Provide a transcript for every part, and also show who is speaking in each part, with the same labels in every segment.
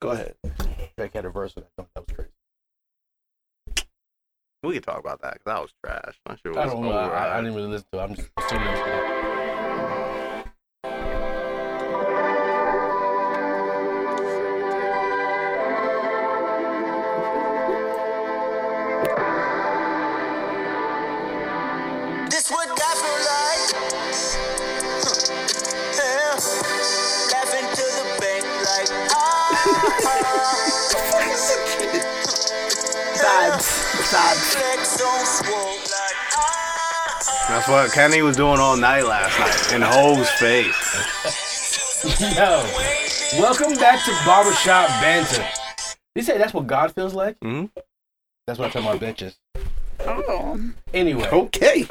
Speaker 1: Go ahead. Drake had a verse with that. That was crazy.
Speaker 2: We can talk about that because that was trash. That shit was
Speaker 1: I don't know.
Speaker 2: overhyped.
Speaker 1: I, I didn't really listen to it. I'm just assuming. it's that.
Speaker 3: This what God feel like. Yeah. Laughing to the bank like ah.
Speaker 4: Vibes. Vibes.
Speaker 3: Flex on swole like ah.
Speaker 2: That's what Kenny was doing all night last night in Ho's face.
Speaker 1: Yo, welcome back to Barbershop Banter. You say that's what God feels like?
Speaker 5: Mm-hmm.
Speaker 2: Mhm.
Speaker 1: That's what I tell my bitches.
Speaker 4: Oh,
Speaker 1: Anyway,
Speaker 2: Okay.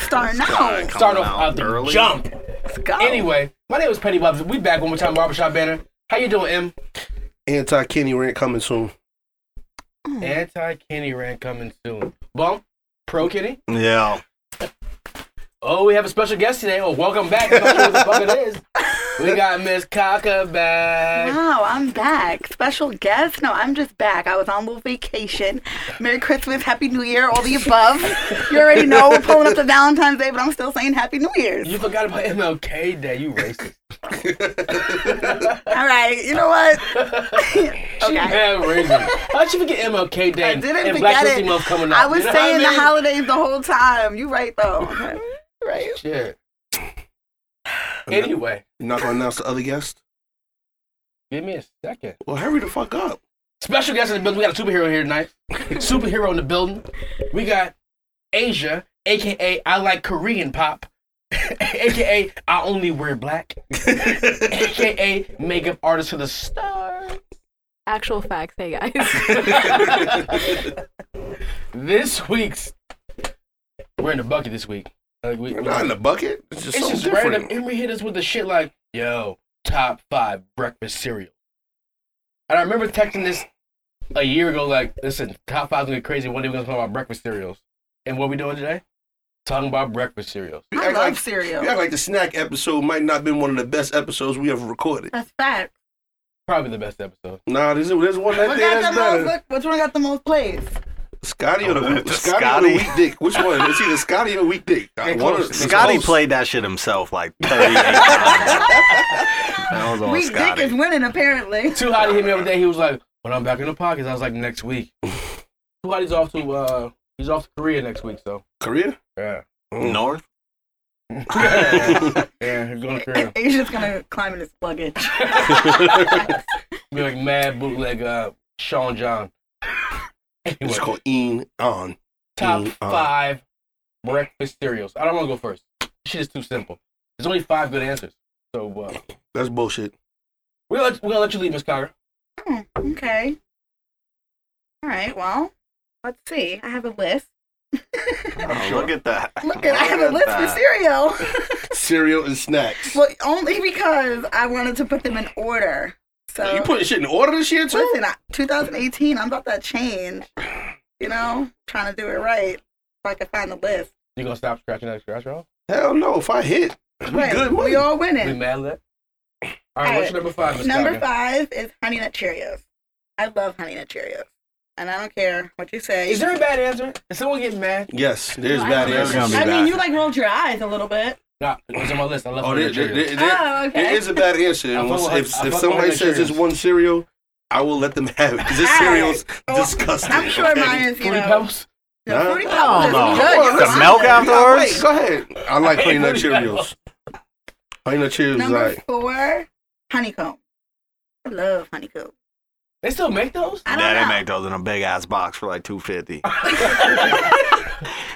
Speaker 4: starting out.
Speaker 1: start off out the jump.
Speaker 4: Let's go.
Speaker 1: Anyway, my name is Penny Bobs. We back one more time, Barbershop Banner. How you doing, M?
Speaker 5: Anti Kenny rant coming soon.
Speaker 1: Anti Kenny rant coming soon. Bump, pro Kenny.
Speaker 2: Yeah.
Speaker 1: Oh, we have a special guest today. Oh, welcome back. I'm not sure what the fuck it is. We got Miss Cocker back.
Speaker 4: Wow, I'm back. Special guest? No, I'm just back. I was on a little vacation. Merry Christmas, Happy New Year, all the above. You already know we're pulling up to Valentine's Day, but I'm still saying Happy New Year's.
Speaker 1: You forgot about MLK Day. You racist.
Speaker 4: All right, you know what?
Speaker 1: She
Speaker 4: okay.
Speaker 1: mad racist. How'd you forget MLK Day
Speaker 4: I
Speaker 1: and,
Speaker 4: didn't
Speaker 1: and Black
Speaker 4: forget
Speaker 1: History
Speaker 4: it.
Speaker 1: Month coming up?
Speaker 4: I was
Speaker 1: You know what
Speaker 4: saying
Speaker 1: mean?
Speaker 4: the holidays the whole time. You right though. Okay. Right.
Speaker 1: Shit. Anyway,
Speaker 5: You're not gonna announce the other guest?
Speaker 1: give me a second.
Speaker 5: Well, hurry the fuck up.
Speaker 1: Special guest in the building. We got a superhero here tonight. superhero in the building. We got Asia, aka I like Korean pop, aka I only wear black, aka makeup artist for the stars.
Speaker 6: Actual facts, hey guys.
Speaker 1: this week's we're in the bucket this week. Like we,
Speaker 5: You're
Speaker 1: we-
Speaker 5: not in the bucket. It's just
Speaker 1: it's
Speaker 5: something
Speaker 1: just random.
Speaker 5: different.
Speaker 1: And we hit us with the shit like, yo, top five breakfast cereal. And I remember texting this a year ago, like, listen, top five's gonna be crazy. One day we're gonna talk about breakfast cereals. And what we doing today? Talking about breakfast cereals.
Speaker 5: You
Speaker 4: I
Speaker 5: act,
Speaker 4: love
Speaker 5: like, you
Speaker 4: cereal.
Speaker 5: act like the snack episode might not have been one of the best episodes we ever recorded.
Speaker 4: That's fact.
Speaker 1: Probably the best episode.
Speaker 5: Nah, there's, there's one that
Speaker 4: What
Speaker 5: day
Speaker 4: got
Speaker 5: that's
Speaker 4: the most,
Speaker 5: better.
Speaker 4: look, which one got the most plays?
Speaker 5: Scotty or
Speaker 2: Oh,
Speaker 5: the
Speaker 2: that's
Speaker 5: Scotty, or
Speaker 2: Scotty.
Speaker 5: the weak dick? Which one? It's either Scotty or weak dick.
Speaker 1: Hey,
Speaker 5: One
Speaker 1: close.
Speaker 5: of-
Speaker 2: Scotty
Speaker 1: Close.
Speaker 2: played that shit himself like 38 times. that was all
Speaker 4: We dick
Speaker 2: Scotty.
Speaker 4: is winning apparently.
Speaker 1: Too Hottie hit me every day. He was like, when I'm back in the pockets, I was like, next week. Too Hottie's off to uh he's off to Korea next week, so
Speaker 5: Korea.
Speaker 1: yeah.
Speaker 2: North?
Speaker 1: yeah, he's going to Korea.
Speaker 4: And Asia's gonna climb in his luggage.
Speaker 1: Be like mad bootleg uh Sean John. Anyway,
Speaker 5: It's called Een On.
Speaker 1: top
Speaker 5: Mm, uh.
Speaker 1: five breakfast cereals. I don't want to go first. This shit is too simple. There's only five good answers. So uh,
Speaker 5: That's bullshit.
Speaker 1: we're, gonna let, we're gonna let you leave, Miss Cocker.
Speaker 4: Oh, okay. All right. Well, let's see. I have a list.
Speaker 2: Oh, Look at that.
Speaker 4: Look, at, I have a list for
Speaker 2: Oh, that.
Speaker 4: cereal.
Speaker 5: Cereal and snacks.
Speaker 4: well, only because I wanted to put them in order. So
Speaker 5: You putting shit in order this year too?
Speaker 4: listen, I, 2018. I'm about that change. You know, trying to do it right. If I could find the list.
Speaker 1: You gonna stop scratching that scratch off?
Speaker 5: Hell no. If I hit, we
Speaker 4: Right,
Speaker 5: good money.
Speaker 4: we all
Speaker 1: We
Speaker 4: winning.
Speaker 1: mad at that? All right, what's your number five, Miss
Speaker 4: Number
Speaker 1: Cocker?
Speaker 4: five is Honey Nut Cheerios. I love Honey Nut Cheerios, and I don't care what you say.
Speaker 1: Is there a bad answer? Is someone getting mad?
Speaker 5: Yes, there's
Speaker 6: No, I
Speaker 5: bad
Speaker 6: don't
Speaker 2: There's gonna
Speaker 5: answers.
Speaker 2: be
Speaker 4: I mean,
Speaker 2: bad.
Speaker 4: you like rolled your eyes a little bit.
Speaker 1: Nah, it's on my list. I love
Speaker 5: Oh,
Speaker 1: Honey
Speaker 5: there,
Speaker 1: Nut
Speaker 5: there,
Speaker 1: Cheerios.
Speaker 5: there- there-
Speaker 4: Oh, okay.
Speaker 5: It is a bad answer.
Speaker 1: I fuck
Speaker 5: Once-
Speaker 1: with- I
Speaker 5: if
Speaker 1: fuck
Speaker 5: if
Speaker 1: with
Speaker 5: somebody
Speaker 1: Honey
Speaker 5: says it's
Speaker 1: Cheerios.
Speaker 5: one cereal, I will let them have it because this
Speaker 4: All
Speaker 5: cereal's
Speaker 4: Well,
Speaker 5: disgusting.
Speaker 4: I'm sure
Speaker 5: okay?
Speaker 4: mine is, you
Speaker 1: Fruity
Speaker 4: know.
Speaker 1: Pebbles?
Speaker 4: No,
Speaker 5: Huh?
Speaker 4: Fruity
Speaker 6: Oh,
Speaker 4: Pebbles
Speaker 2: no.
Speaker 4: is good.
Speaker 5: Well,
Speaker 4: You're
Speaker 2: The
Speaker 5: listen,
Speaker 4: fine.
Speaker 2: milk
Speaker 5: Yeah,
Speaker 4: oh,
Speaker 2: afterwards?
Speaker 5: wait, go ahead. I like
Speaker 1: Hey,
Speaker 5: honey nut
Speaker 1: Fruity
Speaker 5: Cheerios. Honey nut Cheerios, is
Speaker 4: Number
Speaker 5: alright.
Speaker 4: four, honeycomb. I love honeycomb.
Speaker 1: They still make those?
Speaker 4: I don't
Speaker 2: Yeah,
Speaker 4: know.
Speaker 2: they make those in a big ass box for like 250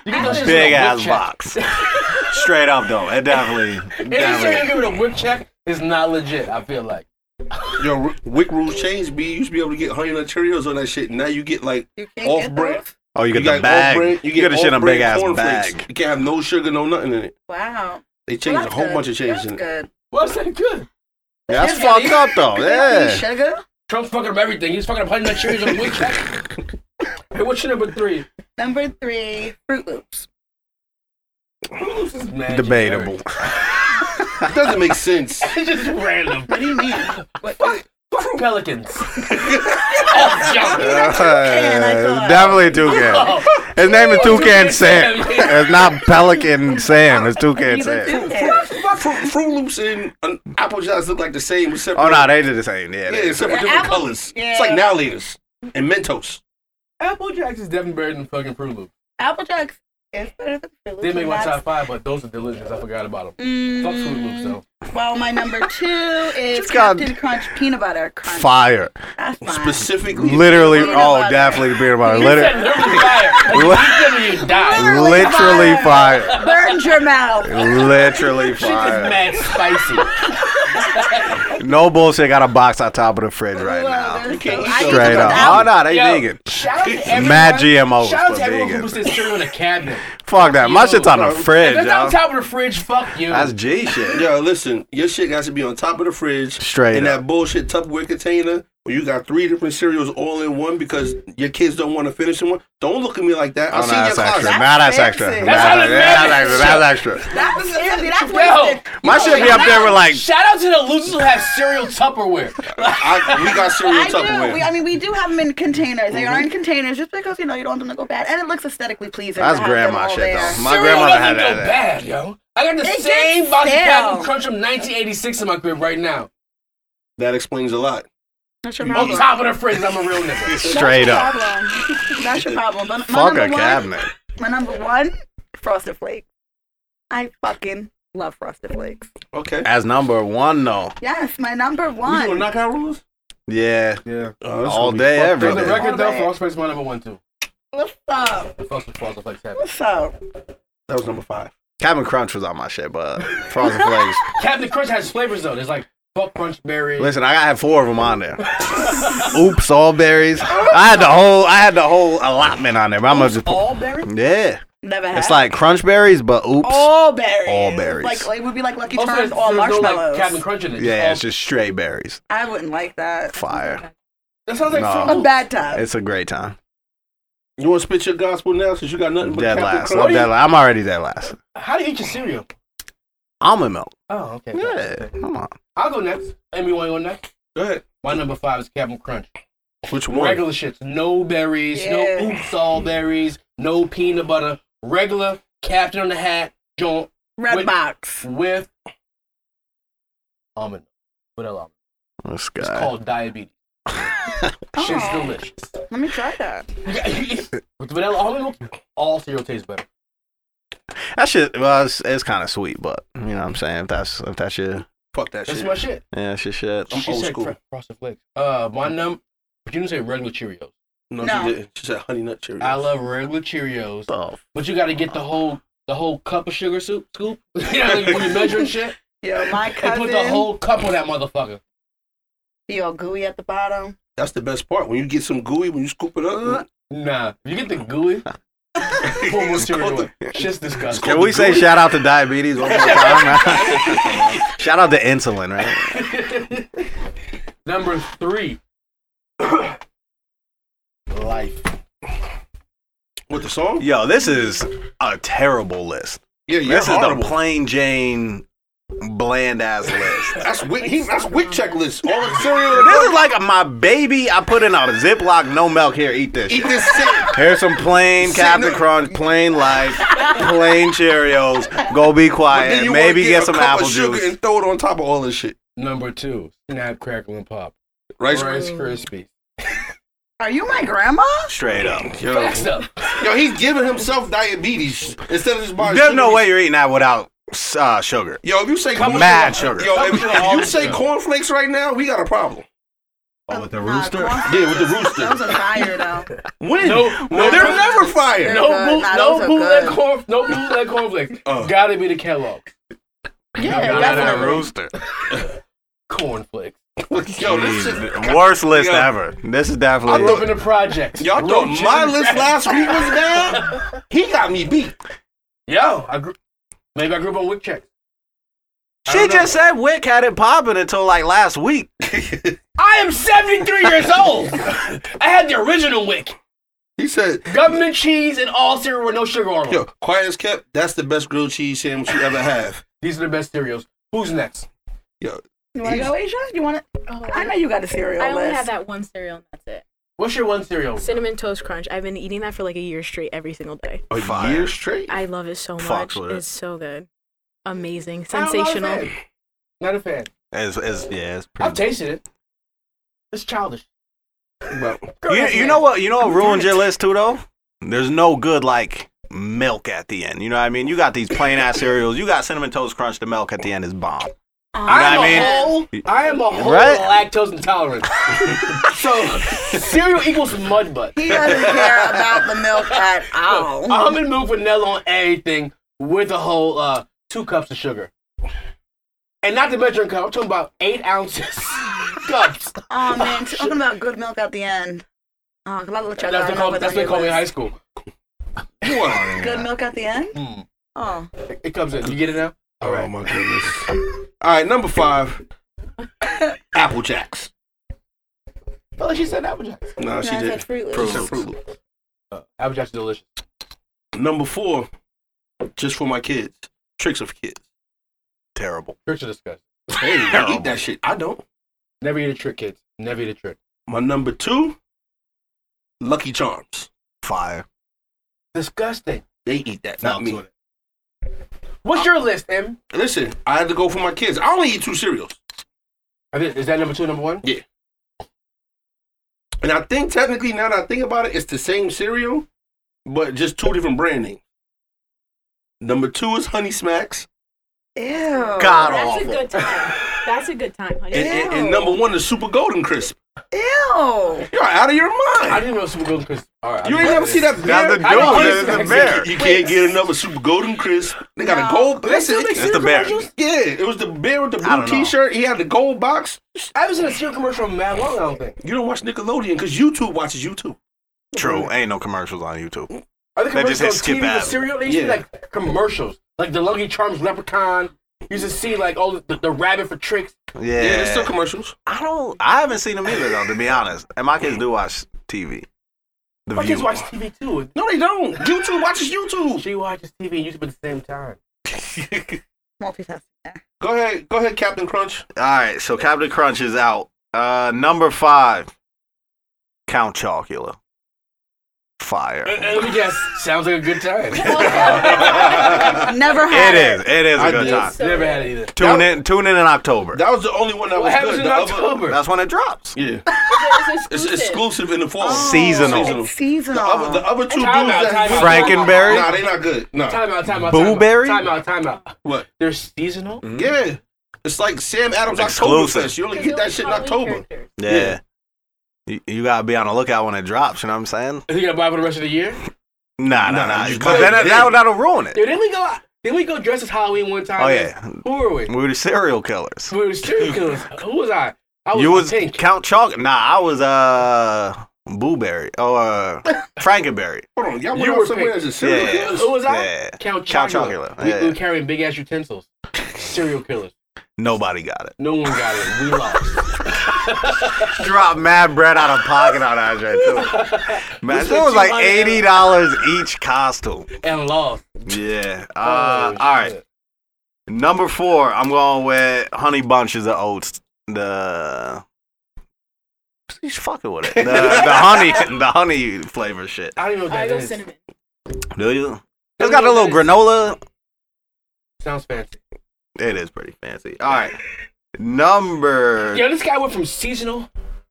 Speaker 1: You get those shits
Speaker 2: Big
Speaker 1: in a whip
Speaker 2: ass
Speaker 1: check.
Speaker 2: box. Straight up though. It definitely.
Speaker 1: Any cereal
Speaker 2: definitely.
Speaker 1: you give it a whip check is not legit, I feel like.
Speaker 5: Yo, r- Wick rules changed, B. You used to be able to get honey nut Cheerios on that shit. Now you get like
Speaker 4: You can't
Speaker 5: off
Speaker 4: get
Speaker 5: brand.
Speaker 4: those?
Speaker 2: Oh, you get
Speaker 5: got
Speaker 2: the bag.
Speaker 5: off-brand-
Speaker 2: you get a shit in a
Speaker 5: off-brand
Speaker 2: big ass
Speaker 5: cornflakes.
Speaker 2: bag.
Speaker 5: You can't have no sugar, no nothing in it.
Speaker 4: Wow.
Speaker 5: They changed
Speaker 4: Well,
Speaker 5: a whole
Speaker 4: that's
Speaker 5: bunch of
Speaker 4: good.
Speaker 5: changes in
Speaker 4: That's
Speaker 5: it. Oh,
Speaker 4: good.
Speaker 1: What's that good?
Speaker 2: That's
Speaker 4: It's gotta
Speaker 2: fucked up though.
Speaker 4: You don't need
Speaker 2: Yeah.
Speaker 4: Sugar.
Speaker 1: Trump's fucking up everything. He's fucking up honey nut cherries on the check. Hey, what's your number three?
Speaker 4: Number three, Fruit Loops.
Speaker 1: Who loses magic?
Speaker 2: Debatable.
Speaker 5: It doesn't make sense.
Speaker 1: It's just random.
Speaker 4: What do you mean? what,
Speaker 1: Fuck pelicans. oh, y'all.
Speaker 4: Toucan, I
Speaker 5: Uh,
Speaker 4: thought.
Speaker 2: definitely Toucan.
Speaker 1: Oh.
Speaker 2: His name is Toucan Sam. It's not Pelican Sam. It's Toucan Sam.
Speaker 4: Toucan.
Speaker 5: Fruit, Fruit Loops and uh, Apple Jacks look like the same. Except
Speaker 2: Oh
Speaker 5: for,
Speaker 2: no, they did the same. Yeah.
Speaker 5: yeah,
Speaker 2: they-
Speaker 5: except for different
Speaker 4: apple-
Speaker 5: colors.
Speaker 4: yeah.
Speaker 5: It's like Nowlators and Mentos.
Speaker 1: Apple Jacks is definitely better than fucking Fruit Loops.
Speaker 4: Apple Jacks is better than Fruit Loops.
Speaker 1: They make my
Speaker 4: That's-
Speaker 1: top five, but those are delicious. I forgot about them. Fuck Fruit Loops
Speaker 4: Mm,
Speaker 1: though.
Speaker 4: well, my number two is
Speaker 2: Just got-
Speaker 4: Captain Crunch peanut butter crunch.
Speaker 2: Fire.
Speaker 4: That's mine.
Speaker 5: Specifically,
Speaker 2: Literally.
Speaker 4: Peanut
Speaker 2: Oh,
Speaker 4: butter.
Speaker 2: definitely beer butter.
Speaker 1: You said
Speaker 2: Liter-
Speaker 1: literally fire. Like, you literally died.
Speaker 4: Literally
Speaker 2: Literally fire.
Speaker 4: Burned your mouth.
Speaker 2: Literally
Speaker 1: She just
Speaker 2: fire.
Speaker 1: mad spicy.
Speaker 2: No bullshit. Got a box on top of the fridge right
Speaker 4: Well,
Speaker 2: now.
Speaker 4: there's
Speaker 5: can't
Speaker 4: so-
Speaker 5: eat
Speaker 4: I
Speaker 5: those
Speaker 4: used
Speaker 2: Straight
Speaker 4: to
Speaker 2: up.
Speaker 4: put
Speaker 2: Oh
Speaker 4: apple-
Speaker 2: no, they
Speaker 1: Yo,
Speaker 2: vegan.
Speaker 1: Shout out to everyone.
Speaker 2: Mad GMOs
Speaker 1: Shout out
Speaker 2: for
Speaker 1: to everyone
Speaker 2: vegan.
Speaker 1: who puts their cereal in a cabinet.
Speaker 2: Fuck that. My
Speaker 1: Yo,
Speaker 2: shit's on the
Speaker 5: bro.
Speaker 1: If
Speaker 2: fridge,
Speaker 1: that's on
Speaker 2: yo.
Speaker 1: top of the fridge, fuck you.
Speaker 2: That's G shit.
Speaker 5: Yo, listen, your shit got to be on top of the fridge.
Speaker 2: Straight
Speaker 5: In
Speaker 2: up.
Speaker 5: that bullshit Tupperware container where you got three different cereals all in one because your kids don't want to finish in one. Don't look at me like that.
Speaker 2: Oh,
Speaker 5: I
Speaker 2: no,
Speaker 5: see your
Speaker 2: that's
Speaker 5: closet.
Speaker 2: extra. Nah, that's extra. Nah,
Speaker 4: That's
Speaker 1: how
Speaker 2: That's
Speaker 1: the
Speaker 2: yeah,
Speaker 1: man-
Speaker 2: that's extra. That's extra.
Speaker 4: That's fancy. That's
Speaker 1: Yo,
Speaker 4: wasted.
Speaker 2: My shit be up there with like
Speaker 1: shout out to the losers who have cereal Tupperware.
Speaker 5: I, we got cereal
Speaker 4: I
Speaker 5: Tupperware.
Speaker 4: do. We, I mean, we do have them in containers. They
Speaker 2: Mm-hmm.
Speaker 4: are in containers just because you know you don't want them to go bad, and it looks aesthetically pleasing.
Speaker 2: That's
Speaker 4: to have them
Speaker 2: grandma
Speaker 4: all
Speaker 2: shit
Speaker 4: there.
Speaker 2: though. My
Speaker 1: cereal
Speaker 2: grandmother
Speaker 1: doesn't
Speaker 2: had
Speaker 1: go
Speaker 2: that.
Speaker 1: bad, yo. I got the
Speaker 4: It
Speaker 1: same
Speaker 4: gets
Speaker 1: box of
Speaker 4: stale.
Speaker 1: Captain Crunch from 1986 in my crib right now.
Speaker 5: That explains a lot.
Speaker 6: That's your
Speaker 1: On
Speaker 6: problem.
Speaker 1: top of the fridge, I'm a real nigga.
Speaker 2: Straight up.
Speaker 6: That's your problem.
Speaker 4: That's your problem. But my
Speaker 2: Fuck
Speaker 4: number
Speaker 2: a
Speaker 4: one,
Speaker 2: cabinet.
Speaker 4: My number one, Frosted Flakes. I fucking love Frosted Flakes.
Speaker 5: Okay.
Speaker 2: As number one though.
Speaker 4: Yes, my number
Speaker 5: We doing
Speaker 4: one.
Speaker 5: knockout rules?
Speaker 2: Yeah.
Speaker 1: Yeah.
Speaker 5: Oh, this
Speaker 2: All
Speaker 5: gonna be
Speaker 2: day,
Speaker 5: fucked
Speaker 2: every
Speaker 1: For
Speaker 5: up.
Speaker 1: the
Speaker 2: day.
Speaker 1: record, though,
Speaker 4: Alright.
Speaker 1: Frostbite's my number one, too.
Speaker 4: What's up?
Speaker 1: Frostbite, Frostbite, like seven.
Speaker 4: What's up?
Speaker 5: That was number five.
Speaker 2: Cabin Crunch was on my shit, but Frosted Flakes.
Speaker 1: Captain Crunch has flavors, though. There's like Buck Crunch Berry.
Speaker 2: Listen, I had four of them on there. Oops, all berries. I had the whole, I had the whole allotment on there. But I'm gonna just put,
Speaker 4: All berries?
Speaker 2: yeah.
Speaker 4: Never had.
Speaker 2: It's like crunch berries, but oops.
Speaker 4: all berries.
Speaker 2: all berries.
Speaker 4: Like, like it would be like Lucky
Speaker 1: Also,
Speaker 4: Charms, all
Speaker 1: there's no, like,
Speaker 4: marshmallows.
Speaker 1: Captain Crunch in it. Um,
Speaker 2: yeah, it's
Speaker 1: all-
Speaker 2: just stray berries.
Speaker 4: I wouldn't like that.
Speaker 2: Fire.
Speaker 1: that sounds like
Speaker 2: No.
Speaker 1: Fruit
Speaker 4: A
Speaker 1: Loops.
Speaker 4: bad time.
Speaker 2: It's a great time.
Speaker 5: You want to spit your gospel now since you got nothing but
Speaker 2: Dead
Speaker 5: Captain
Speaker 2: last.
Speaker 5: Crunch?
Speaker 2: I'm dead last. I'm already dead last.
Speaker 1: How do you eat your cereal?
Speaker 2: Almond milk.
Speaker 1: Oh, okay.
Speaker 2: Yeah, come on.
Speaker 1: I'll go next. Amy, want to go next?
Speaker 5: Go ahead.
Speaker 1: My number five is Captain Crunch.
Speaker 5: Which one?
Speaker 1: Regular shits. No berries,
Speaker 4: Yeah.
Speaker 1: no oops all berries, no peanut butter. Regular Captain on the Hat joint
Speaker 4: Red
Speaker 1: Wait.
Speaker 4: box.
Speaker 1: with almond. With almond.
Speaker 2: This
Speaker 1: It's
Speaker 2: guy.
Speaker 1: called diabetes. Shit's
Speaker 4: Oh,
Speaker 1: delicious.
Speaker 4: let me try that.
Speaker 1: With vanilla almond milk, all cereal tastes better.
Speaker 2: That shit. Well, it's, it's kind of sweet, but you know what I'm saying. If that's if that's your
Speaker 5: Fuck that
Speaker 1: That's
Speaker 5: shit.
Speaker 1: my shit.
Speaker 2: yeah, that's your shit.
Speaker 5: I'm
Speaker 1: she
Speaker 5: old
Speaker 1: said
Speaker 5: school.
Speaker 1: fr- frosted flakes. Uh, my num. But you didn't say regular Cheerios.
Speaker 5: No,
Speaker 4: No.
Speaker 5: she didn't. She said honey nut Cheerios.
Speaker 1: I love regular Cheerios,
Speaker 2: Oh,
Speaker 1: but you got to get the whole the whole cup of sugar soup scoop. you know, like when you measure and shit,
Speaker 4: Yo, my
Speaker 1: and
Speaker 4: cousin.
Speaker 1: put the whole cup on that motherfucker.
Speaker 4: He all gooey at the bottom.
Speaker 5: That's the best part. When you get some gooey, when you scoop it up,
Speaker 1: Nah, if you get the gooey, pour more
Speaker 5: It's
Speaker 1: cereal
Speaker 5: called
Speaker 1: away. Shit's disgusting.
Speaker 2: Can we say shout out to diabetes one more time? shout out to insulin, right?
Speaker 1: Number three, life.
Speaker 5: with the song.
Speaker 2: Yo, this is a terrible list.
Speaker 5: Yeah, yeah,
Speaker 2: this is
Speaker 5: horrible.
Speaker 2: the plain Jane bland ass list.
Speaker 5: That's wick. He, that's wick checklist. All the cereal.
Speaker 2: this is like my baby. I put in a Ziploc, no milk. Here, eat this.
Speaker 5: eat
Speaker 2: Shit.
Speaker 5: this shit.
Speaker 2: Here's some plain Captain Crunch, plain life, plain Cheerios. Go be
Speaker 5: But then
Speaker 2: quiet.
Speaker 5: you
Speaker 2: Maybe
Speaker 5: wanna
Speaker 2: get
Speaker 5: a
Speaker 2: some
Speaker 5: cup of
Speaker 2: apple
Speaker 5: sugar
Speaker 2: juice.
Speaker 5: and throw it on top of all this shit.
Speaker 1: Number two, snap, crackle, and pop.
Speaker 5: Rice
Speaker 1: Rice
Speaker 5: Krispies.
Speaker 1: Krispies.
Speaker 4: Are you my grandma?
Speaker 2: Straight up.
Speaker 5: Yo,
Speaker 1: Facts up.
Speaker 5: yo, he's giving himself diabetes instead of just buying.
Speaker 2: There's
Speaker 5: sugar.
Speaker 2: no way you're eating that without uh, sugar.
Speaker 5: Yo, if you say
Speaker 1: Come
Speaker 2: Mad sugar.
Speaker 5: Yo, if,
Speaker 1: Come
Speaker 5: if
Speaker 1: on.
Speaker 5: you say cornflakes right now, we got a problem.
Speaker 2: Oh, with the
Speaker 4: Nah,
Speaker 2: rooster.
Speaker 4: corn-
Speaker 5: Yeah, with the
Speaker 4: Those
Speaker 5: rooster.
Speaker 4: are fire though.
Speaker 5: When?
Speaker 1: No,
Speaker 5: Well,
Speaker 1: no,
Speaker 5: they're
Speaker 1: no.
Speaker 5: never fired.
Speaker 1: No,
Speaker 4: good.
Speaker 1: boot,
Speaker 4: Nah,
Speaker 1: no
Speaker 4: those are
Speaker 1: bootleg
Speaker 4: good.
Speaker 1: corn, no bootleg cornflakes.
Speaker 5: Uh.
Speaker 1: Gotta be the Kellogg
Speaker 4: Yeah,
Speaker 1: Nah, nah,
Speaker 4: definitely.
Speaker 1: nah,
Speaker 2: rooster.
Speaker 1: cornflakes.
Speaker 5: Yo, this is
Speaker 2: Jeez, worst list
Speaker 5: Yo.
Speaker 2: ever. This is
Speaker 1: I live
Speaker 2: definitely.
Speaker 1: in the projects.
Speaker 5: Y'all thought
Speaker 1: Roaches
Speaker 5: my
Speaker 1: and
Speaker 5: list
Speaker 1: rats.
Speaker 5: last week was bad? He got me beat.
Speaker 1: Yo, I grew. Maybe I grew up on Wick Check.
Speaker 2: She just said Wick had it popping until like last week.
Speaker 1: I am 73 years old. I had the original Wick.
Speaker 5: He said,
Speaker 1: Government cheese and all cereal with no sugar on
Speaker 5: yo,
Speaker 1: them.
Speaker 5: quiet as kept, that's the best grilled cheese sandwich you ever have.
Speaker 1: These are the best cereals. Who's next?
Speaker 5: Yo,
Speaker 4: You want to go, Asia? You want to?
Speaker 6: Oh,
Speaker 4: I know you got a cereal
Speaker 6: I only
Speaker 4: list.
Speaker 6: have that one cereal, and that's
Speaker 1: What's your one cereal?
Speaker 6: it. Cinnamon Toast Crunch. I've been eating that for like a year straight every single day.
Speaker 5: A
Speaker 2: Fire.
Speaker 5: year straight?
Speaker 6: I love it so
Speaker 2: Fucks
Speaker 6: much.
Speaker 2: with it.
Speaker 6: It's so good. Amazing.
Speaker 1: I'm Not a
Speaker 6: Sensational.
Speaker 1: fan. Not a fan.
Speaker 2: As as yeah, it's
Speaker 1: I've
Speaker 2: pretty.
Speaker 1: tasted it. It's childish.
Speaker 5: Well,
Speaker 2: you, you know what? You know what ruins your list too though. There's no good like milk at the end. You know what I mean? You got these plain ass cereals. You got cinnamon toast crunch. The milk at the end is bomb.
Speaker 1: I'm
Speaker 2: I mean?
Speaker 1: a whole. I am a whole
Speaker 2: Right?
Speaker 1: lactose intolerant. so cereal equals mud butt.
Speaker 4: He doesn't care about the milk at all.
Speaker 1: Almond milk vanilla on everything with a whole uh, two cups of sugar. And not the measuring cup. I'm talking about eight ounces cups.
Speaker 4: Oh man, talking about good milk at the end. Oh, I'm about to let y'all
Speaker 1: That's what
Speaker 4: know
Speaker 1: they call,
Speaker 4: what's
Speaker 1: that's what
Speaker 4: on
Speaker 1: they
Speaker 4: your
Speaker 1: call me in
Speaker 4: list.
Speaker 1: high school.
Speaker 4: Good milk at the end.
Speaker 1: Mm.
Speaker 4: Oh,
Speaker 1: It, it comes in. You get it now? All
Speaker 5: Oh
Speaker 2: Um,
Speaker 1: right.
Speaker 5: my goodness. All right, number five. Apple Jacks.
Speaker 1: Oh, she said Apple Jacks.
Speaker 2: Oh,
Speaker 5: No, she
Speaker 4: No, I said
Speaker 5: did.
Speaker 4: Fruit Loops.
Speaker 5: Fruit Loops.
Speaker 1: Uh, Apple Jacks are delicious.
Speaker 5: Number four, just for my kids. Tricks of kids.
Speaker 2: Terrible.
Speaker 1: Tricks are disgusting.
Speaker 5: Hey, I
Speaker 2: Terrible.
Speaker 5: eat that shit. I don't.
Speaker 1: Never eat a trick, kids. Never eat a trick.
Speaker 5: My number two, Lucky Charms.
Speaker 2: Fire.
Speaker 1: Disgusting.
Speaker 5: They eat that, not me.
Speaker 1: What's your list, M?
Speaker 5: Listen, I had to go for my kids. I only eat two cereals.
Speaker 1: I think- Is that number two, number one?
Speaker 5: And I think technically, now that I think about it, it's the same cereal, but just two different brand names. Number two is Honey Smacks,
Speaker 4: ew.
Speaker 2: God
Speaker 6: That's a
Speaker 2: awful.
Speaker 6: good time. That's a good time, honey.
Speaker 5: and, and, and number one is Super Golden Crisp.
Speaker 4: Ew.
Speaker 5: You're out of your
Speaker 1: I
Speaker 5: mind.
Speaker 1: didn't know Super Golden Crisp. All right.
Speaker 5: You ain't never see that
Speaker 2: Got
Speaker 5: bear.
Speaker 2: the
Speaker 5: I
Speaker 1: don't
Speaker 2: dog,
Speaker 1: eat
Speaker 2: it's
Speaker 1: that.
Speaker 2: the
Speaker 5: You
Speaker 2: bear.
Speaker 5: can't- You can't get another Super Golden Crisp. They got
Speaker 4: No.
Speaker 5: a gold. That's it.
Speaker 2: It's the bear.
Speaker 5: Yeah, it was the bear with the
Speaker 2: I
Speaker 5: blue
Speaker 2: don't know.
Speaker 5: T-shirt. He had the gold box.
Speaker 1: I haven't seen a cereal commercial in mad long, I don't think.
Speaker 5: You don't watch Nickelodeon because YouTube watches YouTube.
Speaker 2: True. Ain't no commercials on YouTube.
Speaker 1: Are the
Speaker 2: They just
Speaker 1: commercials on
Speaker 2: said skip
Speaker 1: TV with
Speaker 2: ad.
Speaker 1: cereal? They used to be
Speaker 5: Yeah.
Speaker 1: like commercials. Like the Lucky Charms Leprechaun. You used to see like all the, the rabbit for tricks.
Speaker 2: Yeah.
Speaker 5: Yeah, there's still commercials.
Speaker 2: I don't. I haven't seen them either though. To be honest, and my kids do watch TV. The
Speaker 1: My kids
Speaker 2: View.
Speaker 1: watch TV too.
Speaker 5: No, they don't. YouTube watches YouTube.
Speaker 1: She watches TV and YouTube at the same time.
Speaker 4: Multitasking.
Speaker 5: Go ahead, go ahead, Captain Crunch.
Speaker 2: All right, so Captain Crunch is out. Uh, number five, Count Chocula.
Speaker 1: And,
Speaker 2: Fire.
Speaker 1: and let me guess. Sounds like a good time.
Speaker 4: Never
Speaker 2: It
Speaker 4: had
Speaker 2: is. It is
Speaker 5: I
Speaker 2: a good
Speaker 5: did.
Speaker 2: time.
Speaker 1: Never had it either.
Speaker 2: Tune in. Tune in in October.
Speaker 5: That was the only one that
Speaker 1: What
Speaker 5: was
Speaker 1: happens
Speaker 5: good.
Speaker 1: in
Speaker 5: The other-
Speaker 1: October?
Speaker 2: That's when it drops.
Speaker 5: yeah,
Speaker 6: It's
Speaker 5: it's
Speaker 6: exclusive.
Speaker 5: exclusive in the fall.
Speaker 2: Seasonal.
Speaker 4: It's seasonal.
Speaker 5: The other, the other two
Speaker 1: Time
Speaker 5: dudes
Speaker 1: out,
Speaker 5: that
Speaker 1: time out.
Speaker 2: Frankenberry?
Speaker 5: Nah, they not good. Nah,
Speaker 1: Time out, time out,
Speaker 2: Booberry?
Speaker 1: time out. Time out, time out.
Speaker 5: what?
Speaker 1: They're seasonal?
Speaker 2: Mm.
Speaker 5: Yeah, it's like Sam Adams
Speaker 2: Exclusive.
Speaker 5: Oktoberfest. You only get that shit in October.
Speaker 2: Yeah. You, you gotta be on the lookout when it drops. You know what I'm saying?
Speaker 1: Is he gonna buy for the rest of the year?
Speaker 2: Nah, nah,
Speaker 5: Nah,
Speaker 2: nah.
Speaker 5: you
Speaker 2: 'cause
Speaker 5: gotta
Speaker 2: then it-
Speaker 5: dig.
Speaker 2: that'll, that'll ruin it.
Speaker 1: Dude, didn't we go didn't we go dress as Halloween one time?
Speaker 2: Oh yeah,
Speaker 1: Who were we?
Speaker 2: we were the serial killers.
Speaker 1: We were serial killers. Who was I? I was,
Speaker 2: you was
Speaker 1: pink.
Speaker 2: Count Chalk. Nah, I was uh Booberry. Oh, uh, Frankenberry.
Speaker 5: Hold on, y'all
Speaker 1: You
Speaker 5: went
Speaker 1: were
Speaker 5: out somewhere
Speaker 1: picked.
Speaker 5: as a serial
Speaker 2: Yeah.
Speaker 5: killer?
Speaker 1: Who was I?
Speaker 2: Yeah.
Speaker 1: Count
Speaker 2: Count
Speaker 1: Chocula.
Speaker 2: Chocula,
Speaker 1: We, we
Speaker 2: yeah.
Speaker 1: were carrying big ass utensils. Serial killers.
Speaker 2: Nobody got it.
Speaker 1: No one got it. We lost.
Speaker 2: Drop mad bread out of pocket on that shit too. Man, it was like eighty dollars each costume.
Speaker 1: and lost.
Speaker 2: Yeah.
Speaker 1: Oh,
Speaker 2: Uh,
Speaker 1: shit.
Speaker 2: all right. Number four, I'm going with honey bunches of oats. The he's fucking with it. The, the honey, the honey flavor shit.
Speaker 1: I don't even know
Speaker 6: I
Speaker 1: what
Speaker 6: go
Speaker 1: that is.
Speaker 6: cinnamon.
Speaker 2: Do you? It's got a little granola.
Speaker 1: Sounds fancy.
Speaker 2: It is pretty fancy. All right. Number
Speaker 1: Yo, this guy went from seasonal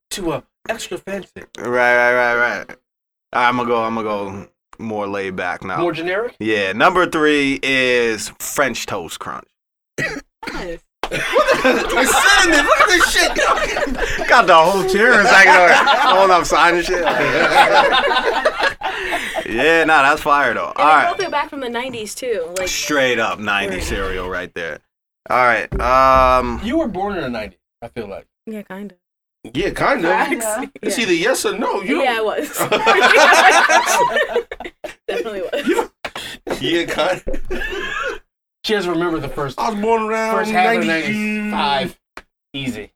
Speaker 1: to uh, extra fancy.
Speaker 2: Right, right, right, right. I'm gonna go. I'm gonna go more laid back now.
Speaker 1: More generic?
Speaker 2: yeah, number three is French toast crunch.
Speaker 6: Yes.
Speaker 5: It's cinnamon. Look at this shit.
Speaker 2: Got the whole chair is hanging on, on up signing shit. yeah, nah, that's fire though. All
Speaker 6: And they both
Speaker 2: right,
Speaker 6: are back from the 90s, too. Like,
Speaker 2: straight up '90 cereal right there. All right, um,
Speaker 1: You were born in the 90s, I feel like.
Speaker 6: yeah, kind of.
Speaker 5: Yeah, kind of.
Speaker 4: Kinda.
Speaker 5: It's either yes or no. You
Speaker 6: Yeah, I
Speaker 5: don't-
Speaker 6: was. Definitely was.
Speaker 5: yeah, kind.
Speaker 1: She doesn't remember the first
Speaker 5: I was born
Speaker 2: Oh,
Speaker 5: around
Speaker 1: first half of the
Speaker 5: 90.
Speaker 1: 90s. Five. Easy.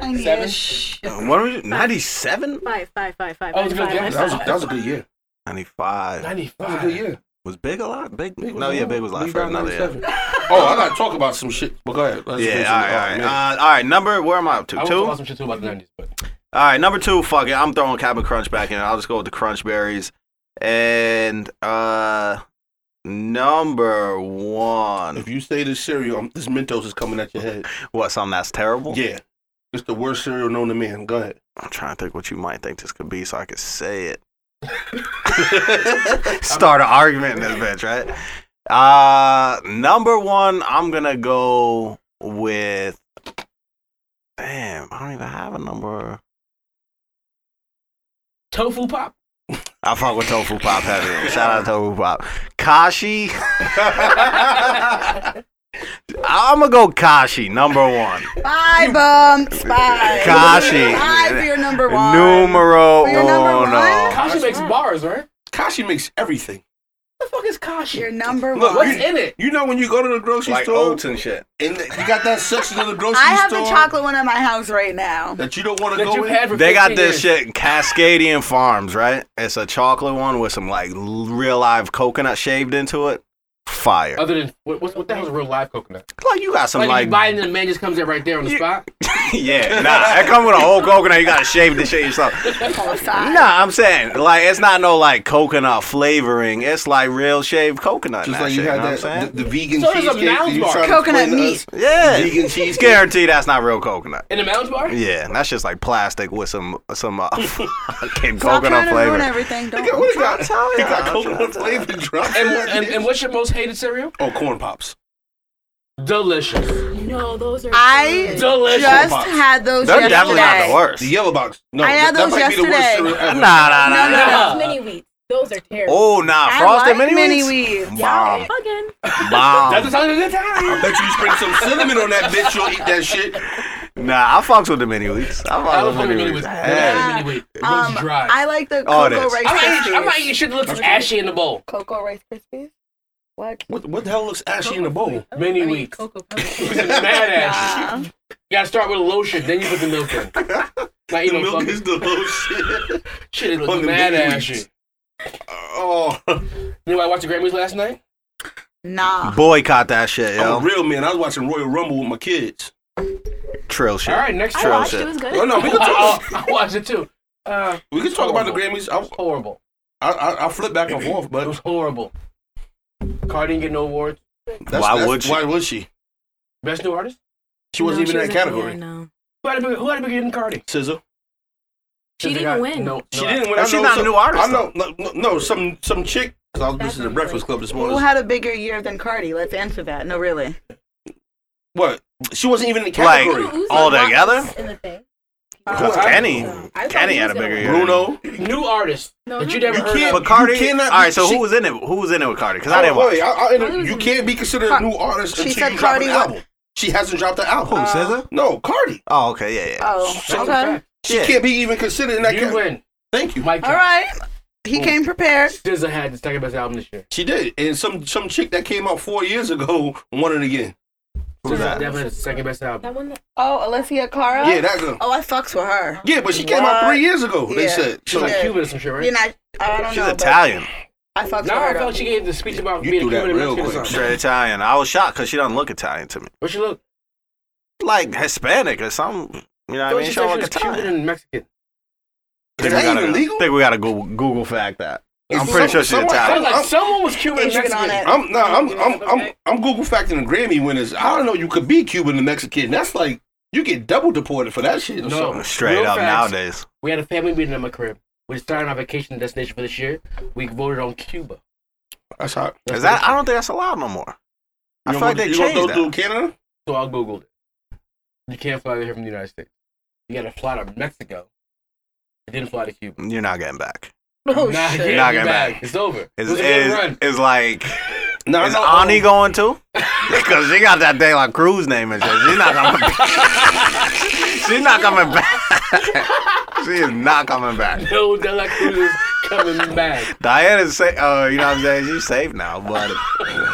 Speaker 1: Seven?
Speaker 4: Tiny-ish.
Speaker 2: what was it? '97?
Speaker 6: Five, five, five, five,
Speaker 1: Oh, it's a good
Speaker 6: five,
Speaker 1: guess.
Speaker 5: That was, that was a good year.
Speaker 2: '95
Speaker 5: That was a good
Speaker 1: 95.
Speaker 5: year.
Speaker 2: was big a lot. Big,
Speaker 5: Big was
Speaker 2: no, yeah,
Speaker 5: on.
Speaker 2: big was a lot
Speaker 5: Leave
Speaker 2: for
Speaker 5: out
Speaker 2: another. Yeah.
Speaker 5: 97. Oh, I gotta talk about some shit. But go ahead. Let's
Speaker 2: Yeah,
Speaker 5: finish it.
Speaker 2: all right, all
Speaker 5: Oh, man.
Speaker 2: right. Uh, all right, number, where am I up to?
Speaker 1: I want to
Speaker 2: Two?
Speaker 1: talk about some shit too about the 90s, but
Speaker 2: All right, number two, fuck it. I'm throwing Captain Crunch back in. I'll just go with the Crunch Berries. And uh number one.
Speaker 5: If you say this cereal, um, this Mentos is coming at your head.
Speaker 2: What, something that's terrible?
Speaker 5: Yeah, it's the worst cereal known to man. Go ahead.
Speaker 2: I'm trying to think what you might think this could be so I could say it. Start an argument in this bitch, right? Uh number one, I'm gonna go with Damn, I don't even have a number.
Speaker 1: tofu pop.
Speaker 2: I fuck with Tofu Pop heavy. Shout out to Tofu Pop. Kashi. I'm gonna go Kashi number one.
Speaker 4: Bye, bum. Spy.
Speaker 2: Kashi.
Speaker 4: Bye for your number one.
Speaker 2: Numero
Speaker 4: For your number
Speaker 2: uno.
Speaker 4: one?
Speaker 1: Kashi makes bars, right?
Speaker 5: Kashi makes everything.
Speaker 1: What the fuck is Kashi?
Speaker 4: Your number
Speaker 5: Look,
Speaker 4: one.
Speaker 1: What's in it?
Speaker 5: You know when you go to the grocery store
Speaker 2: and shit.
Speaker 5: and you got that section of the grocery
Speaker 4: I have
Speaker 5: store
Speaker 4: the chocolate one at my house right now.
Speaker 5: that you don't want to
Speaker 1: That
Speaker 5: go
Speaker 1: you
Speaker 5: in.
Speaker 1: had for
Speaker 2: They got
Speaker 1: 15
Speaker 2: this
Speaker 1: years.
Speaker 2: shit, Cascadian Farms, right? It's a chocolate one with some like l- real live coconut shaved into it. Fire.
Speaker 1: Other than what, what, what the hell's a real live coconut?
Speaker 2: Like you got some
Speaker 1: Uh, Like,
Speaker 2: like,
Speaker 1: you buy it and the man just comes in right there on the spot.
Speaker 2: yeah, nah. It come with a whole coconut. You gotta shave the shit yourself.
Speaker 4: Oh, sorry.
Speaker 2: Nah, I'm saying like it's not no like coconut flavoring. It's like real shaved coconut. and
Speaker 5: Just like
Speaker 2: that
Speaker 5: you
Speaker 2: shit,
Speaker 5: had
Speaker 2: know what I'm
Speaker 5: that
Speaker 2: saying?
Speaker 5: the, the vegan
Speaker 1: So there's a
Speaker 5: cheesecake. that you
Speaker 1: Mounds
Speaker 5: tried to
Speaker 4: Coconut
Speaker 5: explain to
Speaker 4: meat.
Speaker 5: us.
Speaker 2: Yeah,
Speaker 5: Vegan cheesecake.
Speaker 2: Guaranteed that's not real coconut.
Speaker 1: In the Mounds bar?
Speaker 2: Yeah, that's just like plastic with some some uh, fucking
Speaker 4: Stop
Speaker 2: coconut
Speaker 4: trying to ruin
Speaker 2: flavor.
Speaker 4: everything. Don't.
Speaker 5: Look at what he got.
Speaker 2: tell
Speaker 5: He
Speaker 2: ya,
Speaker 5: got
Speaker 2: I'm
Speaker 5: coconut
Speaker 2: trying
Speaker 5: flavored drops.
Speaker 1: And, and, and what's your most hated cereal?
Speaker 5: oh, corn pops.
Speaker 1: Delicious.
Speaker 6: No, those are.
Speaker 4: I
Speaker 1: Delicious.
Speaker 4: just
Speaker 5: Pops.
Speaker 4: had those
Speaker 2: They're
Speaker 4: yesterday.
Speaker 2: definitely not the worst.
Speaker 5: The yellow box. No,
Speaker 4: I had
Speaker 5: that,
Speaker 4: those
Speaker 5: that might be the worst
Speaker 4: yesterday.
Speaker 5: cereal
Speaker 2: Nah,
Speaker 5: ever.
Speaker 2: nah, nah.
Speaker 4: No, no,
Speaker 2: nah.
Speaker 1: no.
Speaker 6: Those mini wheats. Those are terrible.
Speaker 2: Oh, nah,
Speaker 4: I
Speaker 2: frosted
Speaker 4: like
Speaker 2: mini
Speaker 4: mini
Speaker 2: wheats.
Speaker 4: wheats.
Speaker 6: Y'all
Speaker 2: Bomb,
Speaker 6: ain't fucking.
Speaker 1: That's the
Speaker 2: bomb.
Speaker 1: sound of the time.
Speaker 5: I bet you sprinkle some cinnamon on that bitch, you'll eat that shit.
Speaker 2: Nah, I fucks with the mini wheats. I
Speaker 1: I
Speaker 2: fucks
Speaker 1: was
Speaker 2: with the
Speaker 1: hungry when
Speaker 2: mini
Speaker 1: it was
Speaker 2: wheats.
Speaker 1: yeah.
Speaker 2: Hey.
Speaker 1: mini wheat. It
Speaker 4: Um,
Speaker 1: was dry.
Speaker 4: I like the
Speaker 2: Oh, it
Speaker 4: cocoa
Speaker 2: is.
Speaker 4: rice
Speaker 1: I'm not eating- I'm not
Speaker 4: krispies.
Speaker 1: eating shit that looks ashy in the bowl.
Speaker 4: Cocoa rice krispies. What?
Speaker 5: What, what the hell looks ashy in a bowl?
Speaker 1: Mini
Speaker 6: I mean,
Speaker 1: wheats.
Speaker 6: Cocoa Pebbles.
Speaker 1: It's mad ashy.
Speaker 4: Nah.
Speaker 1: You gotta start with a lotion, then you put the milk in. Not
Speaker 5: The
Speaker 1: even
Speaker 5: milk
Speaker 1: fucking
Speaker 5: is the lotion.
Speaker 1: shit. It
Speaker 5: on
Speaker 1: looks
Speaker 5: the
Speaker 1: mad
Speaker 5: mini
Speaker 1: ashy.
Speaker 5: wheats. Oh,
Speaker 1: You know, I watched the Grammys last night.
Speaker 4: Nah.
Speaker 2: Boycott that shit,
Speaker 5: I'm a
Speaker 2: yo.
Speaker 5: real man. I was watching Royal Rumble with my kids.
Speaker 2: Trill shit.
Speaker 1: All right, next
Speaker 6: I
Speaker 2: True.
Speaker 1: show.
Speaker 6: watched.
Speaker 2: shit.
Speaker 6: It was
Speaker 5: Oh
Speaker 6: good.
Speaker 5: no, we can
Speaker 1: I,
Speaker 5: talk.
Speaker 1: I, I watched it too. Uh,
Speaker 5: We can talk about the Grammys. I,
Speaker 1: horrible.
Speaker 5: I, I, I flip back and forth,
Speaker 1: It was
Speaker 5: but
Speaker 1: horrible. Cardi didn't get no awards.
Speaker 5: that's,
Speaker 2: Why
Speaker 5: that's-
Speaker 2: would she?
Speaker 5: Why would she?
Speaker 1: Best new artist.
Speaker 5: She wasn't
Speaker 6: No,
Speaker 5: even in
Speaker 6: she
Speaker 5: that
Speaker 6: wasn't-
Speaker 5: category.
Speaker 6: yeah, no.
Speaker 1: Who had a bigger, who had a bigger than Cardi?
Speaker 5: Scissor.
Speaker 6: She
Speaker 1: They
Speaker 6: didn't
Speaker 1: got-
Speaker 6: win.
Speaker 1: No,
Speaker 5: She
Speaker 1: no.
Speaker 5: didn't win.
Speaker 2: And
Speaker 5: I
Speaker 2: she's
Speaker 5: know
Speaker 2: not a
Speaker 5: some-
Speaker 2: new artist,
Speaker 5: I know. No, no, no, some some chick. 'cause I was
Speaker 6: That's
Speaker 5: listening to
Speaker 6: not
Speaker 5: Breakfast
Speaker 6: right.
Speaker 5: Club this
Speaker 4: Who
Speaker 5: morning.
Speaker 4: had a bigger year than Cardi? Let's answer that. No, really.
Speaker 5: what? She wasn't even in the
Speaker 2: Like,
Speaker 5: category.
Speaker 6: Who- who's
Speaker 2: all
Speaker 6: the rock
Speaker 2: together?
Speaker 6: was In the thing.
Speaker 5: Who-
Speaker 2: Because Kenny,
Speaker 6: I thought
Speaker 2: Kenny
Speaker 6: he
Speaker 2: had a
Speaker 6: was
Speaker 2: bigger
Speaker 6: gonna
Speaker 2: year.
Speaker 6: win.
Speaker 5: Bruno.
Speaker 1: New artist
Speaker 6: No,
Speaker 1: that
Speaker 6: no,
Speaker 1: you never
Speaker 5: You
Speaker 1: heard
Speaker 5: can't-
Speaker 1: of.
Speaker 2: But Cardi,
Speaker 5: You cannot
Speaker 2: all right.
Speaker 5: be-
Speaker 2: So
Speaker 5: she-
Speaker 2: who was in it? Who was in it with Cardi? Because I didn't
Speaker 5: Oh, wait,
Speaker 2: watch.
Speaker 5: I- I-
Speaker 6: Cardi
Speaker 5: you
Speaker 6: was-
Speaker 5: can't be considered a new artist
Speaker 4: She
Speaker 5: until
Speaker 4: said
Speaker 5: you drop
Speaker 4: Cardi
Speaker 5: an
Speaker 4: what? Uh,
Speaker 5: album. She hasn't dropped an album.
Speaker 2: Scissor?
Speaker 5: No, Cardi.
Speaker 2: Oh, okay, yeah, yeah.
Speaker 4: Oh,
Speaker 1: That's a
Speaker 4: okay.
Speaker 1: fact.
Speaker 5: She
Speaker 2: Yeah.
Speaker 5: can't be even considered in that
Speaker 1: You
Speaker 5: category.
Speaker 1: win.
Speaker 5: Thank you.
Speaker 1: Mike.
Speaker 4: All right.
Speaker 1: Hmm.
Speaker 4: He came prepared.
Speaker 1: SZA had the second best album this year.
Speaker 5: She did, and some some chick that came out four years ago won it again.
Speaker 2: Who's
Speaker 1: SZA
Speaker 2: that?
Speaker 1: definitely had the second best album.
Speaker 6: That one. that-
Speaker 4: Oh, Alessia Cara.
Speaker 5: Yeah, that girl.
Speaker 4: Oh, I fucks with her.
Speaker 5: Yeah, but she came out
Speaker 4: What?
Speaker 5: three years ago. They
Speaker 4: Yeah.
Speaker 5: said
Speaker 1: She's
Speaker 5: so.
Speaker 1: like
Speaker 4: Yeah.
Speaker 1: Cuban or some shit,
Speaker 4: You're
Speaker 1: right?
Speaker 4: not. I don't
Speaker 2: She's
Speaker 4: know. but
Speaker 2: Italian.
Speaker 4: I fucks with
Speaker 1: No, I
Speaker 4: her.
Speaker 1: felt
Speaker 4: though.
Speaker 1: she gave the speech about
Speaker 5: You
Speaker 1: being
Speaker 5: threw that
Speaker 1: Cuban and
Speaker 5: real
Speaker 1: Mexican or
Speaker 5: quick.
Speaker 1: something.
Speaker 2: Straight Italian. I was shocked because she doesn't look Italian to me.
Speaker 1: What she look?
Speaker 2: Like Hispanic or something. You know what I
Speaker 1: Thought
Speaker 2: mean?
Speaker 1: she
Speaker 2: She
Speaker 1: said
Speaker 2: don't
Speaker 1: she
Speaker 2: look
Speaker 1: was Cuban
Speaker 2: Italian.
Speaker 1: and Mexican.
Speaker 5: Is
Speaker 2: Think we
Speaker 5: that
Speaker 2: gotta
Speaker 5: even
Speaker 2: go-
Speaker 5: legal?
Speaker 2: think we gotta go Google fact that. I'm
Speaker 5: Is
Speaker 2: pretty
Speaker 5: some-
Speaker 2: sure she's
Speaker 5: someone-
Speaker 1: Sounds
Speaker 2: Italian.
Speaker 1: like
Speaker 5: I'm-
Speaker 1: someone was Cuban and
Speaker 4: Intricate
Speaker 1: Mexican.
Speaker 4: on it.
Speaker 5: I'm no, I'm I'm I'm I'm Google factoring the Grammy winners. I don't know. You could be Cuban and Mexican. That's like you get double deported for that shit. Or
Speaker 1: No.
Speaker 5: something.
Speaker 2: Straight
Speaker 1: Real
Speaker 2: up
Speaker 1: facts.
Speaker 2: nowadays.
Speaker 1: We had a family meeting in my crib. We started our vacation destination for this year. We voted on Cuba.
Speaker 5: That's hot.
Speaker 1: That's
Speaker 2: Is that?
Speaker 1: what
Speaker 2: I don't think that's allowed no more. I
Speaker 5: You
Speaker 2: feel like
Speaker 5: gonna-
Speaker 2: they
Speaker 5: you gonna
Speaker 2: changed
Speaker 5: go through
Speaker 2: that.
Speaker 5: Canada?
Speaker 1: it- So I googled it. You can't fly here from the United States. You gotta fly to Mexico. It didn't fly to Cuba.
Speaker 2: You're not getting back.
Speaker 4: Oh
Speaker 1: Nah,
Speaker 4: shit.
Speaker 1: yeah,
Speaker 2: Not
Speaker 1: you're
Speaker 2: getting
Speaker 1: back.
Speaker 2: back.
Speaker 1: It's over.
Speaker 2: Is,
Speaker 1: it was a good
Speaker 2: is,
Speaker 1: run.
Speaker 2: is like
Speaker 5: No,
Speaker 2: is Ani going too? Because she got that De La Cruz name and shit. She's not coming back. She's not coming back. she is not coming back.
Speaker 1: No, De La Cruz is coming back.
Speaker 2: Diana's safe. Uh, you know what I'm saying? She's safe now, but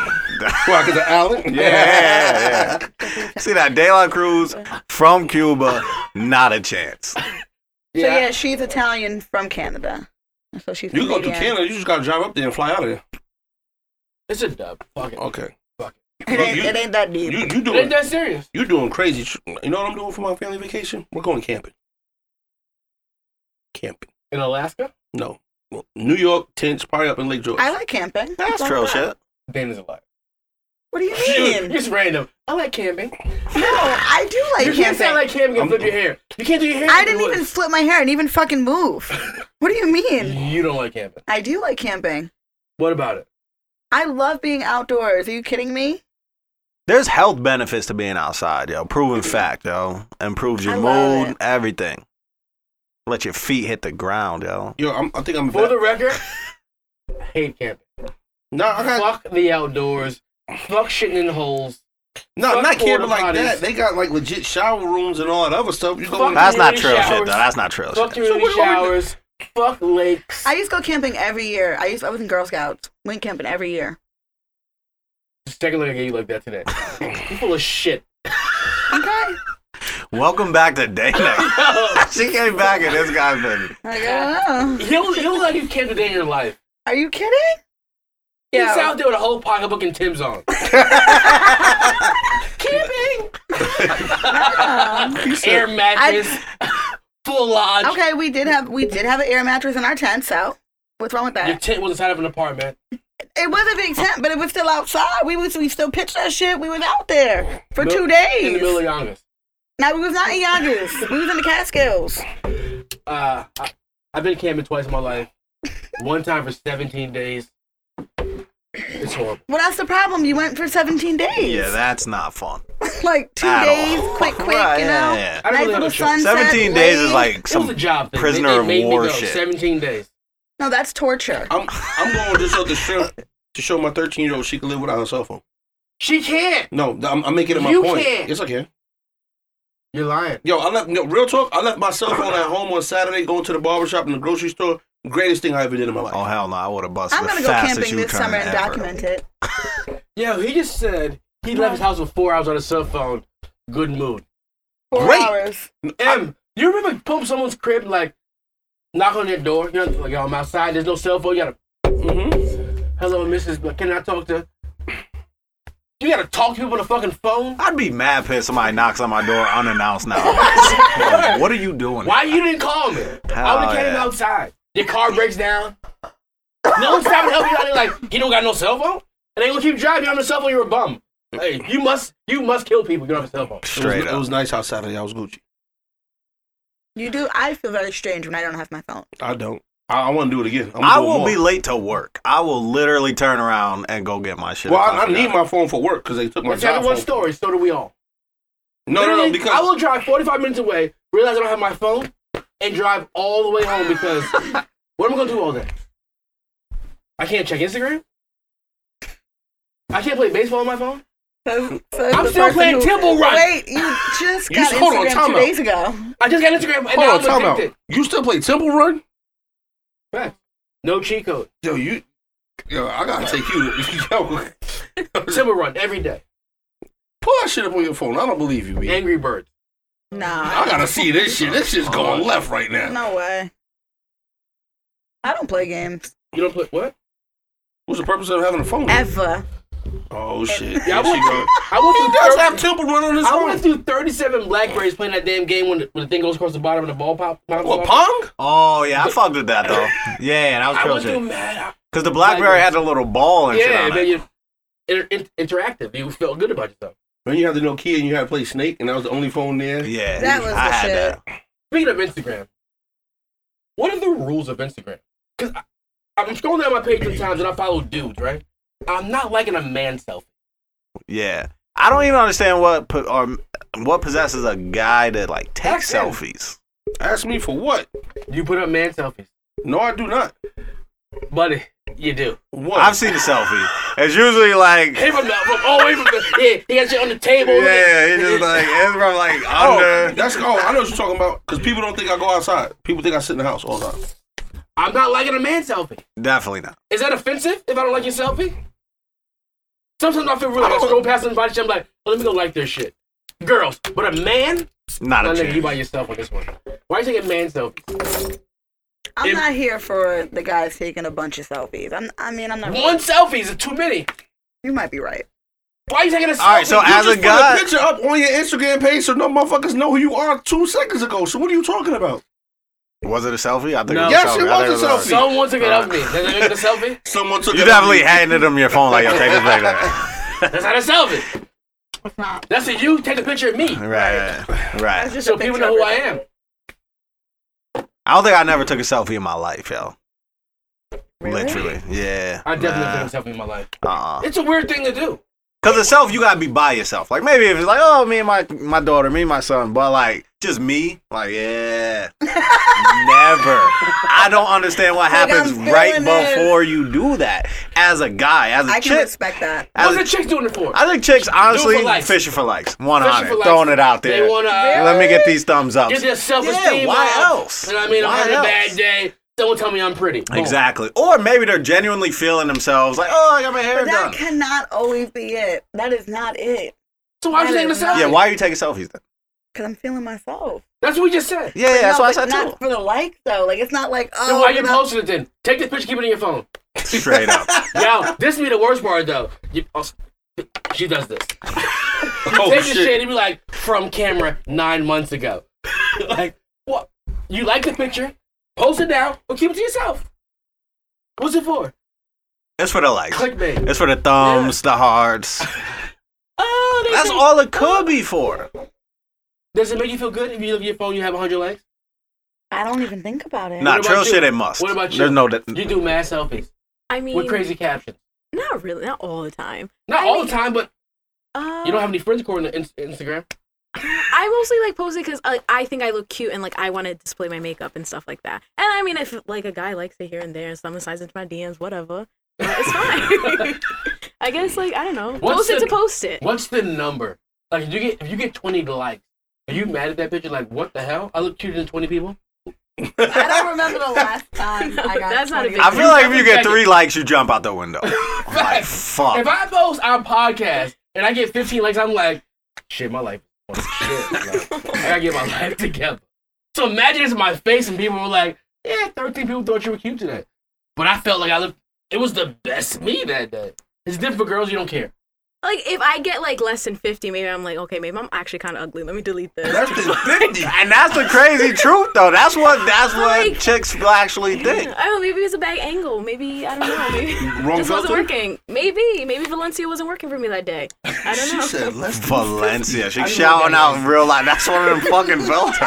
Speaker 5: Why? Because of Allen.
Speaker 2: yeah, yeah, yeah. See that De La Cruz from Cuba, not a chance.
Speaker 4: So yeah, she's Italian from Canada. So she's.
Speaker 5: You go through
Speaker 4: Canadian.
Speaker 5: Canada. You just gotta drive up there and fly out of there.
Speaker 1: It's a dub. Fuck it.
Speaker 5: Okay.
Speaker 4: It ain't, it ain't that deep.
Speaker 5: You you
Speaker 2: Oh,
Speaker 1: Ain't
Speaker 5: doing
Speaker 1: that serious?
Speaker 5: you doing crazy. tr- You know what I'm doing for my family vacation? We're going camping. Camping.
Speaker 1: In Alaska?
Speaker 5: No. Well, New York tents, probably up in Lake George.
Speaker 4: I like camping.
Speaker 2: That's
Speaker 4: What's
Speaker 2: trail
Speaker 4: up?
Speaker 2: shit.
Speaker 1: Dana's alive.
Speaker 4: What do you
Speaker 1: You-
Speaker 4: mean?
Speaker 1: It's random. I like camping.
Speaker 4: no, I do like
Speaker 1: You can't
Speaker 4: camping.
Speaker 1: say I like camping and
Speaker 5: I'm-
Speaker 1: flip your hair. You can't do your hair.
Speaker 4: I
Speaker 1: in the
Speaker 4: didn't even
Speaker 1: woods.
Speaker 4: flip my hair and even fucking move. What do you mean?
Speaker 1: You don't like camping.
Speaker 4: I do like camping.
Speaker 1: What about it?
Speaker 4: I love being outdoors. Are you kidding me?
Speaker 2: There's health benefits to being outside, yo. Proven fact, yo. Improves your
Speaker 4: I love
Speaker 2: mood,
Speaker 4: it.
Speaker 2: everything. Let your feet hit the ground, yo.
Speaker 5: Yo, I'm, I think I'm
Speaker 1: For
Speaker 5: back.
Speaker 1: the record, I hate camping.
Speaker 5: No, I got
Speaker 1: Fuck the outdoors. Fuck shitting in holes.
Speaker 5: no,
Speaker 1: fuck
Speaker 5: not
Speaker 1: porta
Speaker 5: camping like
Speaker 1: potties.
Speaker 5: that. They got like legit shower rooms and all that other stuff. You go
Speaker 1: Fuck
Speaker 5: in-
Speaker 2: That's not
Speaker 1: Community
Speaker 2: trail shit, though.
Speaker 1: showers.
Speaker 2: That's not trail
Speaker 1: Fuck
Speaker 2: shit.
Speaker 1: community
Speaker 5: what- what-
Speaker 1: showers. Fuck lakes.
Speaker 4: I used to go camping every year. I used I was in Girl Scouts. Went camping every year.
Speaker 1: Just take a look at you like that today. You full of shit.
Speaker 4: Okay.
Speaker 2: Welcome back to Dana. she came back and this guy's been.
Speaker 4: I go, "Oh."
Speaker 1: He'll he'll like you camped a day in your life.
Speaker 4: Are you kidding?
Speaker 1: He's
Speaker 4: Yeah.
Speaker 1: out there with a whole pocketbook and Tim's on. camping. Air mattress. full lodge.
Speaker 4: Okay, we did have we did have an air mattress in our tent, so what's wrong with
Speaker 1: Your
Speaker 4: that?
Speaker 1: tent was inside of an apartment.
Speaker 4: It was a big tent, but it was still outside. We was we still pitched that shit. We was out there for
Speaker 1: Mil-
Speaker 4: two
Speaker 1: In the middle of
Speaker 4: days.
Speaker 1: Yonkers.
Speaker 4: Now we was not in Yonkers. we was in the Catskills.
Speaker 1: Uh, I, I've been camping twice in my life. One time for 17 days. It's horrible.
Speaker 4: Well, that's the problem. You went for 17 days.
Speaker 2: Yeah, that's not fun.
Speaker 4: like two
Speaker 2: at
Speaker 4: days,
Speaker 2: all.
Speaker 4: quick, quick,
Speaker 2: Right,
Speaker 4: you know.
Speaker 2: yeah, yeah.
Speaker 1: I don't
Speaker 4: Nice
Speaker 1: really have
Speaker 4: little
Speaker 1: a choice.
Speaker 4: sunset.
Speaker 2: 17 days is
Speaker 4: lake.
Speaker 2: like
Speaker 1: It was
Speaker 2: some
Speaker 1: a job thing. They-
Speaker 2: prisoner
Speaker 1: they
Speaker 2: of
Speaker 1: made me
Speaker 2: war
Speaker 1: go
Speaker 2: shit.
Speaker 1: 17 days.
Speaker 4: no, that's torture.
Speaker 5: I'm I'm going just up the strip to show my 13 year old she can live without her cell phone.
Speaker 1: She can't.
Speaker 5: No, I'm, I'm making it my
Speaker 1: You
Speaker 5: point.
Speaker 1: can't.
Speaker 5: It's okay.
Speaker 1: You're lying.
Speaker 5: Yo, I left. No, real talk. I left my cell phone at home on Saturday, going to the barbershop and the grocery store. Greatest thing I ever did in my life.
Speaker 2: Oh hell no! I would have busted.
Speaker 4: I'm gonna
Speaker 2: the
Speaker 4: go
Speaker 2: fastest
Speaker 4: camping this
Speaker 2: U-turn
Speaker 4: summer and
Speaker 2: ever.
Speaker 4: document it.
Speaker 1: Yeah, he just said he left his house for four hours on his cell phone. Good mood.
Speaker 4: Four
Speaker 5: Great.
Speaker 4: hours.
Speaker 1: M, you remember pulling someone's crib, like, knock on their door? You know, like, yo, I'm outside. There's no cell phone. You gotta,
Speaker 5: Mhm.
Speaker 1: hello, Mrs. But can I talk to. You gotta talk to people on the fucking phone?
Speaker 2: I'd be mad pissed. Somebody knocks on my door unannounced. Now, Like, what are you doing?
Speaker 1: Why you didn't call me? I would
Speaker 2: Hell
Speaker 1: have came
Speaker 2: yeah.
Speaker 1: outside. Your car breaks down. No one's stopping to help you out. They're like, you don't got no cell phone? And they gonna keep driving you on the cell phone, you're a bum. Hey, you must you must kill people if you don't have a cell phone.
Speaker 5: It was,
Speaker 2: Straight
Speaker 5: It
Speaker 2: up.
Speaker 5: was nice out Saturday. I was Gucci.
Speaker 4: You do. I feel very strange when I don't have my phone.
Speaker 5: I don't. I, I want to do it again. I'm gonna
Speaker 2: I
Speaker 5: do it
Speaker 2: will
Speaker 5: more.
Speaker 2: be late to work. I will literally turn around and go get my shit.
Speaker 5: Well,
Speaker 2: if
Speaker 5: I, I
Speaker 2: forgot.
Speaker 5: need my phone for work because they took my
Speaker 1: It's
Speaker 5: job.
Speaker 1: everyone's
Speaker 5: Phone.
Speaker 1: story, so do we all.
Speaker 5: no, no, no.
Speaker 1: Literally,
Speaker 5: Because
Speaker 1: I will drive 45 minutes away, realize I don't have my phone, and drive all the way home because what am I gonna do all day? I can't check Instagram. I can't play baseball on my phone.
Speaker 4: So, so
Speaker 1: I'm
Speaker 4: the
Speaker 1: still
Speaker 4: person
Speaker 1: playing
Speaker 4: who-
Speaker 1: Temple Run.
Speaker 4: Wait, you just
Speaker 5: You
Speaker 4: got
Speaker 5: s- hold on,
Speaker 4: Instagram
Speaker 5: time
Speaker 4: two
Speaker 5: out.
Speaker 4: days ago.
Speaker 1: I just got Instagram and
Speaker 5: hold on.
Speaker 1: now
Speaker 5: Time
Speaker 1: I'm
Speaker 5: out.
Speaker 1: addicted.
Speaker 5: You still play Temple Run?
Speaker 1: Fact. No cheat code.
Speaker 5: Yo, you. Yo, I gotta take you. yo,
Speaker 1: Simple run every day.
Speaker 5: pull that shit up on your phone. I don't believe you. B.
Speaker 1: Angry Birds.
Speaker 4: Nah,
Speaker 5: I gotta see this shit. This
Speaker 2: Oh.
Speaker 5: shit's going left right now.
Speaker 4: no way. I don't play games
Speaker 1: You don't play what?
Speaker 5: What's the purpose of having a phone?
Speaker 4: ever.
Speaker 5: Oh shit.
Speaker 1: Yeah, I
Speaker 5: Here she
Speaker 1: went
Speaker 5: go.
Speaker 1: through, I went
Speaker 5: He
Speaker 1: through,
Speaker 5: does
Speaker 1: 30
Speaker 5: have Temple Run on his
Speaker 1: I went
Speaker 5: phone.
Speaker 1: through 37 Blackberries playing that damn game when the, when the thing goes across the bottom and the ball pop. bounces
Speaker 5: What
Speaker 1: off.
Speaker 5: Pong?
Speaker 2: Oh yeah, I fucked with that though. Yeah, and I was
Speaker 1: I
Speaker 2: trail
Speaker 1: went through
Speaker 2: shit.
Speaker 1: mad.
Speaker 2: Cause the BlackBerry had the little ball and shit
Speaker 1: Yeah,
Speaker 2: on
Speaker 1: man,
Speaker 2: it.
Speaker 1: you inter, in, interactive. You felt good about yourself.
Speaker 5: When you had the Nokia and you had to play Snake, and that was the only phone there.
Speaker 2: Yeah,
Speaker 4: That was
Speaker 2: I
Speaker 4: the
Speaker 2: had
Speaker 4: shit.
Speaker 2: that.
Speaker 1: Speaking of Instagram, what are the rules of Instagram? Because I'm scrolling down my page sometimes and I follow dudes, right? I'm not liking a man selfie.
Speaker 2: Yeah, I don't even understand what po- or what possesses a guy to like take
Speaker 1: That's it.
Speaker 2: selfies.
Speaker 5: Ask me for what?
Speaker 1: You put up man selfies,
Speaker 5: No, I do not.
Speaker 1: buddy. You do.
Speaker 5: What?
Speaker 2: I've seen a selfie. It's usually like
Speaker 1: Hey, from the, from all the way from the yeah, he got shit on the table.
Speaker 2: yeah, it's just like it's from like
Speaker 5: Oh,
Speaker 2: under.
Speaker 5: that's oh, I know what you're talking about. Because people don't think I go outside. People think I sit in the house all the time.
Speaker 1: I'm not liking a man selfie.
Speaker 2: Definitely not.
Speaker 1: Is that offensive if I don't like your selfie? Sometimes I feel real. I scroll past somebody's shit, I'm like, oh, let me go like their shit. Girls, but a man?
Speaker 2: Not
Speaker 1: No,
Speaker 2: a
Speaker 1: nigga, you
Speaker 2: chance.
Speaker 1: by yourself on this one. Why you taking man selfies?
Speaker 4: I'm
Speaker 1: If-
Speaker 4: not here for the guys taking a bunch of selfies. I'm. I mean, I'm not.
Speaker 1: One selfie is too many.
Speaker 4: You might be right.
Speaker 1: Why you taking a selfie?
Speaker 2: All right, so
Speaker 5: You
Speaker 2: as a
Speaker 5: just put a
Speaker 2: guy,
Speaker 5: picture up on your Instagram page so no motherfuckers know who you are two seconds ago. So what are you talking about?
Speaker 2: was it a selfie? I think
Speaker 1: No.
Speaker 2: it was
Speaker 5: Yes,
Speaker 2: a
Speaker 5: it
Speaker 2: selfie. I
Speaker 5: was
Speaker 2: think
Speaker 5: a selfie.
Speaker 1: someone took
Speaker 2: Uh.
Speaker 1: it off me. Did they take a selfie?
Speaker 5: Someone took
Speaker 2: You
Speaker 5: it
Speaker 2: definitely
Speaker 5: off
Speaker 2: handed him your phone like, yo, take this back there.
Speaker 1: That's not a selfie.
Speaker 4: It's not.
Speaker 1: That's a you take a picture of me.
Speaker 2: Right, right,
Speaker 6: That's
Speaker 2: right.
Speaker 6: just
Speaker 1: So
Speaker 6: a
Speaker 1: people
Speaker 6: picture
Speaker 1: know who
Speaker 6: of
Speaker 1: I
Speaker 6: her.
Speaker 1: am.
Speaker 2: I don't think I never took a selfie in my life, yo.
Speaker 6: Really?
Speaker 2: Literally, yeah.
Speaker 1: I definitely took a selfie in my life.
Speaker 2: nah, uh-uh.
Speaker 1: It's a weird thing to do.
Speaker 2: Cause itself, you gotta be by yourself. Like maybe if it's like, oh, me and my my daughter, me and my son, but like just me, like yeah, never. I don't understand what
Speaker 4: Like,
Speaker 2: happens
Speaker 4: I'm
Speaker 2: right
Speaker 4: feeling it.
Speaker 2: before you do that. As a guy, as a
Speaker 4: I can
Speaker 2: chick,
Speaker 4: respect that.
Speaker 2: as
Speaker 1: What's
Speaker 2: a-
Speaker 1: the chicks doing it for?
Speaker 2: I think chicks honestly
Speaker 1: for likes.
Speaker 2: fishing for likes, one
Speaker 1: Fishing
Speaker 2: on
Speaker 1: for
Speaker 2: it,
Speaker 1: likes.
Speaker 2: throwing it out there.
Speaker 1: They want to
Speaker 2: Let me get these thumbs up.
Speaker 1: get their self esteem.
Speaker 2: Yeah, why else?
Speaker 1: You know what I mean?
Speaker 2: Why
Speaker 1: I'm having
Speaker 2: else?
Speaker 1: a bad day. Someone tell me I'm pretty. Boom.
Speaker 2: Exactly. Or maybe they're genuinely feeling themselves, like, oh, I got my hair
Speaker 4: But
Speaker 2: done.
Speaker 4: that cannot always be it. That is not it.
Speaker 1: So why you
Speaker 4: That
Speaker 1: taking a
Speaker 4: is not-
Speaker 1: selfie?
Speaker 2: Yeah. Why are you taking selfies then?
Speaker 4: Cause I'm feeling myself.
Speaker 1: That's what we just said.
Speaker 2: Yeah, yeah. That's
Speaker 4: no,
Speaker 2: what I said
Speaker 4: but not
Speaker 2: too.
Speaker 4: for the like though. Like it's not like oh.
Speaker 1: Then why you
Speaker 4: you know-
Speaker 1: posting it then? Take this picture, keep it in your phone.
Speaker 2: Straight up.
Speaker 1: Yo, this be the worst part though. You, oh, she does this.
Speaker 5: me. Oh,
Speaker 1: Take the shit and be like, from camera nine months ago. like, what? You like the picture? Post it down, but keep it to yourself. What's it for?
Speaker 2: It's for the likes.
Speaker 1: Clickbait.
Speaker 2: It's for the thumbs, the hearts.
Speaker 1: Oh, they
Speaker 2: That's
Speaker 1: think-
Speaker 2: all it could be for.
Speaker 1: Does it make you feel good if you look at your phone? You have 100 likes.
Speaker 4: I don't even think about it.
Speaker 2: Nah,
Speaker 1: about
Speaker 2: trail
Speaker 1: you?
Speaker 2: shit it must.
Speaker 1: What about you?
Speaker 2: There's no that.
Speaker 1: You do mad selfies
Speaker 6: I mean,
Speaker 1: with crazy captions.
Speaker 6: not really, not all the time.
Speaker 1: Not
Speaker 6: I
Speaker 1: all the
Speaker 6: mean-
Speaker 1: time, but
Speaker 6: Uh,
Speaker 1: you don't have any friends according to in- Instagram.
Speaker 6: I mostly like pose it because like, I think I look cute and like I want to display my makeup and stuff like that. And I mean, if like a guy likes it here and there and someone signs into my DMs, whatever, uh, it's fine. I guess like I don't know,
Speaker 1: What's
Speaker 6: post it
Speaker 1: the-
Speaker 6: to post it.
Speaker 1: What's the number? Like, if you get if you get 20 likes, are you mad at that picture? Like, what the hell? I look cuter than 20 people.
Speaker 4: I don't remember the last time I got.
Speaker 6: That's not a
Speaker 4: 20
Speaker 6: big
Speaker 2: I feel like if you get
Speaker 1: Second.
Speaker 2: three likes, you jump out the window. I'm like
Speaker 1: If
Speaker 2: fuck.
Speaker 1: I post our podcast and I get 15 likes, I'm like, shit, my life is going to shit. Like, I gotta get my life together. So imagine it's my face and people were like, yeah, 13 people thought you were cute today. But I felt like I looked, it was the best me that day. It's different for girls, you don't care.
Speaker 6: Like if I get like less than fifty, maybe I'm like, okay, maybe I'm actually kind of ugly. Let me delete this.
Speaker 5: That's the 50.
Speaker 2: And that's the crazy truth, though. That's what that's what
Speaker 6: Like-
Speaker 2: chicks actually
Speaker 6: I
Speaker 2: think.
Speaker 6: don't know, Oh, maybe it was a bad angle. Maybe I don't know. Maybe
Speaker 5: Wrong
Speaker 6: this wasn't
Speaker 5: filter?
Speaker 6: working. Maybe maybe Valencia wasn't working for me that day. I don't
Speaker 5: She
Speaker 6: know.
Speaker 5: said, let's
Speaker 2: Valencia,
Speaker 1: I
Speaker 2: she's
Speaker 1: didn't
Speaker 2: shouting
Speaker 1: know
Speaker 2: out
Speaker 1: that.
Speaker 2: in real life. That's one of them fucking filters.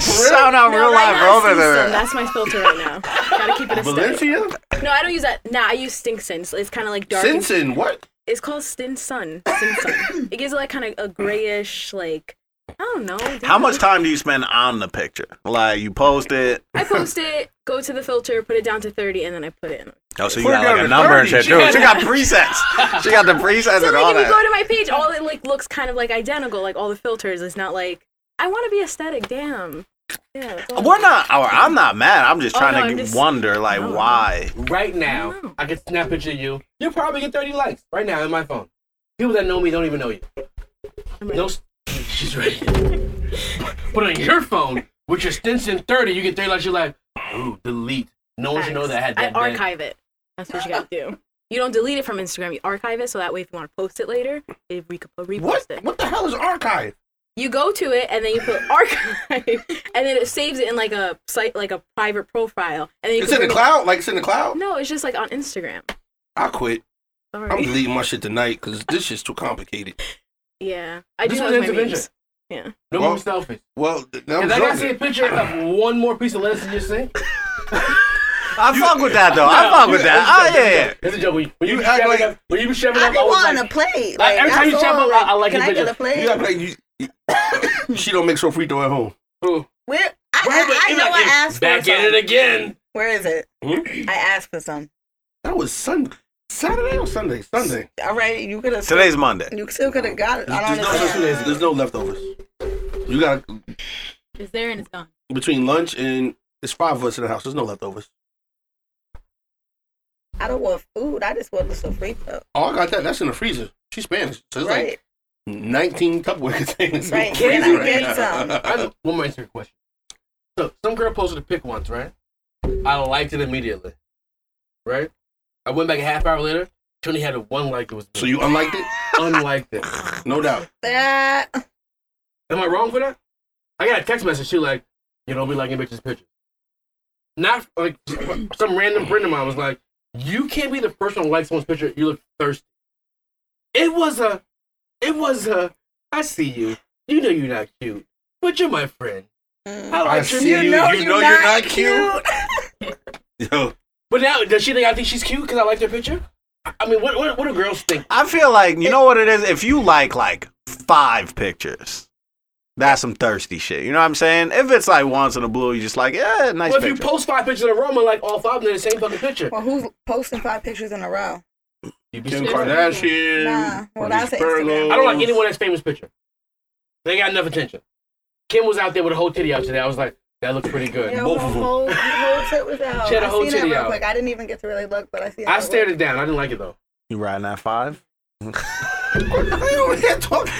Speaker 2: shouting out
Speaker 6: No,
Speaker 2: real
Speaker 6: right
Speaker 2: life
Speaker 6: now it's
Speaker 2: filters.
Speaker 6: Stinson. That's my filter right now. Gotta keep it a step.
Speaker 5: Valencia?
Speaker 6: No, I don't use that. Nah, I use Stinson. So it's kind of like dark. and-
Speaker 5: Sinsin, what?
Speaker 6: It's called Stinson. Stinson. it gives it like kind of a grayish, like I don't know.
Speaker 2: How much time do you spend on the picture? Like you post it.
Speaker 6: I post it, go to the filter, put it down to thirty, and then I put it in.
Speaker 2: Oh, so you
Speaker 5: Put
Speaker 2: got
Speaker 5: it down
Speaker 2: like a
Speaker 5: to
Speaker 2: number and
Speaker 5: 30.
Speaker 2: shit too. She got presets. She got the presets
Speaker 6: So
Speaker 2: and
Speaker 6: like
Speaker 2: all
Speaker 6: if you
Speaker 2: that.
Speaker 6: go to my page, all it like looks kind of like identical. Like all the filters. It's not like I want to be aesthetic. Damn. Yeah. it's all-
Speaker 2: We're not. Or I'm not mad. I'm just
Speaker 6: Oh,
Speaker 2: trying
Speaker 6: no,
Speaker 2: to
Speaker 6: I'm just-
Speaker 2: wonder, like,
Speaker 6: No.
Speaker 2: why?
Speaker 1: Right now,
Speaker 6: don't know.
Speaker 1: I could snap a picture of you. You'll probably get 30 likes right now in my phone. People that know me don't even know you. No, s- she's ready. but on your phone, with your Stinson 30, you get 30 likes. You're like, ooh, delete. No one should know that I had that. day.
Speaker 6: archive it. That's what you gotta do. You don't delete it from Instagram. You archive it so that way if you want to post it later, it re- repost
Speaker 5: What?
Speaker 6: it.
Speaker 5: What the hell is archive?
Speaker 6: You go to it and then you put archive, and then it saves it in like a site, like a private profile, and then you
Speaker 5: It's
Speaker 6: can
Speaker 5: in the
Speaker 6: bring
Speaker 5: cloud? Like, it's in the
Speaker 6: It-
Speaker 5: cloud?
Speaker 6: no, it's just like on Instagram.
Speaker 5: I quit. I'm
Speaker 6: Sorry.
Speaker 5: deleting my shit tonight because this shit's too complicated.
Speaker 6: Yeah, I do
Speaker 1: This
Speaker 6: know
Speaker 1: was
Speaker 6: it's my
Speaker 1: intervention.
Speaker 6: memes.
Speaker 1: No
Speaker 5: Well,
Speaker 1: more selfies.
Speaker 5: Well, th- I'm
Speaker 1: If I gotta see
Speaker 5: joking.
Speaker 1: a picture of one more piece of lettuce in your sink,
Speaker 2: I fuck with that though. I fuck with that. Oh yeah, yeah.
Speaker 1: It's a joke. When you, when you,
Speaker 5: You
Speaker 1: be
Speaker 5: act
Speaker 1: shoving
Speaker 5: like-
Speaker 1: up, when you be shoving
Speaker 4: I
Speaker 1: up,
Speaker 4: be
Speaker 1: I was
Speaker 4: wanting
Speaker 1: like,
Speaker 4: a
Speaker 1: Like,
Speaker 4: plate. Like,
Speaker 1: every time you
Speaker 4: that's
Speaker 1: chop
Speaker 4: all.
Speaker 1: up, I- I like
Speaker 4: Can
Speaker 1: your
Speaker 4: I get
Speaker 1: picture.
Speaker 4: a plate?
Speaker 5: You act like you. She don't make so free throw at home.
Speaker 1: "Ooh."
Speaker 4: Where? I,
Speaker 1: Right, but
Speaker 4: I, I
Speaker 1: it's
Speaker 4: know
Speaker 1: like,
Speaker 4: I
Speaker 1: it's
Speaker 4: asked for
Speaker 1: Back
Speaker 4: some.
Speaker 1: at it again.
Speaker 4: Where is it?
Speaker 5: Hmm?
Speaker 4: I asked for some.
Speaker 5: That was Sunday, Saturday or Sunday? Sunday.
Speaker 4: All right, you could have.
Speaker 2: Today's Monday.
Speaker 4: You still could have got it. I don't
Speaker 5: There's no, such
Speaker 4: understand.
Speaker 5: thing as- there's no leftovers. You got to
Speaker 6: It's there and it's gone.
Speaker 5: between lunch and it's five of us in the house. There's no leftovers.
Speaker 4: I don't want food. I just want the sofrito.
Speaker 5: Oh, I got that. That's in the freezer. She's Spanish, so it's
Speaker 4: Right.
Speaker 5: like 19 Tupperware containers.
Speaker 4: Right.
Speaker 5: In the
Speaker 1: Can I
Speaker 5: freezer
Speaker 4: get
Speaker 5: now.
Speaker 1: I have one more answer to your question. So some girl posted a pic once, right? I liked it immediately, right? I went back a half hour later. She only had one like. It was me.
Speaker 5: So you unliked it?
Speaker 1: unlike them.
Speaker 5: No doubt.
Speaker 4: That
Speaker 1: Am I wrong for that? I got a text message too, like, you don't be liking bitches' pictures. Not like some random friend of mine was like, you can't be the first one to like someone's picture. You look thirsty. It was a, it was a. I see you. You know you're not cute, but you're my friend. I like your
Speaker 5: see
Speaker 1: music."
Speaker 5: you.
Speaker 4: know
Speaker 5: you
Speaker 4: you're
Speaker 5: know you're
Speaker 4: not
Speaker 5: not cute. Yo,
Speaker 1: But now does she think I think she's cute because I like their picture? I- I mean, what what, what do girls think?
Speaker 2: I feel like you know what it is. If you like like five pictures, that's some thirsty shit. You know what I'm saying? If it's like once in a blue, you just like yeah, nice
Speaker 1: Well, if you
Speaker 2: picture.
Speaker 1: post five pictures in a row, and like all five of them in the same fucking picture.
Speaker 4: Well, who's posting five pictures in a row?
Speaker 1: You'd be
Speaker 5: Kim
Speaker 1: serious.
Speaker 5: Kardashian.
Speaker 4: Nah, well, that's
Speaker 5: Reese
Speaker 4: an Instagram.
Speaker 5: Perlow.
Speaker 1: I don't like anyone that's famous picture. They got enough attention. Kim was out there with a whole titty out today. I was like, that looks pretty good.
Speaker 4: Yo,
Speaker 5: both of
Speaker 4: her
Speaker 5: them.
Speaker 4: Whole, her whole tit was out.
Speaker 1: She had a whole
Speaker 4: I seen that
Speaker 1: titty
Speaker 4: real
Speaker 1: out.
Speaker 4: quick. I didn't even get to really look, but I see.
Speaker 1: I stared it down. I didn't like it though.
Speaker 2: You riding that five?
Speaker 5: Why you over here talking?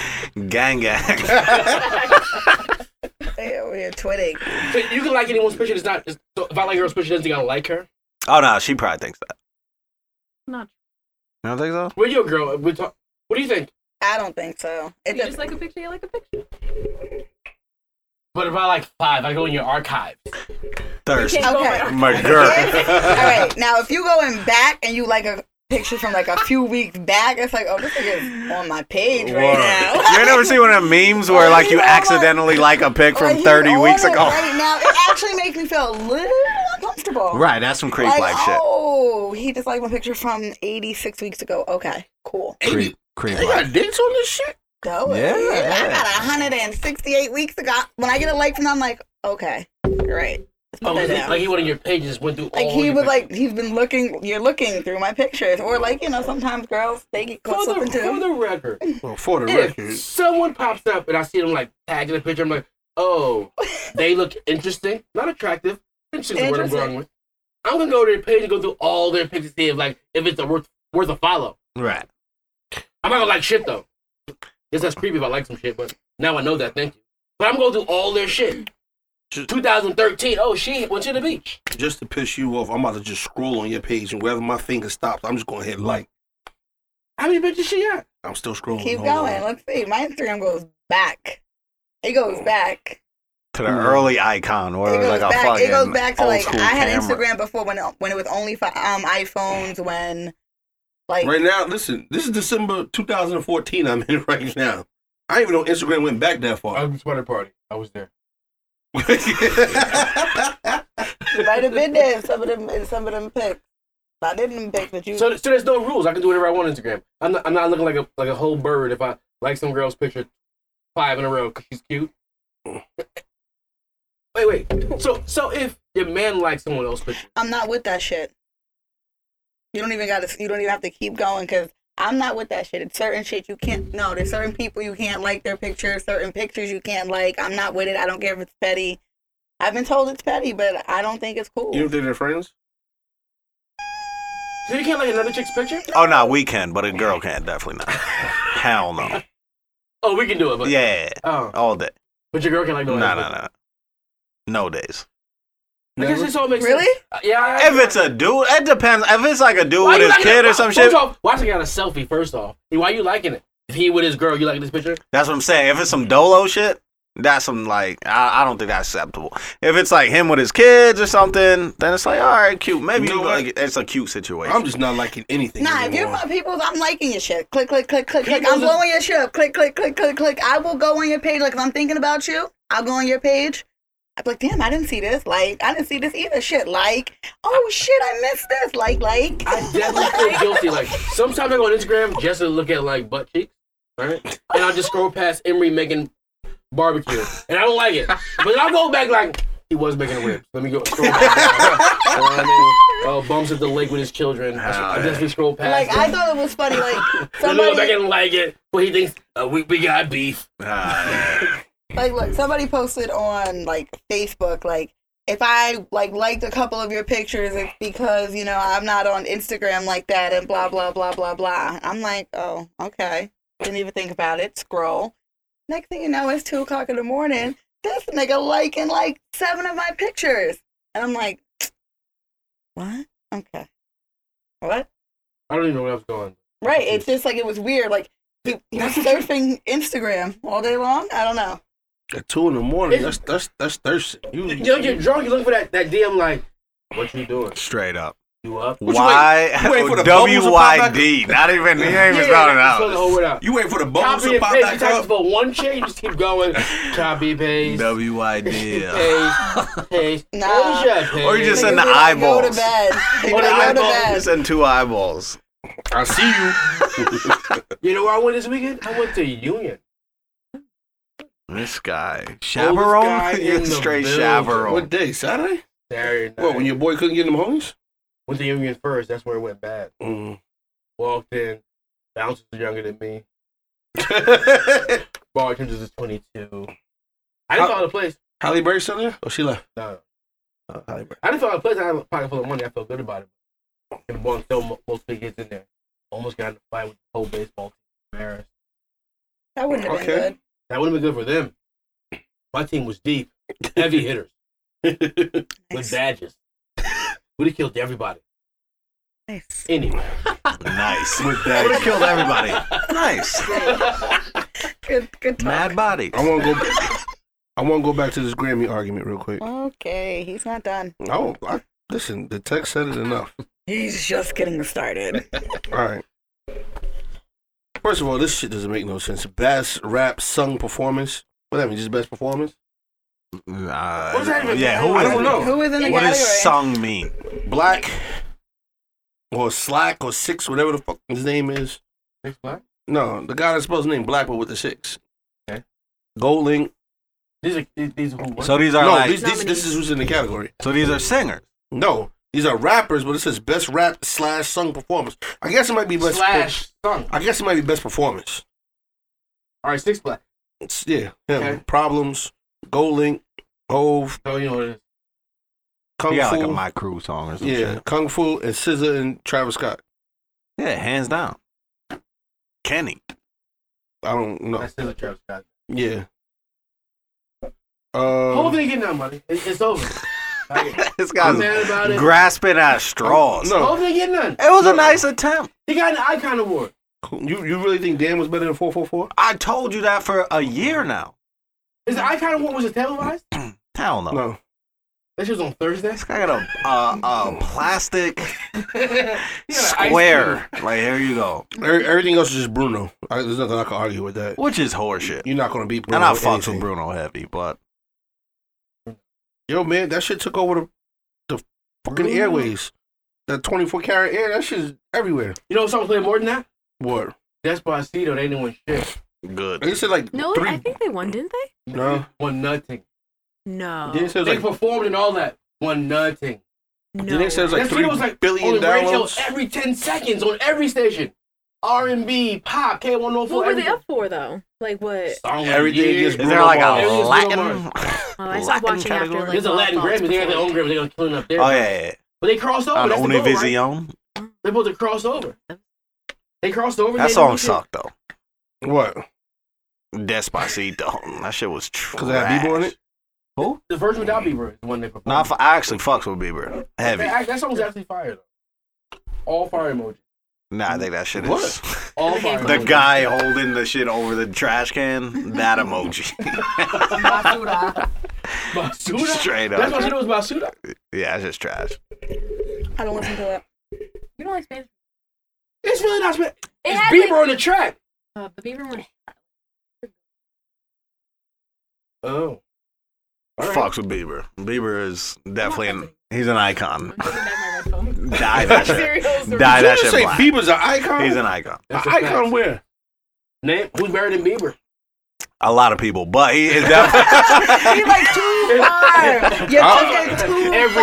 Speaker 2: Gang gang.
Speaker 4: Yeah, we are twitting.
Speaker 1: So you can like anyone's picture. It's not. It's, so if I like a girl's picture, doesn't think I like her.
Speaker 2: oh no, she probably thinks that.
Speaker 6: Not.
Speaker 2: You don't think so?
Speaker 1: Where you a girl? We talk, what do you think?
Speaker 4: I don't think so. It
Speaker 6: You
Speaker 4: just
Speaker 6: just like a picture. You like a picture.
Speaker 1: But if I like five, I go in your archives.
Speaker 2: Thirst.
Speaker 6: Can't go
Speaker 4: Okay.
Speaker 6: around.
Speaker 2: McGurk.
Speaker 4: All right, now if you going back and you like a picture from like a few weeks back, it's like, oh, this nigga's on my page
Speaker 2: Word.
Speaker 4: right
Speaker 2: You
Speaker 4: now.
Speaker 2: ain't never see one of the memes where like you
Speaker 4: Oh,
Speaker 2: accidentally like a pic
Speaker 4: Like,
Speaker 2: from
Speaker 4: he's
Speaker 2: 30
Speaker 4: on
Speaker 2: weeks
Speaker 4: it
Speaker 2: ago?
Speaker 4: Right now, it actually makes me feel a little uncomfortable.
Speaker 2: Right, that's some creep
Speaker 4: Like,
Speaker 2: like shit.
Speaker 4: oh, he just liked my picture from 86 weeks ago. Okay, cool.
Speaker 2: Creep, creep
Speaker 5: They
Speaker 2: life.
Speaker 5: got dicks on this shit?
Speaker 4: Go.
Speaker 2: Yeah,
Speaker 4: I
Speaker 2: yeah.
Speaker 4: got 168 weeks ago. When I get a like from them, I'm like, okay, great. Let's put
Speaker 1: Oh,
Speaker 4: that
Speaker 1: like,
Speaker 4: down.
Speaker 1: like he went in your pages, went through
Speaker 4: Like
Speaker 1: all.
Speaker 4: he
Speaker 1: your
Speaker 4: was
Speaker 1: pictures.
Speaker 4: like he's been looking. You're looking through my pictures, or like you know sometimes girls they get caught
Speaker 1: for
Speaker 4: slipping
Speaker 1: the, for
Speaker 4: too.
Speaker 1: the record,
Speaker 5: Well, for the
Speaker 1: if
Speaker 5: record.
Speaker 1: someone pops up and I see them like tagging the picture, I'm like, oh, they look interesting, not attractive. Interesting is the word I'm going with. I'm gonna go to their page and go through all their pictures, see if like if it's a worth worth a follow.
Speaker 2: Right.
Speaker 1: I'm not gonna like shit though. Guess that's creepy if I like some shit, but now I know that. Thank you. But I'm going through all their shit. 2013. Oh, she went to the beach.
Speaker 5: Just to piss you off, I'm about to just scroll on your page, and wherever my finger stops, I'm just going to hit like.
Speaker 1: How many bitches she got?
Speaker 5: I'm still scrolling.
Speaker 4: Keep
Speaker 5: Hold on.
Speaker 4: going. Let's see. My Instagram goes back. It goes back.
Speaker 2: To the early icon where
Speaker 4: Mm-hmm. It
Speaker 2: it was
Speaker 4: goes
Speaker 2: like a
Speaker 4: back.
Speaker 2: fucking
Speaker 4: It goes back to
Speaker 2: old
Speaker 4: like
Speaker 2: school
Speaker 4: I had
Speaker 2: camera.
Speaker 4: Instagram before when it, when it was only for um iPhones when like
Speaker 5: Right now, listen, this is December 2014 I'm in right now. I didn't even know Instagram went back that far.
Speaker 1: was at a party. I was there.
Speaker 4: might have been there in some of them in some of them pics. I didn't pick, but you.
Speaker 1: So, so there's no rules. I can do whatever I want on Instagram. I'm not, I'm not looking like a like a whole bird if I like some girl's picture five in a row because she's cute. Wait, wait. So, so if your man likes someone else's picture,
Speaker 4: I'm not with that shit. You don't even gotta. You don't even have to keep going because I'm not with that shit. It's certain shit you can't. No, there's certain people you can't like their pictures. Certain pictures you can't like. I'm not with it. I don't care if it's petty. I've been told it's petty, but I don't think it's cool.
Speaker 5: you don't think they're friends?
Speaker 1: so you can't like another chick's picture.
Speaker 2: Oh no, we can, but a girl can't definitely not. Hell no.
Speaker 1: Oh, we can do it. But
Speaker 2: Yeah,
Speaker 1: Oh,
Speaker 2: all day.
Speaker 1: but your girl can like
Speaker 2: No,
Speaker 1: no.
Speaker 2: no, no. No days.
Speaker 1: I guess this all makes
Speaker 4: Really?
Speaker 1: sense. Uh, yeah. I-
Speaker 2: If it's a dude, it depends. If it's like a dude
Speaker 1: Why
Speaker 2: with
Speaker 1: you
Speaker 2: his
Speaker 1: liking
Speaker 2: kid
Speaker 1: it?
Speaker 2: or some
Speaker 1: First
Speaker 2: shit,
Speaker 1: off, Why she got a selfie? First off, why you liking it? If he with his girl, you liking this picture?
Speaker 2: that's what I'm saying. If it's some dolo shit, that's some like I, I don't think that's acceptable. If it's like him with his kids or something, then it's like all right, cute. Maybe
Speaker 5: You
Speaker 2: you
Speaker 5: know what?
Speaker 2: like it. it's a cute situation.
Speaker 5: I'm just not liking anything.
Speaker 4: Nah, if you're
Speaker 5: anymore.
Speaker 4: my people, I'm liking your shit. Click, click, click, click, click. I'm
Speaker 1: People's-
Speaker 4: blowing your shit up. Click, click, click, click, click. I will go on your page. Like, if I'm thinking about you, I'll go on your page. I'm like, damn, I didn't see this. Like, I didn't see this either. Shit, like, oh shit, I missed this. Like, like.
Speaker 1: I definitely feel guilty. Like sometimes I go on Instagram just to look at like butt cheeks, right? And I just scroll past Emery making barbecue, and I don't like it. But I'll go back like he was making ribs. Let me go scroll. Back. You know what I mean? Oh, bumps at the lake with his children. I, should, I definitely scroll past. it.
Speaker 4: Like I thought it was funny. Like
Speaker 1: Let me go back
Speaker 4: somebody,
Speaker 1: and like it, but he thinks uh, we we got beef.
Speaker 4: like look, somebody posted on like Facebook, like if I like liked a couple of your pictures, it's because you know I'm not on Instagram like that, and blah blah blah blah blah. I'm like, oh okay, didn't even think about it. Scroll. Next thing you know, it's two o'clock in the morning. This nigga liking like seven of my pictures, and I'm like, what? Okay, what?
Speaker 1: I don't even know where I was going.
Speaker 4: Right. It's just like it was weird. Like He, he was surfing Instagram all day long. I don't know.
Speaker 5: At two in the morning, that's that's that's thirsty. You,
Speaker 1: You know, you're drunk. You looking for that, that DM like, what you doing?
Speaker 2: Straight up.
Speaker 1: You up?
Speaker 5: What you
Speaker 2: Why?
Speaker 5: wait- you wait for the bubbles to
Speaker 2: W
Speaker 5: pop
Speaker 2: Y
Speaker 5: back
Speaker 2: D. Not even. He ain't even
Speaker 1: yeah,
Speaker 2: spelling it
Speaker 1: yeah, spell the whole
Speaker 2: out.
Speaker 1: word out.
Speaker 5: you wait for the bubbles
Speaker 1: Copy
Speaker 5: to
Speaker 1: and
Speaker 5: Oh, pop
Speaker 1: paste. You
Speaker 5: back
Speaker 1: type
Speaker 5: up.
Speaker 1: for one chain, you just keep going. Copy paste.
Speaker 2: W Y D.
Speaker 1: Paste. Paste.
Speaker 4: Nah.
Speaker 1: Asia, paste.
Speaker 2: Or you just
Speaker 4: Niggas
Speaker 2: send the
Speaker 4: be like, Go
Speaker 2: eyeballs.
Speaker 4: to bed. They
Speaker 1: Or the
Speaker 4: like, go to
Speaker 1: eyeballs.
Speaker 2: You
Speaker 4: bed.
Speaker 2: send two eyeballs.
Speaker 5: I see you.
Speaker 1: You know where I went this weekend? I went to Union.
Speaker 2: This guy. Chaperone?
Speaker 1: guy in
Speaker 2: You
Speaker 1: the
Speaker 2: straight
Speaker 1: building.
Speaker 5: What
Speaker 2: chaperone.
Speaker 5: day? Saturday?
Speaker 1: Saturday night.
Speaker 5: What? When your boy couldn't get them homies? Mm.
Speaker 1: went to Union first. That's where it went bad. Walked in. Bouncers was younger than me. Bartenders was 22. I
Speaker 5: How-
Speaker 1: didn't find a place.
Speaker 5: Halle Berry still there? Oh, she left.
Speaker 1: No.
Speaker 5: Uh, Halle Berry.
Speaker 1: I didn't find a place. I had a pocket full of money. I felt good about it. And bunked so mo- most big kids in there. Almost got in a fight with the whole baseball team. Embarrassed.
Speaker 4: That wouldn't have been
Speaker 5: Okay.
Speaker 4: good.
Speaker 1: That would have been good for them. My team was deep, heavy hitters with
Speaker 4: Nice.
Speaker 1: badges. Would have killed everybody.
Speaker 4: Nice.
Speaker 1: Anyway,
Speaker 2: Nice. With that. Would have killed everybody. Nice.
Speaker 4: Good, good talk.
Speaker 2: Mad body. Uh,
Speaker 5: I want to go. I want to go back to this Grammy argument real quick.
Speaker 4: Okay, he's not done.
Speaker 5: No, I, listen. The text said it enough.
Speaker 4: He's just getting started.
Speaker 5: All right. First of all, this shit doesn't make no sense. Best rap sung performance. What that mean? Just best performance.
Speaker 2: Uh,
Speaker 1: What's that even-
Speaker 2: yeah, who
Speaker 5: I
Speaker 2: is
Speaker 5: don't
Speaker 2: it?
Speaker 1: Oh.
Speaker 5: know.
Speaker 4: Who is in the
Speaker 2: What
Speaker 4: category?
Speaker 2: does song mean?
Speaker 5: Black or Slack or Six, whatever the fuck his name is. No, the guy that's supposed to name Black, but with the six.
Speaker 1: Okay.
Speaker 5: Gold Link.
Speaker 1: these are these, these who won.
Speaker 2: So these are
Speaker 5: No,
Speaker 2: like.
Speaker 5: these, these, this is who's in the category.
Speaker 2: so these are singers.
Speaker 5: No, these are rappers, but it says best rap slash sung performance. I guess it might be best.
Speaker 1: slash sung.
Speaker 5: I guess it might be best performance.
Speaker 1: All right, six black.
Speaker 5: It's, yeah, yeah.
Speaker 1: Okay.
Speaker 5: Problems. Gold Link. Hove.
Speaker 1: So you know what it is.
Speaker 5: Kung
Speaker 2: He got
Speaker 5: Fu.
Speaker 2: like a My Crew song or something.
Speaker 5: yeah,
Speaker 2: shit.
Speaker 5: Kung Fu and SZA and Travis Scott.
Speaker 2: Yeah, hands down. Kenny.
Speaker 5: I don't know.
Speaker 1: That's still a Travis Scott.
Speaker 5: Yeah. Um,
Speaker 1: Whole
Speaker 5: Uh,
Speaker 1: thing getting that money. It, it's over. Like,
Speaker 2: this
Speaker 1: I'm
Speaker 2: guy's
Speaker 1: mad about it.
Speaker 2: grasping at straws.
Speaker 5: No.
Speaker 1: Whole thing getting none.
Speaker 2: It was
Speaker 5: No.
Speaker 2: a nice attempt.
Speaker 1: He got an icon award.
Speaker 5: you you really think Dan was better than four four four?
Speaker 2: I told you that for a year now.
Speaker 1: His icon award was a televised.
Speaker 2: Hell no.
Speaker 5: No.
Speaker 1: That shit was on Thursday.
Speaker 2: This guy got a, a, a plastic
Speaker 1: He got an ice cube.
Speaker 2: square. Like, here you go.
Speaker 5: Every- Everything else is just Bruno. I, there's nothing I can argue with that.
Speaker 2: Which is horseshit.
Speaker 5: You're not gonna beat Bruno.
Speaker 2: And I
Speaker 5: with
Speaker 2: fucks with
Speaker 5: anything.
Speaker 2: Bruno heavy, but
Speaker 5: Yo, man, that shit took over the, the fucking
Speaker 1: Bruno?
Speaker 5: airways. That 24 karat air, that shit's everywhere.
Speaker 1: You know what song played more than that?
Speaker 5: What?
Speaker 1: Despacito. They didn't win shit.
Speaker 2: good.
Speaker 5: They said like
Speaker 6: No,
Speaker 5: three.
Speaker 6: I think they won, didn't they?
Speaker 5: No.
Speaker 1: Won nothing.
Speaker 6: No.
Speaker 5: Didn't it say it was
Speaker 1: They
Speaker 5: like,
Speaker 1: performed and all that. Won nothing.
Speaker 6: no.
Speaker 5: didn't it say it was like
Speaker 1: That
Speaker 5: three
Speaker 1: video was like
Speaker 5: billion
Speaker 1: on the radio
Speaker 5: downloads?
Speaker 1: every ten seconds on every station. R and B, pop, K one oh
Speaker 6: what
Speaker 1: four.
Speaker 6: were they up for though? Like what?
Speaker 1: Song of the
Speaker 5: Everything
Speaker 1: year.
Speaker 5: gets
Speaker 2: Is there like
Speaker 5: Bruno
Speaker 2: a
Speaker 5: Mars.
Speaker 1: Bruno
Speaker 2: Latin?
Speaker 6: Oh, I stopped
Speaker 2: Latin
Speaker 6: watching
Speaker 2: category?
Speaker 6: after like.
Speaker 1: There's a Latin
Speaker 6: all
Speaker 1: Grammy. They got their
Speaker 6: thoughts
Speaker 1: own Grammy. They're gonna kill it up there.
Speaker 2: Oh, yeah, yeah.
Speaker 1: But they crossed over.
Speaker 2: On
Speaker 1: That's the goal, right?
Speaker 2: Univision.
Speaker 1: They're supposed to cross over. They crossed over.
Speaker 2: That
Speaker 1: they
Speaker 2: song
Speaker 1: didn't
Speaker 2: sucked, though.
Speaker 5: What?
Speaker 2: Despacito. That shit was trash.
Speaker 5: Because I had Bieber on it?
Speaker 1: do shit. The version without Bieber is the one they performed.
Speaker 2: No, I f- I actually fucks with Bieber heavy.
Speaker 1: That, that song was actually fire though. All fire emoji.
Speaker 2: Nah, I think that shit is.
Speaker 5: What?
Speaker 1: All
Speaker 6: The
Speaker 1: fire.
Speaker 2: The
Speaker 1: emoji.
Speaker 2: guy holding the shit over the trash can, that emoji.
Speaker 4: Basuda.
Speaker 1: Basuda.
Speaker 2: Straight
Speaker 1: That's
Speaker 2: up.
Speaker 1: why she knows Basuda.
Speaker 2: Yeah, that's just trash.
Speaker 4: I don't listen to it.
Speaker 6: You don't like Spanish?
Speaker 1: It's really not. Sp-
Speaker 6: It
Speaker 1: it's
Speaker 6: had,
Speaker 1: Bieber
Speaker 6: like,
Speaker 1: on the track.
Speaker 6: uh, the Bieber one.
Speaker 1: Oh. All right.
Speaker 2: Fucks with Bieber. Bieber is definitely an he's an icon.
Speaker 6: Die
Speaker 2: Die that shit. Die
Speaker 5: Did you
Speaker 2: that
Speaker 5: just
Speaker 2: shit
Speaker 5: say
Speaker 2: black.
Speaker 5: Bieber's an icon?
Speaker 2: He's an icon.
Speaker 5: An
Speaker 1: That's a
Speaker 5: icon
Speaker 1: fact.
Speaker 5: where?
Speaker 1: Name who's better than Bieber?
Speaker 2: A lot of people, but he is definitely.
Speaker 4: You're like too far. You
Speaker 1: Oh.
Speaker 4: took it too
Speaker 1: Everybody.
Speaker 4: far.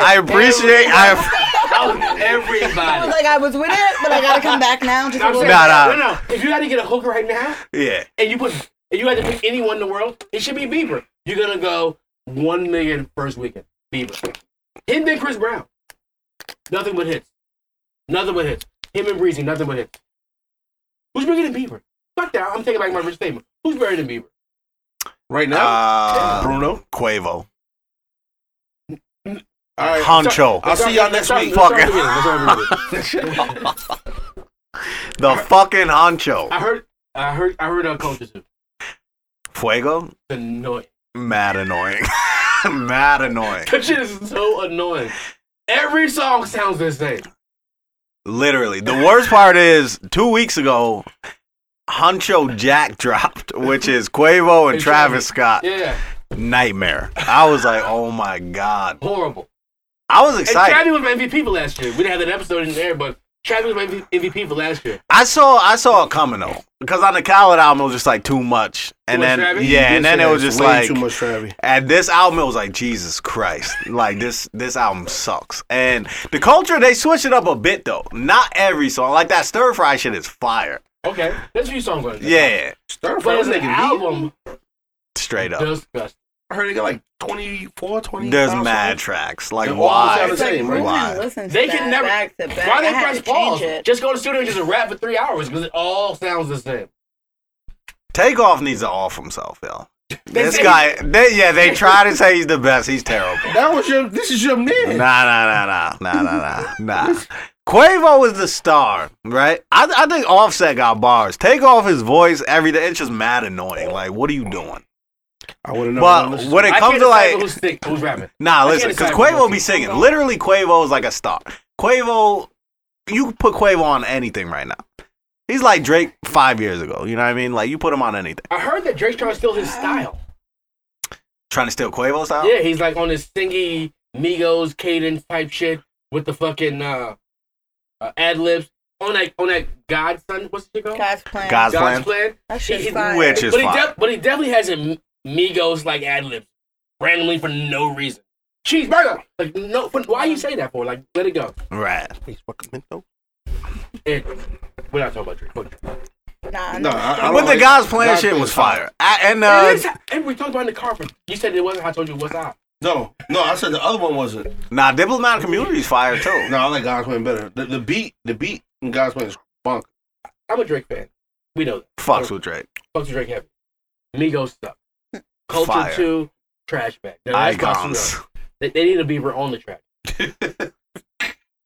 Speaker 2: I appreciate. I
Speaker 1: Oh, Out
Speaker 4: I was
Speaker 1: everybody.
Speaker 4: like, I was with it, but I gotta come back now. Just a
Speaker 1: I'm saying,
Speaker 4: little bit.
Speaker 2: Nah, nah.
Speaker 1: no, no. If you had to get a hooker right now,
Speaker 2: yeah.
Speaker 1: and you put, and you had to pick anyone in the world, it should be Bieber. You're gonna go one million first weekend. Bieber, him and Chris Brown, nothing but hits, nothing but hits. Him and Breezy, nothing but hits. Who's bigger than Bieber? Fuck that. I'm taking back my rich statement. Who's better than Bieber?
Speaker 5: Right now?
Speaker 2: Uh,
Speaker 5: Bruno?
Speaker 2: Quavo.
Speaker 5: All right.
Speaker 2: Honcho.
Speaker 5: I'll see y'all next
Speaker 1: Let's
Speaker 5: week.
Speaker 1: start- let's
Speaker 2: Fuck
Speaker 1: start with Bieber. Let's start with Bieber.
Speaker 2: The fucking honcho.
Speaker 1: I heard I heard I heard uh, about culture too.
Speaker 2: Fuego,
Speaker 1: It's annoying.
Speaker 2: mad annoying, mad annoying.
Speaker 1: That shit is so annoying. Every song sounds the same.
Speaker 2: Literally, the worst part is two weeks ago, Huncho Jack dropped, which is Quavo and
Speaker 1: And
Speaker 2: Travis Scott.
Speaker 1: Yeah,
Speaker 2: Nightmare. I was like, oh my god.
Speaker 1: horrible.
Speaker 2: I was
Speaker 1: And
Speaker 2: excited.
Speaker 1: Travis was my MVP for last year. We didn't have that episode in there, but Travis was my MVP for last year.
Speaker 2: I saw I saw it coming though because on the Khaled album it was just like too much, and
Speaker 1: much
Speaker 2: then
Speaker 1: Travis?
Speaker 2: yeah, and
Speaker 5: This
Speaker 2: then it was
Speaker 5: ass
Speaker 2: just
Speaker 5: way
Speaker 2: like
Speaker 5: too much Travis.
Speaker 2: And this album, it was like Jesus Christ, like this this album sucks. And the culture, they switch it up a bit though. Not every song, like that stir fry shit is fire.
Speaker 1: Okay, there's a few songs on it.
Speaker 2: Yeah,
Speaker 5: Stir
Speaker 1: but
Speaker 5: Fry
Speaker 1: as an
Speaker 5: nigga beat.
Speaker 1: album,
Speaker 2: straight up.
Speaker 1: disgusting.
Speaker 5: I heard they got like 24, 20.
Speaker 2: There's mad tracks, like
Speaker 5: And all
Speaker 2: why?
Speaker 5: the
Speaker 4: It's like,
Speaker 5: same, right?
Speaker 4: we
Speaker 2: Why?
Speaker 4: couldn't listen to
Speaker 1: They can
Speaker 4: that
Speaker 1: never.
Speaker 4: back to back.
Speaker 1: Why
Speaker 4: I
Speaker 1: they
Speaker 4: had
Speaker 1: press
Speaker 4: to change
Speaker 1: pause?
Speaker 4: it.
Speaker 1: Just go to the studio and just rap for three hours because it all sounds the same.
Speaker 2: Takeoff needs to off himself, yo.
Speaker 1: They
Speaker 2: This
Speaker 1: say-
Speaker 2: guy, they, yeah, they try to say he's the best. He's terrible.
Speaker 5: That was your. This is your
Speaker 2: Nah,
Speaker 5: man.
Speaker 2: nah, nah, nah, nah, nah, nah, nah. Quavo is the star, right? I, I think Offset got bars. Take off his voice, everything. It's just mad annoying. Like, what are you doing?
Speaker 5: I wouldn't know. I
Speaker 2: But
Speaker 5: wouldn't
Speaker 2: when it
Speaker 1: I
Speaker 2: comes
Speaker 1: can't
Speaker 2: to
Speaker 1: decipher
Speaker 2: like,
Speaker 1: who's sick, who's rapping.
Speaker 2: nah,
Speaker 1: can't
Speaker 2: listen, because
Speaker 1: decipher
Speaker 2: Quavo
Speaker 1: who's
Speaker 2: be singing.
Speaker 1: who's-
Speaker 2: Literally, Quavo is like a star. Quavo, you could put Quavo on anything right now. He's like Drake five years ago. You know what I mean? Like you put him on anything.
Speaker 1: I heard that Drake's trying to steal his style.
Speaker 2: Trying to steal Quavo style?
Speaker 1: Yeah, he's like on this singy Migos cadence type shit with the fucking uh, uh, ad libs on that on that Godson. What's the shit called?
Speaker 4: God's plan.
Speaker 2: God's- Plan.
Speaker 1: plan.
Speaker 4: that
Speaker 1: He-
Speaker 4: shit's
Speaker 1: he-
Speaker 4: fire.
Speaker 2: Which is
Speaker 1: But he,
Speaker 2: fine.
Speaker 1: def- but he definitely has a M- Migos like ad libs randomly for no reason. Cheeseburger. Like no, but why you say that for? Like let it go.
Speaker 2: right.
Speaker 5: know. He's fucking Minto.
Speaker 1: It, we're not talking about Drake.
Speaker 2: Uh,
Speaker 1: Fuck Drake.
Speaker 4: Nah, no.
Speaker 5: No, I, I don't
Speaker 2: But the
Speaker 5: like-
Speaker 2: guys playing
Speaker 5: God's
Speaker 2: shit
Speaker 5: Plan
Speaker 2: was
Speaker 5: is fire.
Speaker 2: fire. I, and uh,
Speaker 1: It is- and we talked about it in the car. but You said it wasn't. I told you what's up.
Speaker 5: No, no, I said the other one wasn't.
Speaker 2: nah, diplomatic community's fire too.
Speaker 5: No, I like God's Plan better. The, the beat, the beat, in God's Plan is funk.
Speaker 1: I'm a Drake fan. We know that.
Speaker 2: Fucks with Drake.
Speaker 1: Fuck to Drake heavy. Migos suck. Culture
Speaker 2: Fire.
Speaker 1: two, trash bag. Now, that's
Speaker 2: Icons.
Speaker 1: Basura. They, they need to be re- on the track.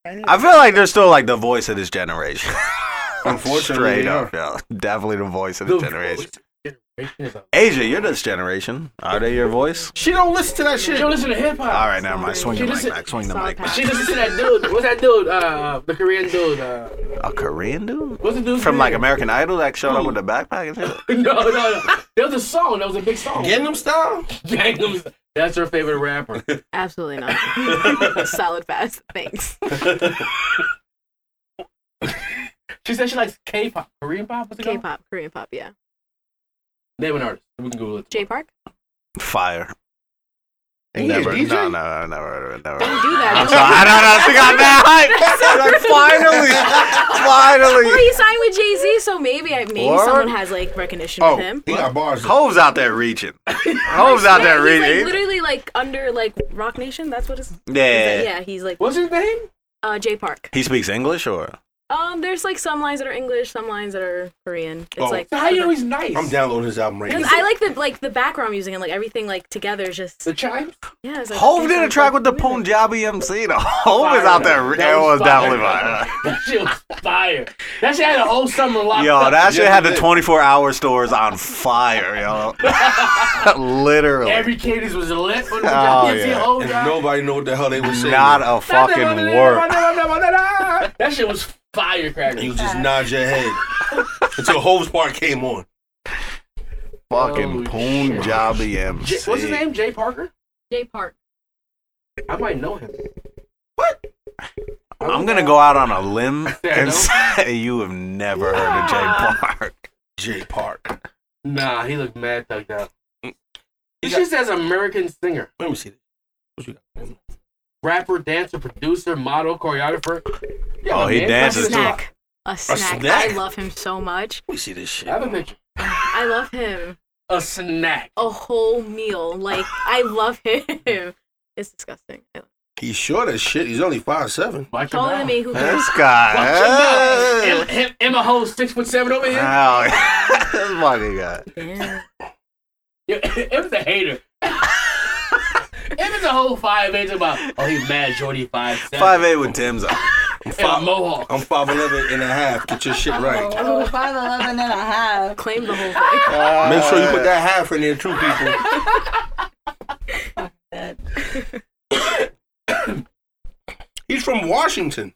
Speaker 2: I feel like they're still like the voice of this generation.
Speaker 5: Unfortunately,
Speaker 2: straight
Speaker 5: they
Speaker 2: up, yo. Definitely the voice of this generation.
Speaker 1: voice generation is a-
Speaker 2: Asia, you're this generation. Are they your voice?
Speaker 5: She don't listen to that shit.
Speaker 1: She don't listen to hip hop.
Speaker 2: All right, never mind. Swing
Speaker 1: She
Speaker 2: the mic
Speaker 1: just-
Speaker 2: back. Swing the mic back.
Speaker 1: She just listen to that dude. What's that dude? Uh, the Korean dude. Uh,
Speaker 2: A Korean dude
Speaker 1: what's the dude
Speaker 2: from like
Speaker 1: America?
Speaker 2: American Idol that showed up with the backpack and shit.
Speaker 1: No, no, no. There was a song. That was a big song.
Speaker 5: Gangnam Style.
Speaker 1: Gangnam Style. That's her favorite rapper.
Speaker 6: Absolutely not. Solid pass. Thanks.
Speaker 1: She said she likes K-pop, Korean pop. What's it called?
Speaker 6: K-pop, Korean pop. Yeah.
Speaker 1: Name an artist. We can Google it.
Speaker 6: J Park.
Speaker 2: Fire.
Speaker 5: He
Speaker 2: never,
Speaker 5: is
Speaker 2: no,
Speaker 5: DJ?
Speaker 2: no, never, never, never.
Speaker 6: Don't do that.
Speaker 2: I'm
Speaker 6: Don't
Speaker 2: sorry. I don't know. She got mad hype. I was like, finally,
Speaker 6: Well,
Speaker 2: finally.
Speaker 6: he signed with Jay Z, so maybe I maybe
Speaker 2: Word.
Speaker 6: someone has like recognition
Speaker 5: Oh,
Speaker 6: with him.
Speaker 5: he got bars.
Speaker 2: Hove's out there reaching. Hove's out there
Speaker 6: he's like
Speaker 2: reaching.
Speaker 6: literally like under like Rock Nation. That's what it's. is that-
Speaker 2: Yeah.
Speaker 6: yeah, he's like
Speaker 1: What's his name?
Speaker 6: uh, J Park.
Speaker 2: He speaks English or?
Speaker 6: Um, there's like some lines that are English, some lines that are Korean. It's
Speaker 5: Oh.
Speaker 6: like
Speaker 1: So how do you know he's nice?
Speaker 5: I'm downloading his album right
Speaker 6: because
Speaker 5: now.
Speaker 6: I like the like the background music and like everything like together is just
Speaker 1: The chimes.
Speaker 6: yeah. It's like
Speaker 2: Hove
Speaker 6: these
Speaker 2: did a
Speaker 6: songs,
Speaker 2: track
Speaker 6: like,
Speaker 2: with the
Speaker 6: really-
Speaker 2: Punjabi MC. though. Hove is
Speaker 1: Fire.
Speaker 2: out there. re-
Speaker 1: That
Speaker 2: It was
Speaker 1: fire.
Speaker 2: definitely fire.
Speaker 1: That shit was fire. That shit had a whole summer locked
Speaker 2: Yo,
Speaker 1: up.
Speaker 2: that shit
Speaker 5: Yeah,
Speaker 2: had
Speaker 5: he
Speaker 2: the
Speaker 5: did.
Speaker 2: 24 hour stores on fire, yo. Literally.
Speaker 1: Every cadence was lit. Oh,
Speaker 2: Oh, yeah.
Speaker 5: And nobody know what the hell they was saying.
Speaker 2: Not a fucking word.
Speaker 1: That shit was
Speaker 5: you
Speaker 1: firecracker.
Speaker 5: just nod your head until Hove's part came on.
Speaker 2: Fucking
Speaker 1: shit.
Speaker 2: Punjabi MC.
Speaker 1: J- what's his name? Jay Parker?
Speaker 6: J Park.
Speaker 1: I might know him.
Speaker 2: I'm gonna go out on a limb and
Speaker 1: no?
Speaker 2: say you have never heard of Jay Park.
Speaker 5: J Park.
Speaker 1: Nah, he looked mad thugged out. He
Speaker 5: He
Speaker 1: Mm. just says American singer,
Speaker 5: Let me see. this. What you got?
Speaker 1: rapper, dancer, producer, model, choreographer. Yo,
Speaker 2: Oh, he
Speaker 1: man,
Speaker 2: dances
Speaker 1: fuck this
Speaker 2: too.
Speaker 1: up.
Speaker 6: Snack. A snack.
Speaker 5: snack?
Speaker 6: I love him so much.
Speaker 5: Let me see this shit.
Speaker 1: I have a picture.
Speaker 6: I love him.
Speaker 1: A snack.
Speaker 6: A whole meal. Like I love him. It's disgusting. I love
Speaker 5: He's short as shit. He's only five seven.
Speaker 1: Watch your
Speaker 6: Taller
Speaker 1: mouth.
Speaker 6: than me. Who cares?
Speaker 2: This guy.
Speaker 1: Watch your mouth. Emma- Em- Emma Ho, six foot seven over here.
Speaker 2: Wow. this fucking guy.
Speaker 6: Yeah.
Speaker 1: Yeah, M's a hater. M is a whole five eight about. Oh, he's mad. Jordy five seven.
Speaker 2: Five eight with Tim's up.
Speaker 1: and a
Speaker 5: five. Oh.
Speaker 1: mohawk.
Speaker 5: I'm five eleven and a half. Get your shit right.
Speaker 4: Oh, 5'11 and a half.
Speaker 6: Claim the whole thing.
Speaker 5: Make sure you put
Speaker 2: Uh,
Speaker 5: that half in there too, people. He's from Washington.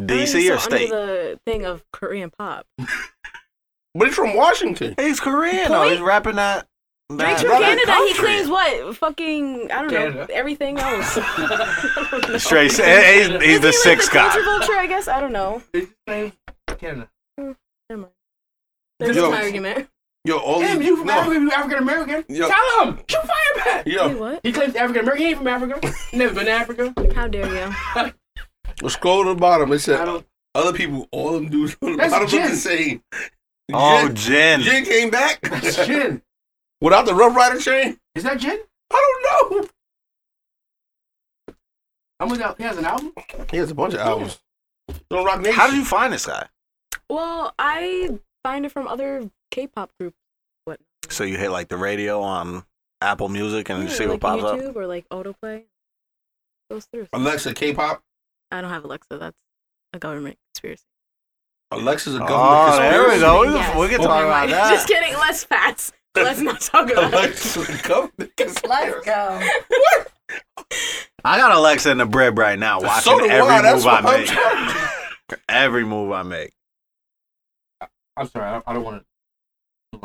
Speaker 2: DC or state?
Speaker 6: Under the thing of Korean pop.
Speaker 5: But he's from Washington.
Speaker 2: He's Korean. though. he's
Speaker 6: Point?
Speaker 2: rapping that.
Speaker 6: Drake
Speaker 2: that
Speaker 6: from
Speaker 5: Brother
Speaker 6: Canada. He
Speaker 2: country.
Speaker 6: claims what? Fucking I don't know
Speaker 1: Canada.
Speaker 6: everything else. I don't know.
Speaker 2: Straight.
Speaker 5: eh,
Speaker 2: He's, he's,
Speaker 6: Is he,
Speaker 2: the
Speaker 6: like,
Speaker 2: sixth guy.
Speaker 6: culture vulture, I guess. I don't know.
Speaker 1: Canada.
Speaker 6: Never mind. There's
Speaker 5: Yo.
Speaker 6: my argument.
Speaker 5: Yo, all
Speaker 1: Damn,
Speaker 5: these-
Speaker 1: you from
Speaker 5: Oh, no.
Speaker 1: Africa? You African American?
Speaker 5: Yo.
Speaker 1: Tell him. Shoot fire back.
Speaker 6: Wait,
Speaker 5: Yo,
Speaker 6: what?
Speaker 1: He claims African American. He ain't from Africa. Never been to Africa.
Speaker 6: How dare you?
Speaker 5: let's scroll to the bottom. It
Speaker 1: I
Speaker 5: said
Speaker 1: don't-
Speaker 5: other people, all them dudes on the
Speaker 1: That's
Speaker 5: bottom look
Speaker 1: Jin.
Speaker 5: the same.
Speaker 2: Oh,
Speaker 5: Jin,
Speaker 2: Jen.
Speaker 5: Jin came back
Speaker 1: That's Jin.
Speaker 5: without the Rough Rider chain.
Speaker 1: Is that Jin?
Speaker 5: I don't know.
Speaker 1: I'm without. He has an album.
Speaker 5: He has a bunch of albums. Don't rock nation.
Speaker 2: How did you find this guy?
Speaker 6: Well, I find it from other K-pop groups.
Speaker 2: So you hit like the radio on Apple Music and
Speaker 6: Yeah,
Speaker 2: see
Speaker 6: like
Speaker 2: what pops up.
Speaker 6: YouTube or like autoplay. Goes through.
Speaker 5: Alexa K-pop?
Speaker 6: I don't have Alexa. That's a government conspiracy.
Speaker 5: Alexa's a government
Speaker 2: Oh, there we go.
Speaker 5: conspiracy.
Speaker 2: We can,
Speaker 6: Yes.
Speaker 2: we can talk
Speaker 6: Never
Speaker 2: about
Speaker 6: mind.
Speaker 2: that.
Speaker 6: Just kidding. Let's pass. Let's not talk about it.
Speaker 5: Alexa's a government
Speaker 4: Let's
Speaker 5: conspiracy.
Speaker 4: go.
Speaker 2: I got Alexa in the bread right now, watching
Speaker 5: So do
Speaker 2: every
Speaker 5: I. That's
Speaker 2: move I
Speaker 5: what I'm
Speaker 2: make.
Speaker 5: trying to-
Speaker 2: Every move I make.
Speaker 1: I'm sorry. I don't, I don't want to.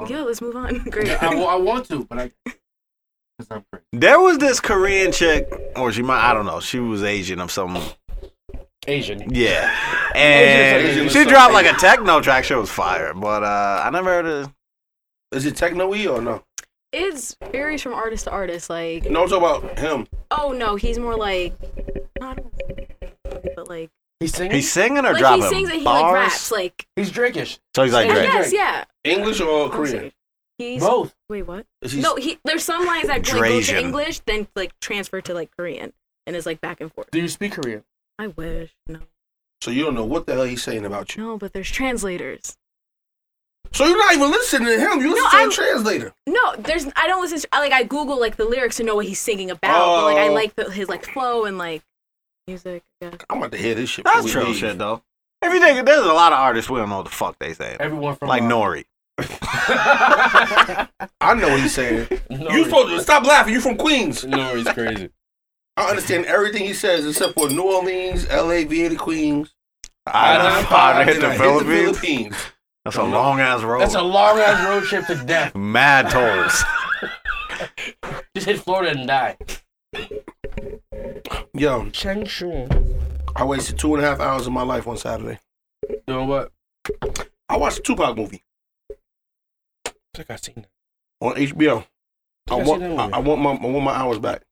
Speaker 6: Yeah, let's move on. Great.
Speaker 1: I, wa- I want to, but I. Cause I'm crazy.
Speaker 2: There was this Korean chick, or she might, I don't know, she was Asian of some,
Speaker 1: Asian.
Speaker 2: yeah.
Speaker 1: Asian
Speaker 2: And
Speaker 1: or
Speaker 2: she
Speaker 1: something.
Speaker 2: dropped like a techno track, she was fire, but uh, I never heard of,
Speaker 5: Is it techno E or no?
Speaker 6: It's varies from artist to artist. Like,
Speaker 5: No, I'm talking about him.
Speaker 6: oh no, he's more like not, but like
Speaker 1: He's singing.
Speaker 2: he's singing or
Speaker 6: like
Speaker 2: dropping
Speaker 6: he sings and he
Speaker 2: bars?
Speaker 6: like raps. Like,
Speaker 1: He's Drakeish.
Speaker 2: so he's like
Speaker 1: Drake.
Speaker 2: Drake.
Speaker 6: yes, yeah.
Speaker 5: English or
Speaker 6: I'm
Speaker 5: Korean?
Speaker 6: serious. He's
Speaker 1: Both.
Speaker 6: wait what?
Speaker 5: Is he-
Speaker 6: No, he there's some lines that like, go
Speaker 2: Drasian.
Speaker 6: to English, then like transfer to like Korean, and it's like back and forth.
Speaker 1: Do you speak Korean?
Speaker 6: I wish no,
Speaker 5: So you don't know what the hell he's saying about you.
Speaker 6: no, but there's translators.
Speaker 5: So you're not even listening to him. You listen
Speaker 6: No,
Speaker 5: to
Speaker 6: I'm-
Speaker 5: a translator.
Speaker 6: No, there's I don't listen. To, I like I Google like the lyrics to know what he's singing about. But like I
Speaker 5: Oh.
Speaker 6: like the, his like flow and like music. I guess.
Speaker 5: I'm about to hear this shit.
Speaker 2: That's
Speaker 5: before we
Speaker 2: true
Speaker 5: leave.
Speaker 2: shit, though. If you think, there's a lot of artists, we don't know what the fuck they saying.
Speaker 1: Everyone from
Speaker 2: Like
Speaker 1: uh,
Speaker 2: Nori.
Speaker 5: I know what he's saying.
Speaker 1: Nori.
Speaker 5: you supposed to stop laughing. You from Queens.
Speaker 1: Nori's crazy.
Speaker 5: I understand everything he says except for New Orleans, L.A., Via to Queens.
Speaker 2: I
Speaker 1: done
Speaker 2: done
Speaker 1: popped
Speaker 2: popped hit
Speaker 5: and
Speaker 2: the
Speaker 5: I
Speaker 2: Philippines.
Speaker 5: Philippines.
Speaker 2: That's a long ass road.
Speaker 1: That's a long ass road trip to death.
Speaker 2: mad tolls.
Speaker 1: Just hit Florida and die.
Speaker 5: Yo,
Speaker 1: Cheng Shun.
Speaker 5: I wasted two and a half hours of my life on Saturday.
Speaker 1: Doing what?
Speaker 5: I watched a Tupac movie
Speaker 1: I think I seen that.
Speaker 5: on HBO. I
Speaker 1: Yeah, I
Speaker 5: want,
Speaker 1: seen that
Speaker 5: I,
Speaker 1: movie.
Speaker 5: I want my, I want my hours back.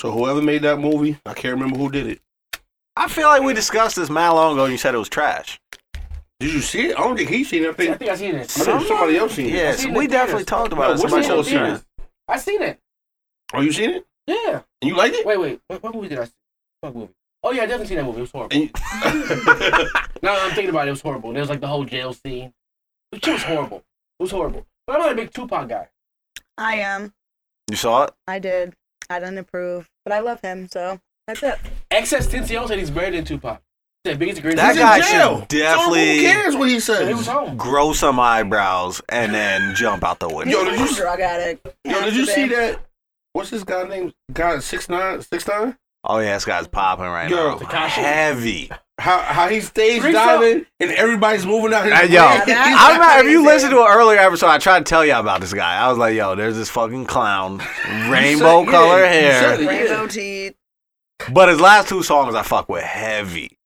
Speaker 5: So whoever made that movie, I can't remember who did it.
Speaker 2: I feel like we discussed this mad long ago. and You said it was trash.
Speaker 5: Did you see it? I don't think he seen it. I
Speaker 1: I
Speaker 5: think,
Speaker 1: think I seen it.
Speaker 5: I think somebody else seen it.
Speaker 1: I
Speaker 2: Yes,
Speaker 1: seen
Speaker 2: we
Speaker 1: it,
Speaker 2: definitely
Speaker 1: yes.
Speaker 2: talked
Speaker 5: No,
Speaker 2: about it.
Speaker 5: what's
Speaker 2: Somebody
Speaker 1: the
Speaker 2: told
Speaker 1: name
Speaker 2: us.
Speaker 1: of it? I seen it.
Speaker 5: Oh, you seen it?
Speaker 1: Yeah.
Speaker 5: And you liked it?
Speaker 1: Wait, wait. What, what movie did I see? What movie? Oh yeah, I definitely seen that movie. It was horrible.
Speaker 5: And you-
Speaker 1: Now that I'm thinking about it, it was horrible. There was like the whole jail scene. It was horrible. It was horrible. But I'm not a big Tupac guy.
Speaker 4: I am.
Speaker 2: You saw it?
Speaker 4: I did. I didn't approve, but I love him, so that's it.
Speaker 1: Extension said he's better than Tupac. He said biggest greatest.
Speaker 2: That
Speaker 5: He's in
Speaker 2: guy
Speaker 5: jail.
Speaker 2: should definitely-
Speaker 5: So who cares what he
Speaker 1: And he was
Speaker 5: says?
Speaker 1: home.
Speaker 2: Grow some eyebrows and then jump out the window.
Speaker 5: Yo, did you-
Speaker 4: He's a drug addict?
Speaker 5: Yo, did you see that? What's this guy name? Guy six nine, six nine.
Speaker 2: Oh yeah, this guy's popping right
Speaker 5: Yo,
Speaker 2: now.
Speaker 1: Tekashi.
Speaker 2: Heavy.
Speaker 5: How how he stage
Speaker 1: Reese
Speaker 5: diving and everybody's moving out his
Speaker 2: Hey,
Speaker 5: way.
Speaker 2: yo,
Speaker 5: He's
Speaker 2: I remember if you
Speaker 4: crazy.
Speaker 2: listen to an earlier episode, I tried to tell you all about this guy. I was like, yo, there's this fucking clown, rainbow
Speaker 5: yeah,
Speaker 2: color
Speaker 5: you
Speaker 2: hair.
Speaker 5: said it.
Speaker 4: Rainbow teeth.
Speaker 2: But his last two songs I fuck with heavy.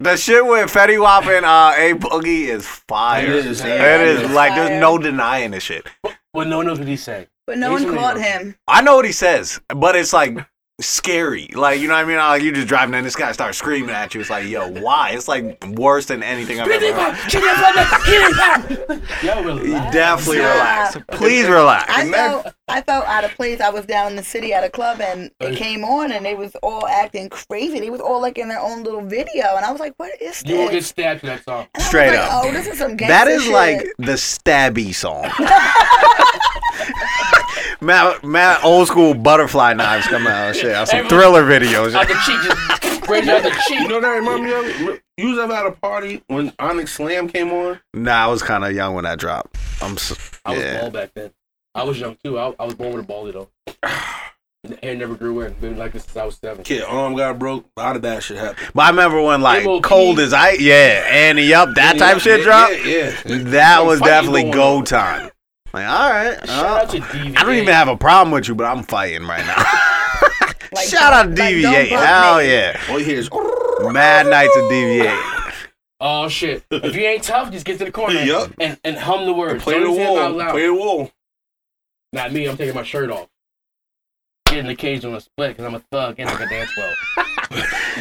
Speaker 2: The shit with Fetty Wap and uh, A Boogie is fire.
Speaker 5: It is,
Speaker 2: It is,
Speaker 4: yeah.
Speaker 2: like there's no denying this shit.
Speaker 1: Well, no one knows what he's saying.
Speaker 4: But no
Speaker 1: He's
Speaker 4: one
Speaker 1: a
Speaker 4: caught
Speaker 1: Leo.
Speaker 4: him.
Speaker 2: I know what he says, but it's like scary. Like you know what I mean? Like you just driving and this guy starts screaming at you. It's like, yo, why? It's like worse than anything I've ever heard.
Speaker 1: Yo, relax.
Speaker 2: You definitely
Speaker 4: Stop.
Speaker 2: relax. Please relax.
Speaker 4: I
Speaker 5: And that-
Speaker 4: felt I felt out of place. I was down in the city at a club and it came on and they was all acting crazy. They was all like in their own little video and I was like, What is this?
Speaker 1: You will get stabbed for that song.
Speaker 4: And I was
Speaker 2: Straight
Speaker 4: like,
Speaker 2: up.
Speaker 4: Oh, this is some gangster
Speaker 2: That is
Speaker 4: shit.
Speaker 2: like the stabby song. Matt, Matt, old school butterfly knives coming out. and Shit, out some thriller videos.
Speaker 1: Out the cheek, just Braids out the
Speaker 5: You
Speaker 1: cheek.
Speaker 5: know what that remind me of? You was ever at a party when Onyx Slam came on?
Speaker 2: Nah, I was kind of young when that dropped. I'm so,
Speaker 1: I was
Speaker 2: yeah.
Speaker 1: bald back then. I was young too. I, I was born with a baldy though. The hair never grew in. Been like this since I was seven.
Speaker 5: Kid, arm got broke. A lot of bad shit happened.
Speaker 2: But I remember when like
Speaker 1: MOP.
Speaker 2: cold as I yeah, Annie up that type shit
Speaker 5: drop.
Speaker 2: dropped.
Speaker 5: Yeah, yeah.
Speaker 2: That
Speaker 1: Some
Speaker 2: was
Speaker 1: fighting
Speaker 2: definitely
Speaker 1: going
Speaker 2: go
Speaker 1: on.
Speaker 2: time. Like all right,
Speaker 1: Shout out to
Speaker 2: uh,
Speaker 1: DV.
Speaker 2: I don't even have a problem with you, but I'm fighting right now.
Speaker 4: Like,
Speaker 2: Shout out
Speaker 4: like,
Speaker 2: to
Speaker 4: don't
Speaker 2: DVA.
Speaker 4: bug
Speaker 2: Hell
Speaker 4: me.
Speaker 2: yeah.
Speaker 5: All you hear is.
Speaker 2: Mad night to DVA.
Speaker 1: Oh shit! If you ain't tough, just get to the corner and-
Speaker 5: Yup.
Speaker 1: and, and hum the words.
Speaker 5: Play the
Speaker 1: Don't say them out
Speaker 5: wall.
Speaker 1: loud.
Speaker 5: Play the wall.
Speaker 1: Not me. I'm taking my shirt off. Get in the cage doing a split because I'm a thug and I can dance well.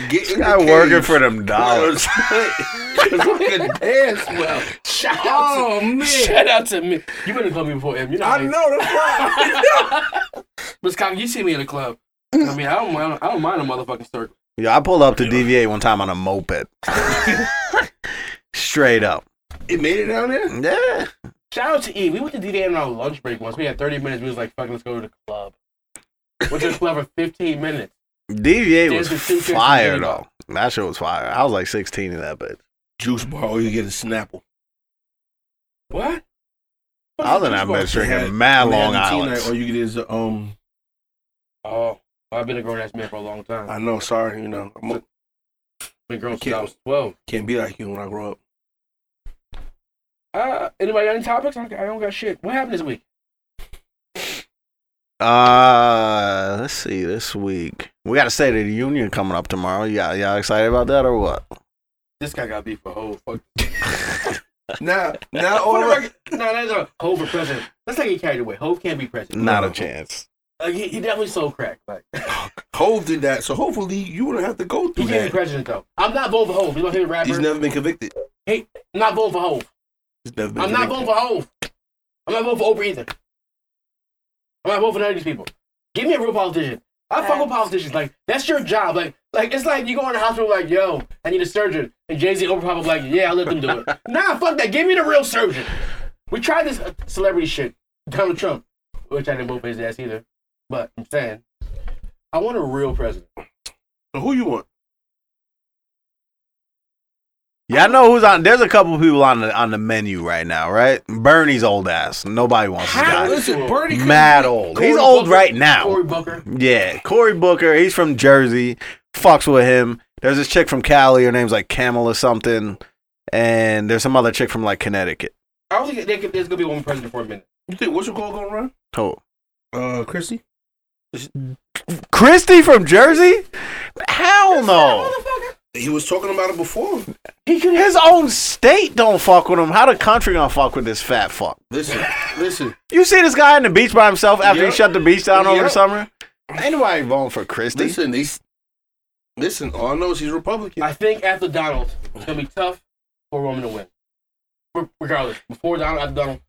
Speaker 5: Get
Speaker 2: This
Speaker 5: in
Speaker 2: guy
Speaker 5: the
Speaker 2: working
Speaker 5: cage.
Speaker 2: for them dollars.
Speaker 5: it's fucking dance well.
Speaker 1: Shout out
Speaker 5: Oh
Speaker 1: to
Speaker 5: man,
Speaker 1: shout out to me. You better call me before him. You know.
Speaker 5: I
Speaker 1: what
Speaker 5: know that's why.
Speaker 1: Miss Cock, you see me in the club. I mean, I don't mind. I don't mind a motherfucking circle.
Speaker 2: Yo, I pulled up to DVA one time on a moped. Straight up.
Speaker 5: It made it down there.
Speaker 2: Yeah.
Speaker 1: Shout out to E. We went to DDA on our lunch break once. We had 30 minutes. We was like, "Fuck, let's go to the club." Went to the club for 15 minutes.
Speaker 2: DVA was
Speaker 1: Dancing two chicks
Speaker 2: fire
Speaker 1: and
Speaker 2: though. That shit was fire. I was like 16 in that bitch.
Speaker 5: Juice bar. All you get is Snapple.
Speaker 1: What?
Speaker 2: I was in that bitch drinking mad Long
Speaker 5: Island. All
Speaker 2: Island.
Speaker 5: you get is um.
Speaker 1: Oh, I've been a grown ass man for a long time.
Speaker 5: I know. Sorry, you know. I
Speaker 1: been grown since
Speaker 5: Kid.
Speaker 1: I was 12.
Speaker 5: can't be like you when I grow up.
Speaker 1: Uh, anybody got any topics? I don't, I don't got shit. What happened this week?
Speaker 2: Uh, let's see. This week we got a State of the Union coming up tomorrow. Y'all, y'all excited about that or what?
Speaker 1: This guy got beef for hoe. Fuck.
Speaker 5: Now, now,
Speaker 1: For the
Speaker 5: all Oh, right.
Speaker 1: record, no, that's a hoe for president. Let's not get carried away. Hove can't be president.
Speaker 2: Not a chance.
Speaker 1: Like, he, he definitely sold crack. Like,
Speaker 5: Hove did that, so hopefully you wouldn't have to go
Speaker 1: he
Speaker 5: through
Speaker 1: can't be
Speaker 5: that.
Speaker 1: president though. I'm not voting for Hove. He's my favorite rapper.
Speaker 5: He's never been convicted.
Speaker 1: hey, I'm not voting for Hove.
Speaker 5: He's never been
Speaker 1: I'm not
Speaker 5: convicted.
Speaker 1: voting for Hove. I'm not voting for Oprah either. I'm not voting for none of these people. Give me a real politician. I fuck with politicians. Like that's your job. Like like it's like you go in the hospital like yo, I need a surgeon, and Jay Z Oprah probably like yeah, I will let them do it. nah, fuck that. Give me the real surgeon. We tried this uh, celebrity shit. Donald Trump, which I didn't vote for his ass either. But I'm saying, I want a real president.
Speaker 5: So who you want?
Speaker 2: Y'all know who's on. There's a couple people on the on the menu right now, right? Bernie's old ass. Nobody wants this guy.
Speaker 5: Listen, Bernie. could-
Speaker 2: Mad old.
Speaker 1: Cory
Speaker 2: He's old
Speaker 1: Booker-
Speaker 2: right now.
Speaker 1: Cory Booker.
Speaker 2: Yeah, Cory Booker. He's from Jersey. Fucks with him. There's this chick from Cali. Her name's like Camel or something. And there's some other chick from like Connecticut.
Speaker 1: I don't think they could, there's gonna be one president for a minute.
Speaker 5: You think what's your call gonna run?
Speaker 2: Oh,
Speaker 5: Uh, Chrissy.
Speaker 2: Christy from Jersey? Hell no.
Speaker 5: He was talking about it before.
Speaker 1: He could
Speaker 2: His own state don't fuck with him. How the country gonna fuck with this fat fuck?
Speaker 5: Listen, listen.
Speaker 2: You see this guy on the beach by himself after
Speaker 5: Yep.
Speaker 2: he shut the beach down over the
Speaker 5: Yep.
Speaker 2: summer? Ain't nobody voting for Christy.
Speaker 5: Listen, they s- listen. All I know is he's Republican.
Speaker 1: I think after Donald, it's gonna be tough for a woman to win. Re- Regardless, before Donald, after Donald,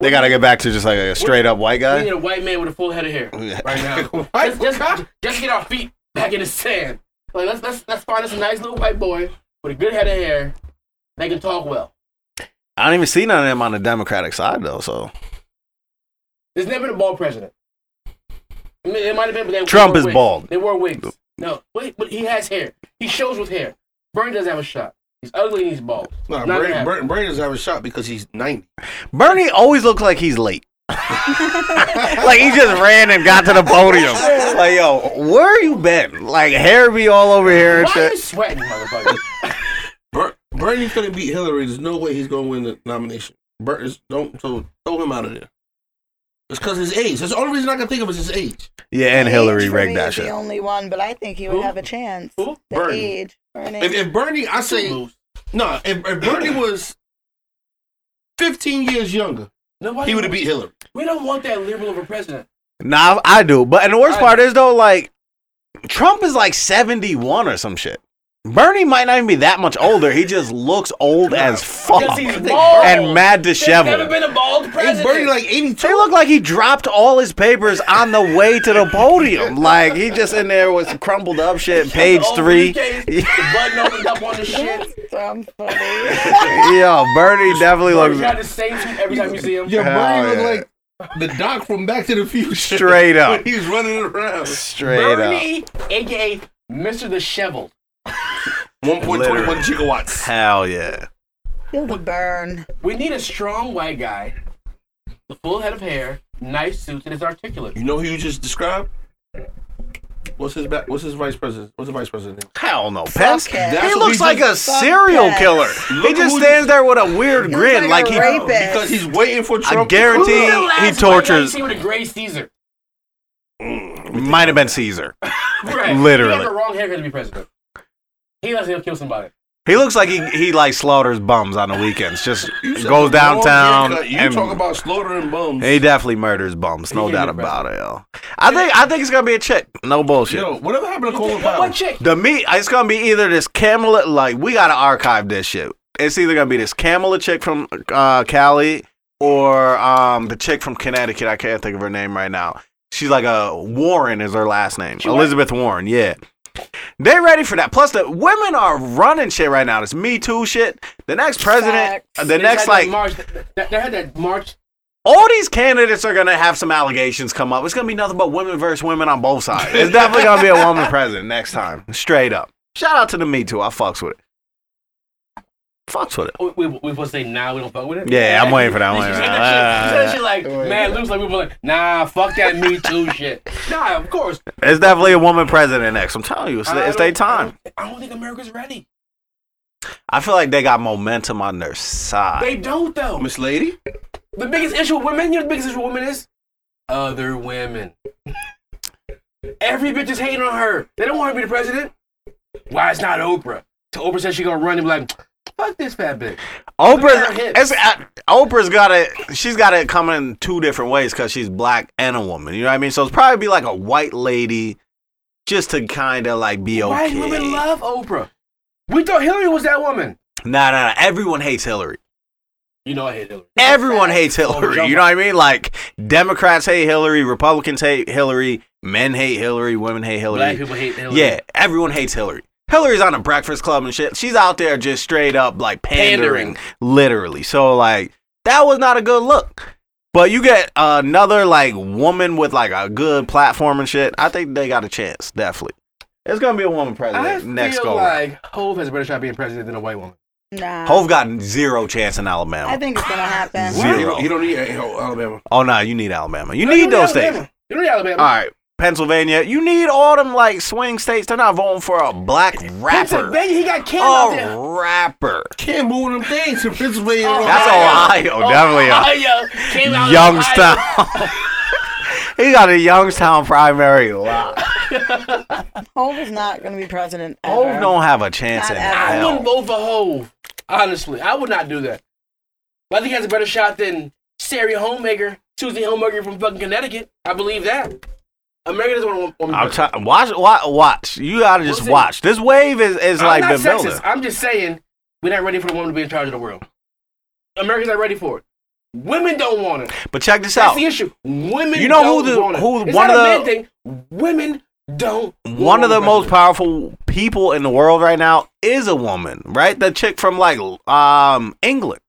Speaker 2: They gotta get back to just like a straight up
Speaker 1: we
Speaker 2: white guy.
Speaker 1: need a white man with a full head of hair right now.
Speaker 5: White
Speaker 1: just, just, just get our feet back in the sand. Like let's let's let's find us a nice little white boy with a good head of hair that can talk well.
Speaker 2: I don't even see none of them on the Democratic side though. So
Speaker 1: There's never been a bald president. I mean, it might have been, but they
Speaker 2: Trump
Speaker 1: they wore
Speaker 2: is
Speaker 1: wigs.
Speaker 2: bald.
Speaker 1: They wore wigs. No, but, but he has hair. He shows with hair. Bernie doesn't have a shot. He's ugly and he's bald.
Speaker 5: Nah,
Speaker 1: Not
Speaker 5: Brady,
Speaker 1: gonna
Speaker 5: Brady, Brady doesn't have a shot because he's ninety.
Speaker 2: Bernie always looks like he's late. like he just ran and got to the podium. Like yo, where you been? Like hair be all over here and
Speaker 1: Why are you
Speaker 2: shit.
Speaker 1: sweating, motherfucker?
Speaker 5: Ber- Bernie's gonna beat Hillary. There's no way he's gonna win the nomination. Bert is, don't so throw him out of there. It's because his age. That's the only reason I can think of is his age.
Speaker 2: Yeah, and
Speaker 4: The
Speaker 2: Hillary
Speaker 4: age for
Speaker 2: rigged
Speaker 4: me
Speaker 2: that
Speaker 4: is
Speaker 2: shit.
Speaker 4: The only one, but I think he would
Speaker 1: Who?
Speaker 4: have a chance.
Speaker 1: Who?
Speaker 4: The
Speaker 5: Bernie.
Speaker 4: age. Bernie.
Speaker 5: If, if Bernie, I say no. if, if Bernie was fifteen years younger,
Speaker 1: Nobody
Speaker 5: he would have beat Hillary.
Speaker 1: We don't want that liberal of a president.
Speaker 2: Nah, I do. But and the worst
Speaker 1: I-
Speaker 2: part is though, like Trump is like seventy one or some shit. Bernie might not even be that much older. He just looks old as fuck
Speaker 1: Because he's bald.
Speaker 2: and mad
Speaker 1: There's never
Speaker 2: disheveled.
Speaker 1: been a bald
Speaker 5: Ain't
Speaker 1: president.
Speaker 5: Bernie like eighty
Speaker 2: They
Speaker 5: two?
Speaker 2: look like he dropped all his papers on the way to the podium. Like he just in there with some crumpled up shit. Page
Speaker 1: The old
Speaker 2: three.
Speaker 1: briefcase, the button opened up on the shit.
Speaker 4: That's um, funny.
Speaker 2: Yo, Bernie definitely
Speaker 1: He's got
Speaker 2: looks
Speaker 1: the same suit every time you see him.
Speaker 5: Yeah,
Speaker 2: Hell
Speaker 5: Bernie
Speaker 2: yeah.
Speaker 5: look like the doc from Back to the Future.
Speaker 2: Straight up.
Speaker 5: He's running around.
Speaker 2: straight up.
Speaker 1: Bernie, aka Mr. Disheveled.
Speaker 5: 1.21 gigawatts.
Speaker 2: Hell yeah.
Speaker 4: Feel the burn.
Speaker 1: We need a strong white guy, with full head of hair, nice suit, and is articulate.
Speaker 5: You know who you just described? What's his back? What's his vice president? What's the vice president name?
Speaker 2: Hell no, Pest.
Speaker 4: Fuck it.
Speaker 2: He
Speaker 5: That's what
Speaker 2: looks
Speaker 5: we
Speaker 2: like a
Speaker 5: just-
Speaker 4: Fuck
Speaker 2: serial
Speaker 4: Pest.
Speaker 2: killer. He
Speaker 5: Look
Speaker 2: just
Speaker 5: who-
Speaker 2: stands there with a weird
Speaker 4: looks
Speaker 2: grin, like,
Speaker 4: like a
Speaker 2: he.
Speaker 4: rapist.
Speaker 5: Because he's waiting for
Speaker 2: I
Speaker 5: Trump. to-
Speaker 2: guarantee
Speaker 1: Who's the last
Speaker 2: he
Speaker 1: white guy
Speaker 2: tortures.
Speaker 1: you see with a gray Caesar.
Speaker 2: Might have been Caesar.
Speaker 1: Right.
Speaker 2: Literally.
Speaker 1: He has the wrong haircut to be president. He doesn't he'll kill somebody.
Speaker 2: He looks like he, he like slaughters bums on the weekends. Just
Speaker 5: You said
Speaker 2: goes
Speaker 5: the wrong
Speaker 2: downtown.
Speaker 5: haircut. You
Speaker 2: and-
Speaker 5: talk about slaughtering bums.
Speaker 2: He definitely murders bums, no
Speaker 5: He
Speaker 2: doubt
Speaker 5: is a
Speaker 2: about it. Yo. I think I think it's gonna be a chick. No bullshit.
Speaker 5: Yo, whatever happened to Colin
Speaker 1: What,
Speaker 5: Powell?
Speaker 1: what chick?
Speaker 2: Oh. The meat it's gonna be either this Camelot like we gotta archive this shit. It's either gonna be this Camelot chick from uh, Cali or um, the chick from Connecticut. I can't think of her name right now. She's like a Warren is her last name.
Speaker 1: She
Speaker 2: Elizabeth Warren. Yeah. They ready for that. Plus the women are running shit right now. This Me Too shit. The next president.
Speaker 4: Facts.
Speaker 2: The
Speaker 1: They
Speaker 2: next
Speaker 1: had that
Speaker 2: like
Speaker 1: March, that- that- they had that March.
Speaker 2: all these candidates are gonna have some allegations come up. It's gonna be nothing but women versus women on both sides. It's definitely gonna be a woman president next time. Straight up. Shout out to the Me Too. I fucks with it. Fucks with it.
Speaker 1: Oh, We, we, we supposed to say nah, we don't fuck with it.
Speaker 2: Yeah, I'm waiting for that, I'm waiting
Speaker 1: She
Speaker 2: for
Speaker 1: said shit-
Speaker 2: that.
Speaker 1: she said shit like, man, looks like we were like, nah, fuck that Me Too shit. Nah, of course.
Speaker 2: It's definitely a woman president next. I'm telling you, it's,
Speaker 1: I
Speaker 2: it's their
Speaker 1: don't- I
Speaker 2: time.
Speaker 1: don't- I don't think America's ready.
Speaker 2: I feel like they got momentum on their side.
Speaker 1: They don't though.
Speaker 5: Miss Lady?
Speaker 1: The biggest issue with women, you know, the biggest issue with women is other women. Every bitch is hating on her. They don't want her to be the president. Why it's not Oprah? So Oprah says she gonna run and be like, fuck this fat bitch.
Speaker 2: Oprah's,
Speaker 1: They're
Speaker 2: it's, uh, Oprah's got it. She's got it coming in two different ways because she's black and a woman. You know what I mean? So it's probably be like a white lady, just to kind of like be okay.
Speaker 1: White women love Oprah. We thought Hillary was that woman.
Speaker 2: Nah, nah, nah. Everyone hates Hillary.
Speaker 1: You know I hate Hillary.
Speaker 2: Everyone hates
Speaker 1: Oh,
Speaker 2: Hillary.
Speaker 1: jump
Speaker 2: You know what I mean? Like Democrats hate Hillary, Republicans hate Hillary, men hate Hillary, women hate
Speaker 1: Black
Speaker 2: Hillary.
Speaker 1: people hate Hillary.
Speaker 2: Yeah, everyone hates Hillary. Hillary's on the Breakfast Club and shit. She's out there just straight up like pandering,
Speaker 1: Pandering.
Speaker 2: literally. So like that was not a good look. But you get another like woman with like a good platform and shit. I think they got a chance, definitely. It's gonna be a woman president
Speaker 1: I
Speaker 2: next
Speaker 1: feel
Speaker 2: go. round.
Speaker 1: like Hove has a better shot being president than a white woman.
Speaker 4: Nah.
Speaker 2: Hove got zero chance in Alabama.
Speaker 4: I think it's gonna happen.
Speaker 2: Zero.
Speaker 5: He don't, he don't need uh, Alabama.
Speaker 2: Oh no, you need Alabama. You
Speaker 1: No,
Speaker 2: need those
Speaker 1: Alabama.
Speaker 2: states.
Speaker 1: You don't need Alabama.
Speaker 2: All right, Pennsylvania. You need all them like swing states. They're not voting for a black rapper.
Speaker 1: Pennsylvania, he got Cam out there.
Speaker 2: A rapper.
Speaker 5: Can't move them things to Pennsylvania.
Speaker 1: Oh,
Speaker 2: That's Ohio, oh, definitely. A
Speaker 1: Ohio. Cam out of
Speaker 2: Youngstown.
Speaker 1: Ohio.
Speaker 2: he got a Youngstown primary. Wow.
Speaker 4: Hove is not gonna be president.
Speaker 2: Hove
Speaker 4: ever.
Speaker 2: don't have a chance
Speaker 4: Not
Speaker 2: in
Speaker 4: ever.
Speaker 1: I wouldn't
Speaker 2: hell.
Speaker 1: vote for Hove. Honestly, I would not do that. But I think he has a better shot than Sari Homemaker, Susie Homemaker from fucking Connecticut. I believe that. America doesn't want to.
Speaker 2: I'm trying. Watch, watch, watch. You gotta just
Speaker 1: Listen.
Speaker 2: watch. This wave is is
Speaker 1: I'm
Speaker 2: like
Speaker 1: not
Speaker 2: been
Speaker 1: sexist.
Speaker 2: building.
Speaker 1: I'm just saying we're not ready for the woman to be in charge of the world. America's not ready for it. Women don't want it.
Speaker 2: But check this
Speaker 1: That's
Speaker 2: out.
Speaker 1: the issue. Women.
Speaker 2: You know who
Speaker 1: don't
Speaker 2: the-
Speaker 1: want it.
Speaker 2: who-
Speaker 1: It's
Speaker 2: one
Speaker 1: not
Speaker 2: of
Speaker 1: a
Speaker 2: the-
Speaker 1: man thing. Women don't.
Speaker 2: one
Speaker 1: want
Speaker 2: of the
Speaker 1: a
Speaker 2: most
Speaker 1: president.
Speaker 2: powerful people in the world right now is a woman, right? The chick from like um England.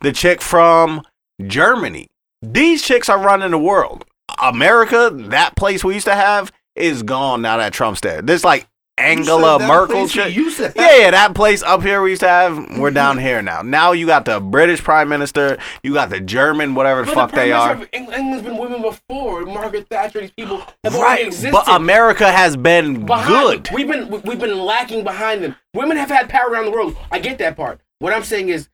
Speaker 2: The chick from Germany. These chicks are running the world. America, that place we used to have, is gone now that Trump's there. This like Angela Merkel chick.
Speaker 5: You said
Speaker 2: Yeah, yeah, that place up here we used to have, we're
Speaker 1: Mm-hmm.
Speaker 2: down here now. Now you got the British Prime Minister, you got the German, whatever the
Speaker 1: But
Speaker 2: fuck
Speaker 1: the
Speaker 2: they
Speaker 1: premise
Speaker 2: are.
Speaker 1: of Eng- England's been women before. Margaret Thatcher, these people have already
Speaker 2: Right,
Speaker 1: existed.
Speaker 2: but America has been
Speaker 1: behind-
Speaker 2: good.
Speaker 1: We've been we- we've been lacking behind them. Women have had power around the world. I get that part. What I'm saying is,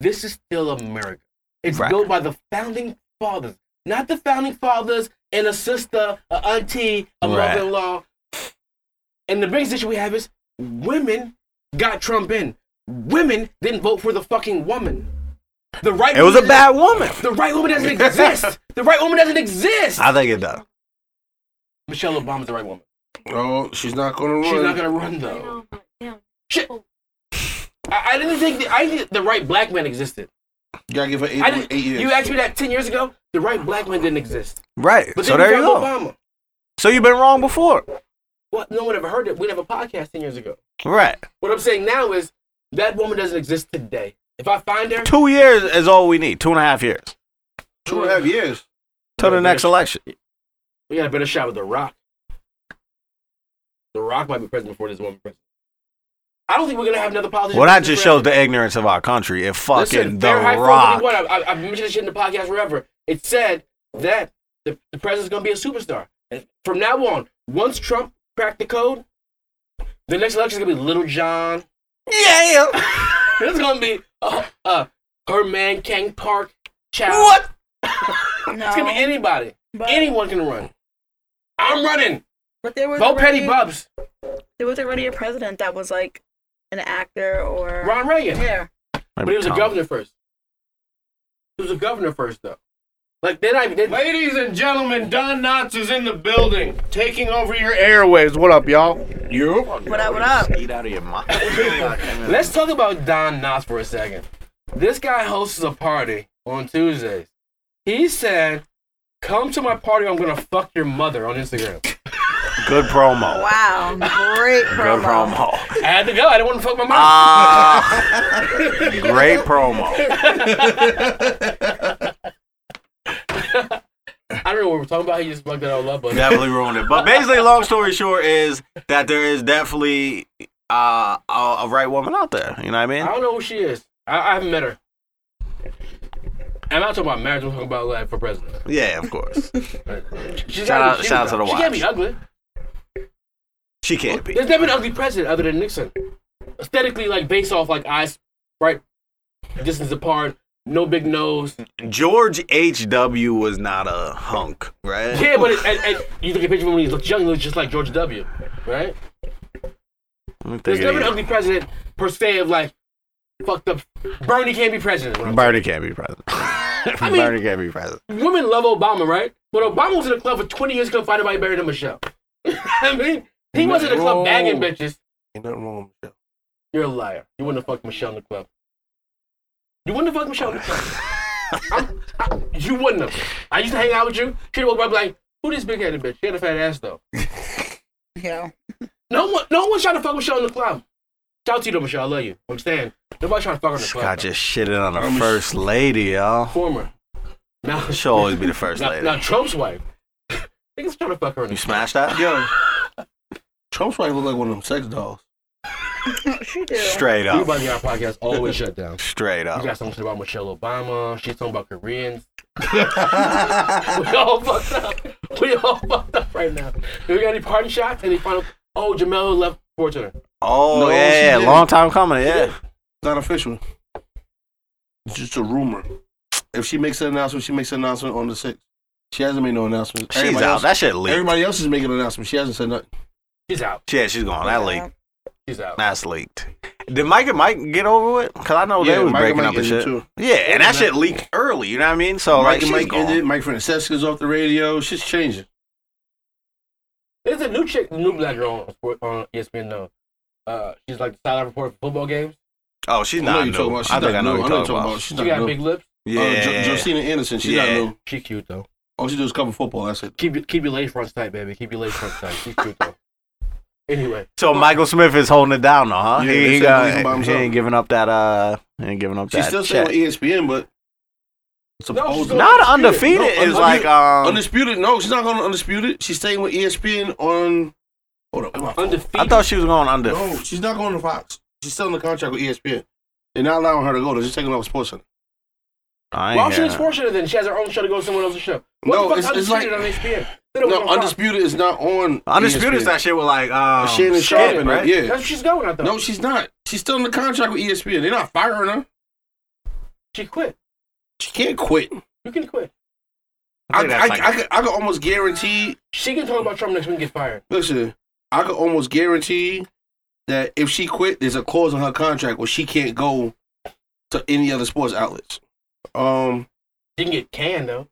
Speaker 1: this is still America. It's
Speaker 2: Right.
Speaker 1: built by the founding fathers, not the founding fathers and a sister, a auntie, a
Speaker 2: Right.
Speaker 1: mother-in-law. And the biggest issue we have is women got Trump in. Women didn't vote for the fucking woman. The right
Speaker 2: It was a
Speaker 1: woman-
Speaker 2: bad woman.
Speaker 1: The right woman doesn't exist. the right woman doesn't exist.
Speaker 2: I think it does.
Speaker 1: Michelle Obama's the right woman.
Speaker 5: No, Oh, she's not going to run.
Speaker 1: She's not gonna run
Speaker 6: I
Speaker 1: though.
Speaker 6: know, but yeah.
Speaker 1: Shit. I, I didn't think the, I didn't think the right black man existed.
Speaker 5: You got to give her eight,
Speaker 1: I didn't,
Speaker 5: eight years.
Speaker 1: you asked me that ten years ago. The right black man didn't exist.
Speaker 2: Right.
Speaker 1: But
Speaker 2: so
Speaker 1: then
Speaker 2: there you
Speaker 1: we
Speaker 2: go.
Speaker 1: found Obama.
Speaker 2: So you've been wrong before.
Speaker 1: What? No one ever heard it. We didn't have a podcast ten years ago.
Speaker 2: Right.
Speaker 1: What I'm saying now is that woman doesn't exist today. If I find her,
Speaker 2: Two years is all we need. Two and a half years.
Speaker 5: Two and a half years.
Speaker 2: Till the next election.
Speaker 1: we got a better shot with The Rock. The Rock might be president before this woman president. I don't think we're gonna have another politician.
Speaker 2: Well, that just shows the ignorance of our country. If fucking
Speaker 1: Listen,
Speaker 2: The
Speaker 1: Fahrenheit
Speaker 2: Rock,
Speaker 1: 451, I, I, I've mentioned this shit in the podcast forever. It said that the, the president's gonna be a superstar. And from now on, once Trump cracked the code, the next election's gonna be Little John.
Speaker 2: yeah,
Speaker 1: It's gonna be uh, uh, Herman Kang Park. Chow.
Speaker 2: what?
Speaker 1: It's gonna be
Speaker 4: No,
Speaker 1: anybody.
Speaker 4: but,
Speaker 1: Anyone can run. I'm running.
Speaker 4: but there was
Speaker 1: Vote
Speaker 4: already,
Speaker 1: Petty Bubs.
Speaker 4: There was already a president that was like an actor or
Speaker 1: Ron Reagan.
Speaker 4: yeah.
Speaker 1: But he was a governor first. He was a governor first, though. Like they're not even. They,
Speaker 7: Ladies and gentlemen, Don Knotts is in the building, taking over your airwaves. What up, y'all?
Speaker 4: What up? What up?
Speaker 2: Eat out of your mind. Let's
Speaker 1: let's talk about Don Knotts for a second. This guy hosts a party on Tuesdays. He said, "Come to my party. I'm gonna fuck your mother on Instagram."
Speaker 2: good promo.
Speaker 4: Wow, great
Speaker 2: Good
Speaker 4: promo.
Speaker 2: promo.
Speaker 1: I had to go. I didn't want to fuck my mom.
Speaker 2: Ah, great promo.
Speaker 1: I don't know what we're talking about. He just fucked that all up. But
Speaker 2: Definitely ruined it. But basically, long story short is that there is definitely uh, a, a right woman out there. You know what I
Speaker 1: I
Speaker 2: mean?
Speaker 1: don't know who she is. I, I haven't met her. I'm not talking about marriage. I'm talking about like for president.
Speaker 2: Yeah, of course.
Speaker 1: She's
Speaker 2: Shout
Speaker 1: gotta
Speaker 2: out-
Speaker 1: be- she
Speaker 2: shout out
Speaker 1: was-
Speaker 2: to the
Speaker 1: She can't
Speaker 2: wives.
Speaker 1: be ugly.
Speaker 2: She can't be.
Speaker 1: There's never an ugly president other than Nixon. Aesthetically, like based off like eyes, right, distance apart, no big nose.
Speaker 2: George H. W. was not a hunk, right?
Speaker 1: Yeah, but it, and, and you look at a picture of him when he looks young, he looks just like George W. Right?
Speaker 2: Let me
Speaker 1: There's
Speaker 2: think of
Speaker 1: never an
Speaker 2: these.
Speaker 1: ugly president per se of like fucked up. Bernie can't be president. is what I'm
Speaker 2: Bernie can't be president.
Speaker 1: mean-
Speaker 2: Bernie can't be president.
Speaker 1: saying. Women love Obama, right? But Obama was in the club for 20 years, couldn't find anybody better than Michelle. I mean, he was in the club bagging bitches.
Speaker 5: Ain't nothing wrong with Michelle.
Speaker 1: You're a liar. You wouldn't have fucked Michelle in the club. You wouldn't have fucked Michelle in the club. I'm- I- you wouldn't have. I used to hang out with you. She'd walk by and be like, who this big headed bitch? She had a fat ass though.
Speaker 4: Yeah.
Speaker 1: No one no one's trying to fuck Michelle in the club. Shout out to you though, Michelle. I love you. Understand? Nobody's trying to fuck her in the club.
Speaker 2: Scott
Speaker 1: though.
Speaker 2: just shitted on the first lady, y'all.
Speaker 1: Former. Now,
Speaker 2: She'll always be the first
Speaker 1: now,
Speaker 2: lady.
Speaker 1: now Trump's wife. Niggas trying to fuck her in
Speaker 2: You
Speaker 1: the
Speaker 2: smashed that?
Speaker 5: Yo, Trump's wife look like one of them sex dolls.
Speaker 4: She did.
Speaker 2: Straight
Speaker 1: club.
Speaker 2: up.
Speaker 1: Everybody in our podcast always shut down.
Speaker 2: Straight
Speaker 1: You
Speaker 2: up.
Speaker 1: got something about Michelle Obama. She's talking about Koreans. we all fucked up. We all fucked up right now. Do we got any parting shots? Any final? Oh, Jamel left Fortune.
Speaker 2: Oh
Speaker 5: No, she
Speaker 2: yeah,
Speaker 5: didn't.
Speaker 2: long time coming. Yeah.
Speaker 5: Not official. It's just a rumor. If she makes an announcement, she makes an announcement on the sixth. She hasn't made no announcement.
Speaker 2: She's out.
Speaker 5: Else,
Speaker 2: that shit leaked.
Speaker 5: everybody else is making an announcement. She hasn't said nothing.
Speaker 1: She's out.
Speaker 2: Yeah, she's gone. That leaked.
Speaker 1: She's out.
Speaker 2: That's leaked. Did Mike and Mike get over it? Cause I know
Speaker 5: Yeah,
Speaker 2: Oh, they was
Speaker 5: Mike
Speaker 2: breaking
Speaker 5: and Mike
Speaker 2: up and shit.
Speaker 5: ended too.
Speaker 2: Yeah, and that shit leaked early. You know what I mean? So
Speaker 5: Mike
Speaker 2: like,
Speaker 5: and
Speaker 2: she's
Speaker 5: Mike ended.
Speaker 2: gone.
Speaker 5: Mike Francesca's off the radio. She's changing.
Speaker 1: There's a new chick, new black girl on, Sport- on E ESPN though. Uh, she's like the sideline reporter for football games.
Speaker 2: Oh, she's
Speaker 5: I know
Speaker 2: not
Speaker 5: you're
Speaker 2: new.
Speaker 5: talking about. She's
Speaker 2: I think
Speaker 5: not
Speaker 2: I know who
Speaker 5: new.
Speaker 2: you're
Speaker 5: I know
Speaker 2: talking about.
Speaker 5: She's
Speaker 1: She
Speaker 5: not
Speaker 1: got
Speaker 5: new.
Speaker 1: big lips.
Speaker 5: Uh, Jo-
Speaker 2: Yeah.
Speaker 5: Josina Anderson. She's
Speaker 2: Yeah.
Speaker 5: not new.
Speaker 1: She cute though.
Speaker 5: All she does is cover football. That's it.
Speaker 1: Keep your- keep your lace fronts tight, baby. Keep your lace fronts tight. She's cute though. Anyway,
Speaker 2: So Michael Smith is holding it down though, huh? he,
Speaker 5: Yeah, they
Speaker 2: he
Speaker 5: said leave him by
Speaker 2: got, he
Speaker 5: himself.
Speaker 2: ain't giving up that uh he ain't giving up
Speaker 5: She's
Speaker 2: that
Speaker 5: still E
Speaker 2: check.
Speaker 5: staying with ESPN, but supposedly
Speaker 1: still-
Speaker 2: Not undefeated
Speaker 5: No,
Speaker 2: is
Speaker 5: undisputed-
Speaker 2: like um
Speaker 5: undisputed. No, she's not going to undisputed. She's staying with E ESPN on. Hold up, where my phone?
Speaker 1: undefeated.
Speaker 2: I thought she was going under.
Speaker 5: No, she's not going to Fox. She's still in the contract with E ESPN. They're not allowing her to go. They're just taking her off Sports Center.
Speaker 2: I ain't
Speaker 1: Why she
Speaker 2: hear
Speaker 1: was
Speaker 2: that.
Speaker 1: fortunate then? She has her own show to go to someone else's show. What
Speaker 5: No,
Speaker 1: the fuck
Speaker 5: it's- it's
Speaker 1: undisputed
Speaker 5: like-
Speaker 1: on ESPN? They don't
Speaker 5: No,
Speaker 1: go on Fox.
Speaker 5: undisputed is not on. E
Speaker 2: Undisputed
Speaker 5: ESPN.
Speaker 2: is that shit with like um
Speaker 5: Shannon Sharp
Speaker 2: Shannon,
Speaker 5: and
Speaker 2: right?
Speaker 5: yeah.
Speaker 1: That's where she's going. I thought.
Speaker 5: No, she's not. She's still in the contract with E ESPN. They're not firing her.
Speaker 1: she quit.
Speaker 5: She can't quit.
Speaker 1: You can quit.
Speaker 5: I, I,
Speaker 2: think that's like-
Speaker 5: I, could, I could almost guarantee.
Speaker 1: She can talk about Trump next week and get fired.
Speaker 5: Listen, I could almost guarantee that if she quit, there's a clause in her contract where she can't go to any other sports outlets. Um,
Speaker 1: She can get canned though.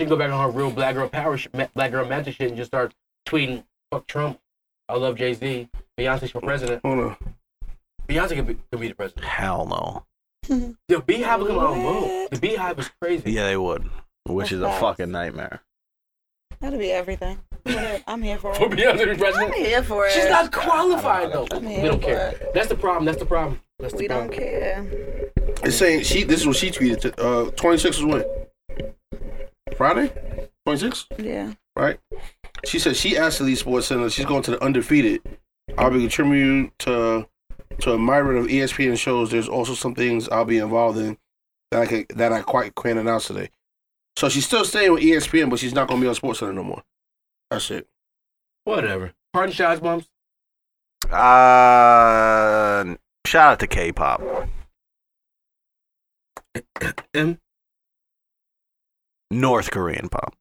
Speaker 1: She can go back on her real black girl power, sh- ma- black girl magic shit, and just start tweeting "fuck Trump, I love Jay Z, Beyonce's for president."
Speaker 5: hold on.
Speaker 1: Beyonce could be, could be the president.
Speaker 2: Hell no.
Speaker 1: The Beehive is gonna unvote. The Beehive is crazy.
Speaker 2: Yeah, they would. Which is a fucking nightmare.
Speaker 4: That'll be everything. I'm here for
Speaker 1: For
Speaker 4: it.
Speaker 1: Beyonce to be
Speaker 4: I'm
Speaker 1: president,
Speaker 4: here for it.
Speaker 1: she's not qualified
Speaker 2: I don't-
Speaker 1: though.
Speaker 4: I'm
Speaker 1: We
Speaker 4: here
Speaker 1: don't
Speaker 4: for
Speaker 1: care.
Speaker 4: it.
Speaker 1: That's the problem. That's the problem. That's the
Speaker 4: We
Speaker 1: problem.
Speaker 4: don't care.
Speaker 5: It's saying she. This is what she tweeted. To, uh, 26 was when Friday, 26,
Speaker 4: Yeah.
Speaker 5: right? She said she asked the lead sports center. She's going to the undefeated. I'll be contributing to to admirer of E ESPN shows, there's also some things I'll be involved in that I can, that I quite can't announce today. So she's still staying with E ESPN, but she's not going to be on SportsCenter no more. That's it.
Speaker 1: Whatever. Parting shots, bumps.
Speaker 2: Uh, shout out to K-pop.
Speaker 5: M?
Speaker 2: North Korean pop.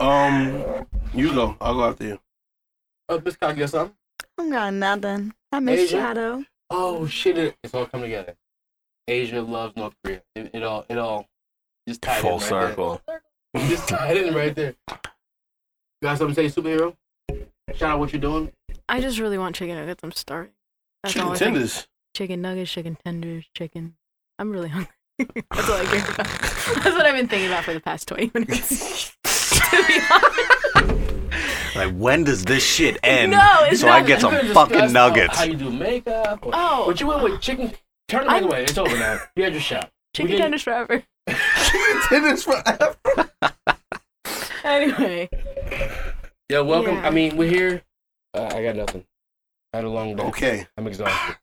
Speaker 5: Um, you go. I'll go after you.
Speaker 1: Oh, Miss Cock, you got something?
Speaker 4: I'm got nothing. I miss
Speaker 1: Asia?
Speaker 4: Shadow.
Speaker 1: Oh shit! It, it's all come together. Asia loves North Korea. It, it all, it all, just tied in
Speaker 2: Full
Speaker 1: right
Speaker 2: circle.
Speaker 1: There. Just tied in right there. You got something to say, superhero? Shout out what you're doing.
Speaker 6: I just really want chicken nuggets. I'm starving. That's all
Speaker 5: Chicken
Speaker 6: I think.
Speaker 5: tenders.
Speaker 6: Chicken nuggets, chicken tenders, chicken. I'm really hungry. That's all I care about. That's what I've been thinking about for the past 20 minutes. to be honest.
Speaker 2: Like, when does this shit end?
Speaker 6: No, it's
Speaker 2: so I
Speaker 6: not-
Speaker 2: get
Speaker 1: You
Speaker 2: some
Speaker 1: could've
Speaker 2: fucking
Speaker 1: discussed, uh,
Speaker 2: nuggets.
Speaker 1: How you do makeup? Or,
Speaker 6: Oh.
Speaker 1: But you went with chicken. Turn it
Speaker 6: I'm-
Speaker 1: away. It's over now. You had your shot. We
Speaker 6: Chicken
Speaker 1: did-
Speaker 6: tenders forever.
Speaker 5: tenders forever.
Speaker 6: Anyway.
Speaker 1: Yeah, welcome.
Speaker 6: Yeah.
Speaker 1: I mean, we're here. Uh, I got nothing. I had a long day.
Speaker 5: Okay.
Speaker 1: I'm exhausted.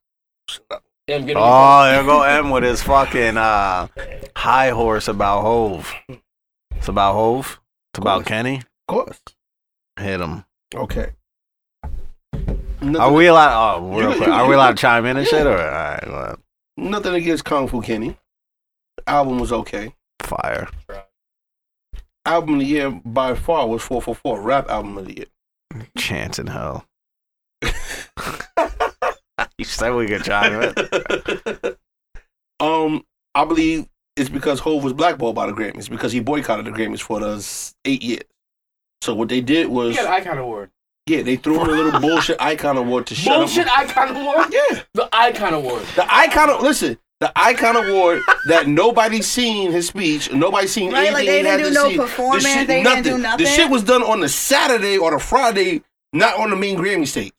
Speaker 1: Damn, get on.
Speaker 2: Oh, there go M with his fucking uh, high horse about Hove. It's about Hove. It's about
Speaker 5: Course.
Speaker 2: Kenny.
Speaker 5: Of course.
Speaker 2: Hit him.
Speaker 5: Okay.
Speaker 2: Are
Speaker 5: Nothing,
Speaker 2: we allowed? Oh, real
Speaker 5: You-
Speaker 2: quick.
Speaker 5: you-
Speaker 2: Are we
Speaker 5: you-
Speaker 2: allowed to chime in and shit? Or all right, well,
Speaker 5: nothing against Kung Fu Kenny. Album was okay.
Speaker 2: fire.
Speaker 5: Album of the year by far was 444, rap album of the year.
Speaker 2: Chance in hell. you said we could chime in.
Speaker 5: um, I believe it's because Hove was blackballed by the Grammys because he boycotted the Grammys for those eight years. So what they did
Speaker 1: You
Speaker 5: was,
Speaker 1: got an icon award.
Speaker 5: yeah, they threw in a little bullshit icon award to shut
Speaker 1: Bullshit
Speaker 5: up.
Speaker 1: icon award?
Speaker 5: Yeah,
Speaker 1: The icon award.
Speaker 5: the icon. Of, listen, the icon award that nobody's seen his speech, nobody's seen
Speaker 4: Right,
Speaker 5: anything.
Speaker 4: like, they
Speaker 5: he had
Speaker 4: didn't do
Speaker 5: to
Speaker 4: no
Speaker 5: see. The
Speaker 4: performance,
Speaker 5: shit-
Speaker 4: they didn't do
Speaker 5: The
Speaker 4: nothing.
Speaker 5: shit was done on the Saturday or the Friday, not on the main Grammy stage.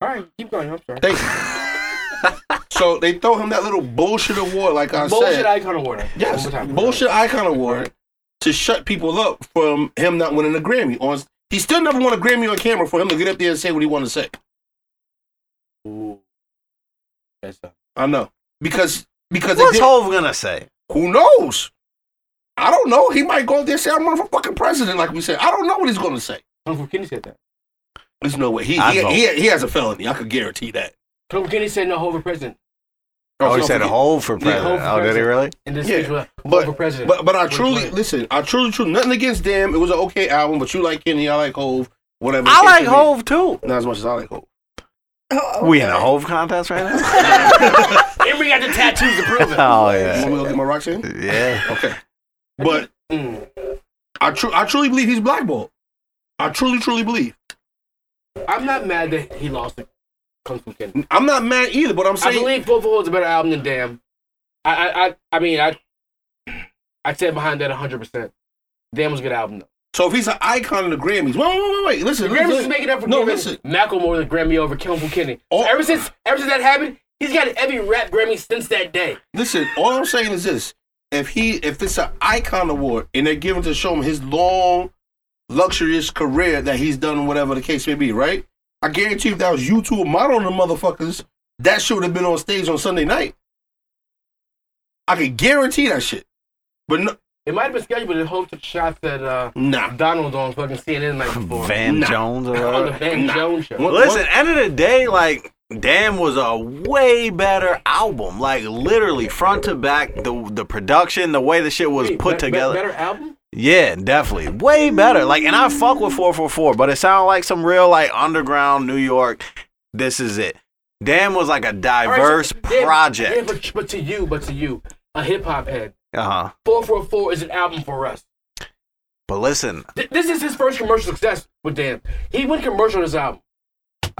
Speaker 1: All right, keep going. I'm sorry.
Speaker 5: Thank you. so they throw him that little bullshit award, like I
Speaker 1: bullshit
Speaker 5: said.
Speaker 1: icon award. One
Speaker 5: Yes,
Speaker 1: more time.
Speaker 5: bullshit icon award to shut people up from him not winning a Grammy. On he still never won a Grammy on camera for him to get up there and say what he wanted to say.
Speaker 1: Ooh. That's up.
Speaker 5: I know because because they
Speaker 2: What's
Speaker 5: did-
Speaker 2: Hove gonna say?
Speaker 5: who knows? I don't know. He might go up there and say I'm running for fucking president, like we said. I don't know what he's going to say.
Speaker 1: Uncle Kenny said that.
Speaker 5: There's no way he
Speaker 2: I
Speaker 5: he,
Speaker 2: vote.
Speaker 5: he, he has a felony. I could guarantee that.
Speaker 1: Uncle Kenny said no hope for president.
Speaker 2: Oh, he
Speaker 5: so
Speaker 2: said
Speaker 5: forget-
Speaker 2: Hove for
Speaker 5: Yeah,
Speaker 2: president.
Speaker 1: Hove for
Speaker 2: Oh, did he
Speaker 1: president.
Speaker 2: really?
Speaker 1: And this
Speaker 5: Yeah,
Speaker 1: speech was
Speaker 5: but-
Speaker 1: hope for president.
Speaker 5: But but I truly
Speaker 1: 2020.
Speaker 5: listen. I truly truly nothing against them. It was an okay album, but you like Kenny, I like Hove, whatever. the
Speaker 2: I
Speaker 5: case
Speaker 2: like
Speaker 5: may be.
Speaker 2: Hove too.
Speaker 5: not as much as I like Hove.
Speaker 4: Oh,
Speaker 2: We in a Hove contest right now?
Speaker 1: and we got the tattoos to prove it.
Speaker 2: oh
Speaker 5: You
Speaker 2: yeah,
Speaker 5: want me to go get my rocks in?
Speaker 2: yeah.
Speaker 5: Okay, but
Speaker 1: Mm.
Speaker 5: I tru- I truly believe he's blackballed. I truly truly believe.
Speaker 1: I'm not mad that he lost it. Comes from Kenny.
Speaker 5: I'm not mad either, but I'm
Speaker 1: I
Speaker 5: saying
Speaker 1: believe Full Full is a better album than Damn. I I I, I mean I I stand behind that 100. percent Damn was a good album though.
Speaker 5: so. If he's an icon of the Grammys, wait wait wait wait.
Speaker 1: The
Speaker 5: Listen,
Speaker 1: Grammys is
Speaker 5: listen.
Speaker 1: making up for
Speaker 5: no
Speaker 1: giving
Speaker 5: listen.
Speaker 1: Macklemore the Grammy over Kim Kenny.
Speaker 5: Oh.
Speaker 1: So ever since ever since that happened, he's got every rap Grammy since that day.
Speaker 5: Listen, all I'm saying is this: if he, if it's an icon award, and they're giving to show him his long, luxurious career that he's done, whatever the case may be, right? I guarantee, if that was you two modeling the motherfuckers, that shit would have been on stage on Sunday night. I can guarantee that shit. But no,
Speaker 1: It might have been scheduled, but it hoped the shots that uh,
Speaker 5: nah,
Speaker 1: Donald on fucking CNN like before.
Speaker 2: Van
Speaker 5: Nah.
Speaker 2: Jones or
Speaker 1: on the
Speaker 2: whatever.
Speaker 1: Van
Speaker 5: Nah.
Speaker 1: Jones show.
Speaker 5: What-
Speaker 2: Listen, end of the day, like Damn was a way better album. Like literally front to back, the the production, the way the shit was
Speaker 1: Wait,
Speaker 2: put
Speaker 1: be- be-
Speaker 2: together.
Speaker 1: Better album?
Speaker 2: Yeah, definitely. Way better. Like, and I fuck with 444, but it sounded like some real, like, underground New York. This is it. Damn was like a
Speaker 1: All right,
Speaker 2: diverse
Speaker 1: so- yeah,
Speaker 2: project.
Speaker 1: Yeah, but, but to you, but to you, a hip hop head,
Speaker 2: uh huh.
Speaker 1: 444 is an album for us.
Speaker 2: But listen,
Speaker 1: Th- this is his first commercial success with Dan. He went commercial on this album.
Speaker 2: uh,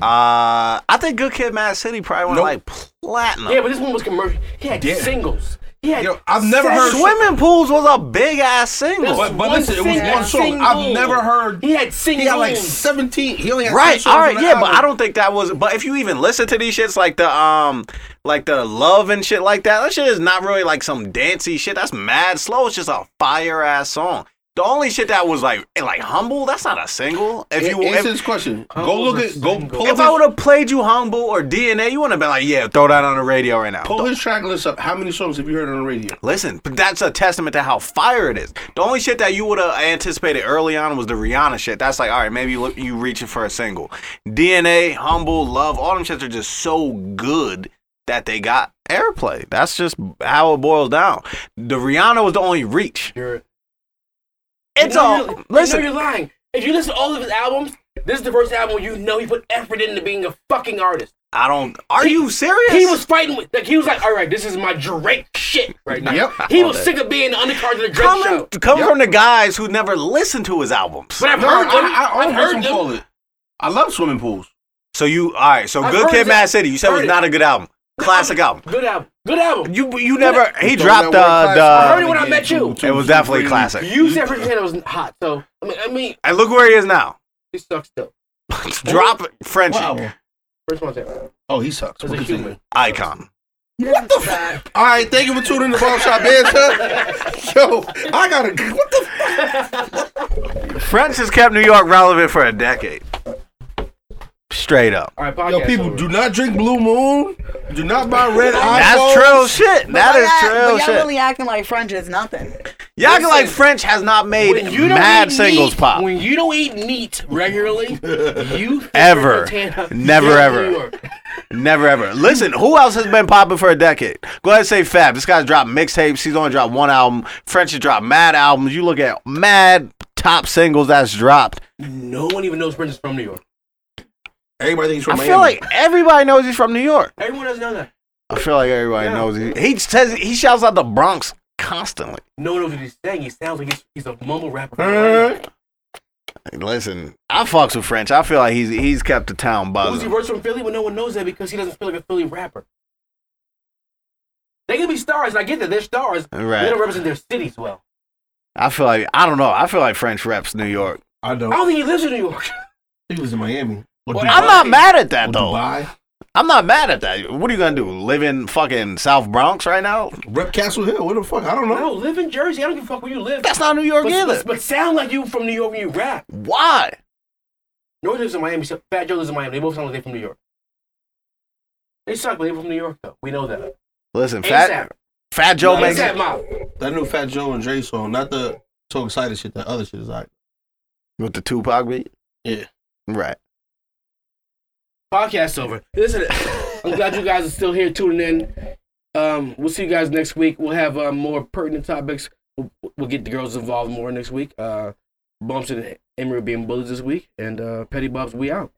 Speaker 2: I think Good Kid Mad City probably went
Speaker 5: Nope.
Speaker 2: like platinum.
Speaker 1: Yeah, but this one was commercial. He had
Speaker 5: Yeah.
Speaker 1: singles. He had
Speaker 5: Yo, I've never
Speaker 1: seven-
Speaker 5: heard-
Speaker 2: Swimming Pools was a big ass single.
Speaker 5: But- but
Speaker 1: one
Speaker 5: listen, it was
Speaker 1: single.
Speaker 5: one song. I've never heard-
Speaker 1: He had singles.
Speaker 5: he got like seventeen. He only had
Speaker 2: Right,
Speaker 5: 10 songs
Speaker 2: all
Speaker 5: on
Speaker 2: right,
Speaker 5: the
Speaker 2: yeah, but
Speaker 5: album.
Speaker 2: I don't think that was. But if you even listen to these shits, like the um, like the love and shit like that, that shit is not really like some dancey shit. That's mad slow. It's just a fire ass song. The only shit that was like eh, like humble, that's not a single. If you
Speaker 5: answer
Speaker 2: if,
Speaker 5: this question, go
Speaker 1: Humble's
Speaker 5: look
Speaker 1: a
Speaker 5: at go
Speaker 1: single.
Speaker 5: pull
Speaker 2: if I
Speaker 5: up
Speaker 2: would have played you humble or DNA, you would have been like, yeah, throw that on the radio right now.
Speaker 5: his, pull his track list up. How many songs have you heard on the radio?
Speaker 2: Listen, but that's a testament to how fire it is. The only shit that you would have anticipated early on was the Rihanna shit. That's like, all right, maybe you look, you reaching for a single. DNA, humble, love, all them shits are just so good that they got airplay. That's just how it boils down. The Rihanna was the only reach.
Speaker 1: You're,
Speaker 2: It's
Speaker 1: No,
Speaker 2: all
Speaker 1: you- you know
Speaker 2: listen.
Speaker 1: you're lying. If you listen to all of his albums, this is the first album where you know he put effort into being a fucking artist.
Speaker 2: I don't. Are you serious?
Speaker 1: He was fighting with, like, he was like, all right, this is my Drake shit right now.
Speaker 5: Yep.
Speaker 1: He
Speaker 2: All
Speaker 1: was
Speaker 2: that.
Speaker 1: sick of being the undercard of the Drake
Speaker 2: coming
Speaker 1: show.
Speaker 2: come from the guys who never listened to his albums.
Speaker 1: But I've
Speaker 5: No, I,
Speaker 1: heard them.
Speaker 5: I, I,
Speaker 1: have
Speaker 5: heard him
Speaker 1: heard them.
Speaker 5: call it. I love swimming pools.
Speaker 2: So you all right? So
Speaker 1: I've
Speaker 2: Good
Speaker 1: heard
Speaker 2: Kid,
Speaker 1: it.
Speaker 2: Mad City. You said it was
Speaker 1: Heard it.
Speaker 2: not a good album. Classic album.
Speaker 1: Good album. Good album.
Speaker 2: You you never. He
Speaker 5: Throw
Speaker 2: dropped
Speaker 5: that word
Speaker 2: uh,
Speaker 5: classic
Speaker 2: the.
Speaker 1: I heard it
Speaker 5: out
Speaker 1: when I
Speaker 5: again.
Speaker 1: met you.
Speaker 5: Two,
Speaker 1: It
Speaker 5: two,
Speaker 2: It was
Speaker 5: two,
Speaker 2: definitely
Speaker 5: three.
Speaker 2: classic.
Speaker 1: You said for it was hot. So I mean, I mean,
Speaker 2: And look where he is now.
Speaker 1: he sucks still.
Speaker 2: Drop Frenchie.
Speaker 5: Wow.
Speaker 1: First one, there.
Speaker 5: Oh, he sucks.
Speaker 1: As a
Speaker 5: What you
Speaker 1: human.
Speaker 5: think?
Speaker 2: Icon.
Speaker 4: What the fuck?
Speaker 5: All right, thank you for tuning in to Bomb Shop Banter. Yo, I gotta. What the?
Speaker 2: French has kept New York relevant for a decade. Straight up.
Speaker 1: All right, podcast.
Speaker 5: Yo, people,
Speaker 1: over.
Speaker 5: do not drink Blue Moon. Do not buy Red Eye.
Speaker 2: That's true shit. That
Speaker 4: But
Speaker 2: is
Speaker 4: y'all-
Speaker 2: true
Speaker 4: But y'all
Speaker 2: shit.
Speaker 4: really acting like French is nothing.
Speaker 2: Y'all can like
Speaker 1: Listen,
Speaker 2: French has not made
Speaker 1: When you don't
Speaker 2: mad
Speaker 1: eat
Speaker 2: singles
Speaker 1: meat,
Speaker 2: pop.
Speaker 1: When you don't eat meat regularly, you think
Speaker 2: Ever.
Speaker 1: you're Montana.
Speaker 2: Never,
Speaker 1: You're
Speaker 2: ever.
Speaker 1: New York.
Speaker 2: Never ever. Listen, who else has been popping for a decade? Go ahead and say Fab. This guy's dropped mixtapes. He's only dropped one album. French has dropped mad albums. You look at mad top singles that's dropped.
Speaker 1: No one even knows Prince is from New York.
Speaker 5: Everybody thinks
Speaker 2: I
Speaker 5: from
Speaker 2: feel like everybody knows he's from New York.
Speaker 1: Everyone doesn't know that.
Speaker 2: I feel like everybody
Speaker 1: Yeah.
Speaker 2: knows he. He says he shouts out the Bronx constantly.
Speaker 1: No one knows what he's saying. He sounds like he's, he's a mumble rapper.
Speaker 2: Listen, I fucks with French. I feel like he's he's kept the town
Speaker 1: Uzi
Speaker 2: buzzing.
Speaker 1: Vert's from Philly, but no one knows that because he doesn't feel like a Philly rapper. They can be stars, and I get that they're stars.
Speaker 2: Right.
Speaker 1: They don't represent their cities well.
Speaker 2: I feel like I don't know. I feel like French reps New York.
Speaker 5: I don't.
Speaker 1: I don't think he lives in New York.
Speaker 5: He was in Miami. Or
Speaker 1: Well,
Speaker 5: Dubai.
Speaker 2: I'm not mad at that
Speaker 5: Or
Speaker 2: though.
Speaker 5: Dubai.
Speaker 2: I'm not mad at that. What are you gonna do? Live in fucking South Bronx right now?
Speaker 5: Rep Castle Hill. What the fuck? I don't know.
Speaker 1: No, live in Jersey. I don't give a fuck where you live.
Speaker 2: That's not New York
Speaker 1: but,
Speaker 2: either.
Speaker 1: but, but sound like you from New York when you rap.
Speaker 2: Why?
Speaker 1: North lives in Miami. so Fat Joe lives in Miami. They both sound like they're from New York. They suck, but they're from New York, though. We know that.
Speaker 2: Listen,
Speaker 1: ASAP.
Speaker 2: Fat Fat Joe
Speaker 5: No,
Speaker 2: makes
Speaker 1: ASAP Mob.
Speaker 5: That new Fat Joe and Dre song, not the so excited shit. That other shit is like.
Speaker 2: with the Tupac beat.
Speaker 5: Yeah.
Speaker 2: Right.
Speaker 1: Podcast over. Listen, I'm glad you guys are still here tuning in. Um, we'll see you guys next week. We'll have um, more pertinent topics. We'll, we'll get the girls involved more next week. Uh, Bumps and Emery being bullies this week. And uh, Petty Bobs, we out.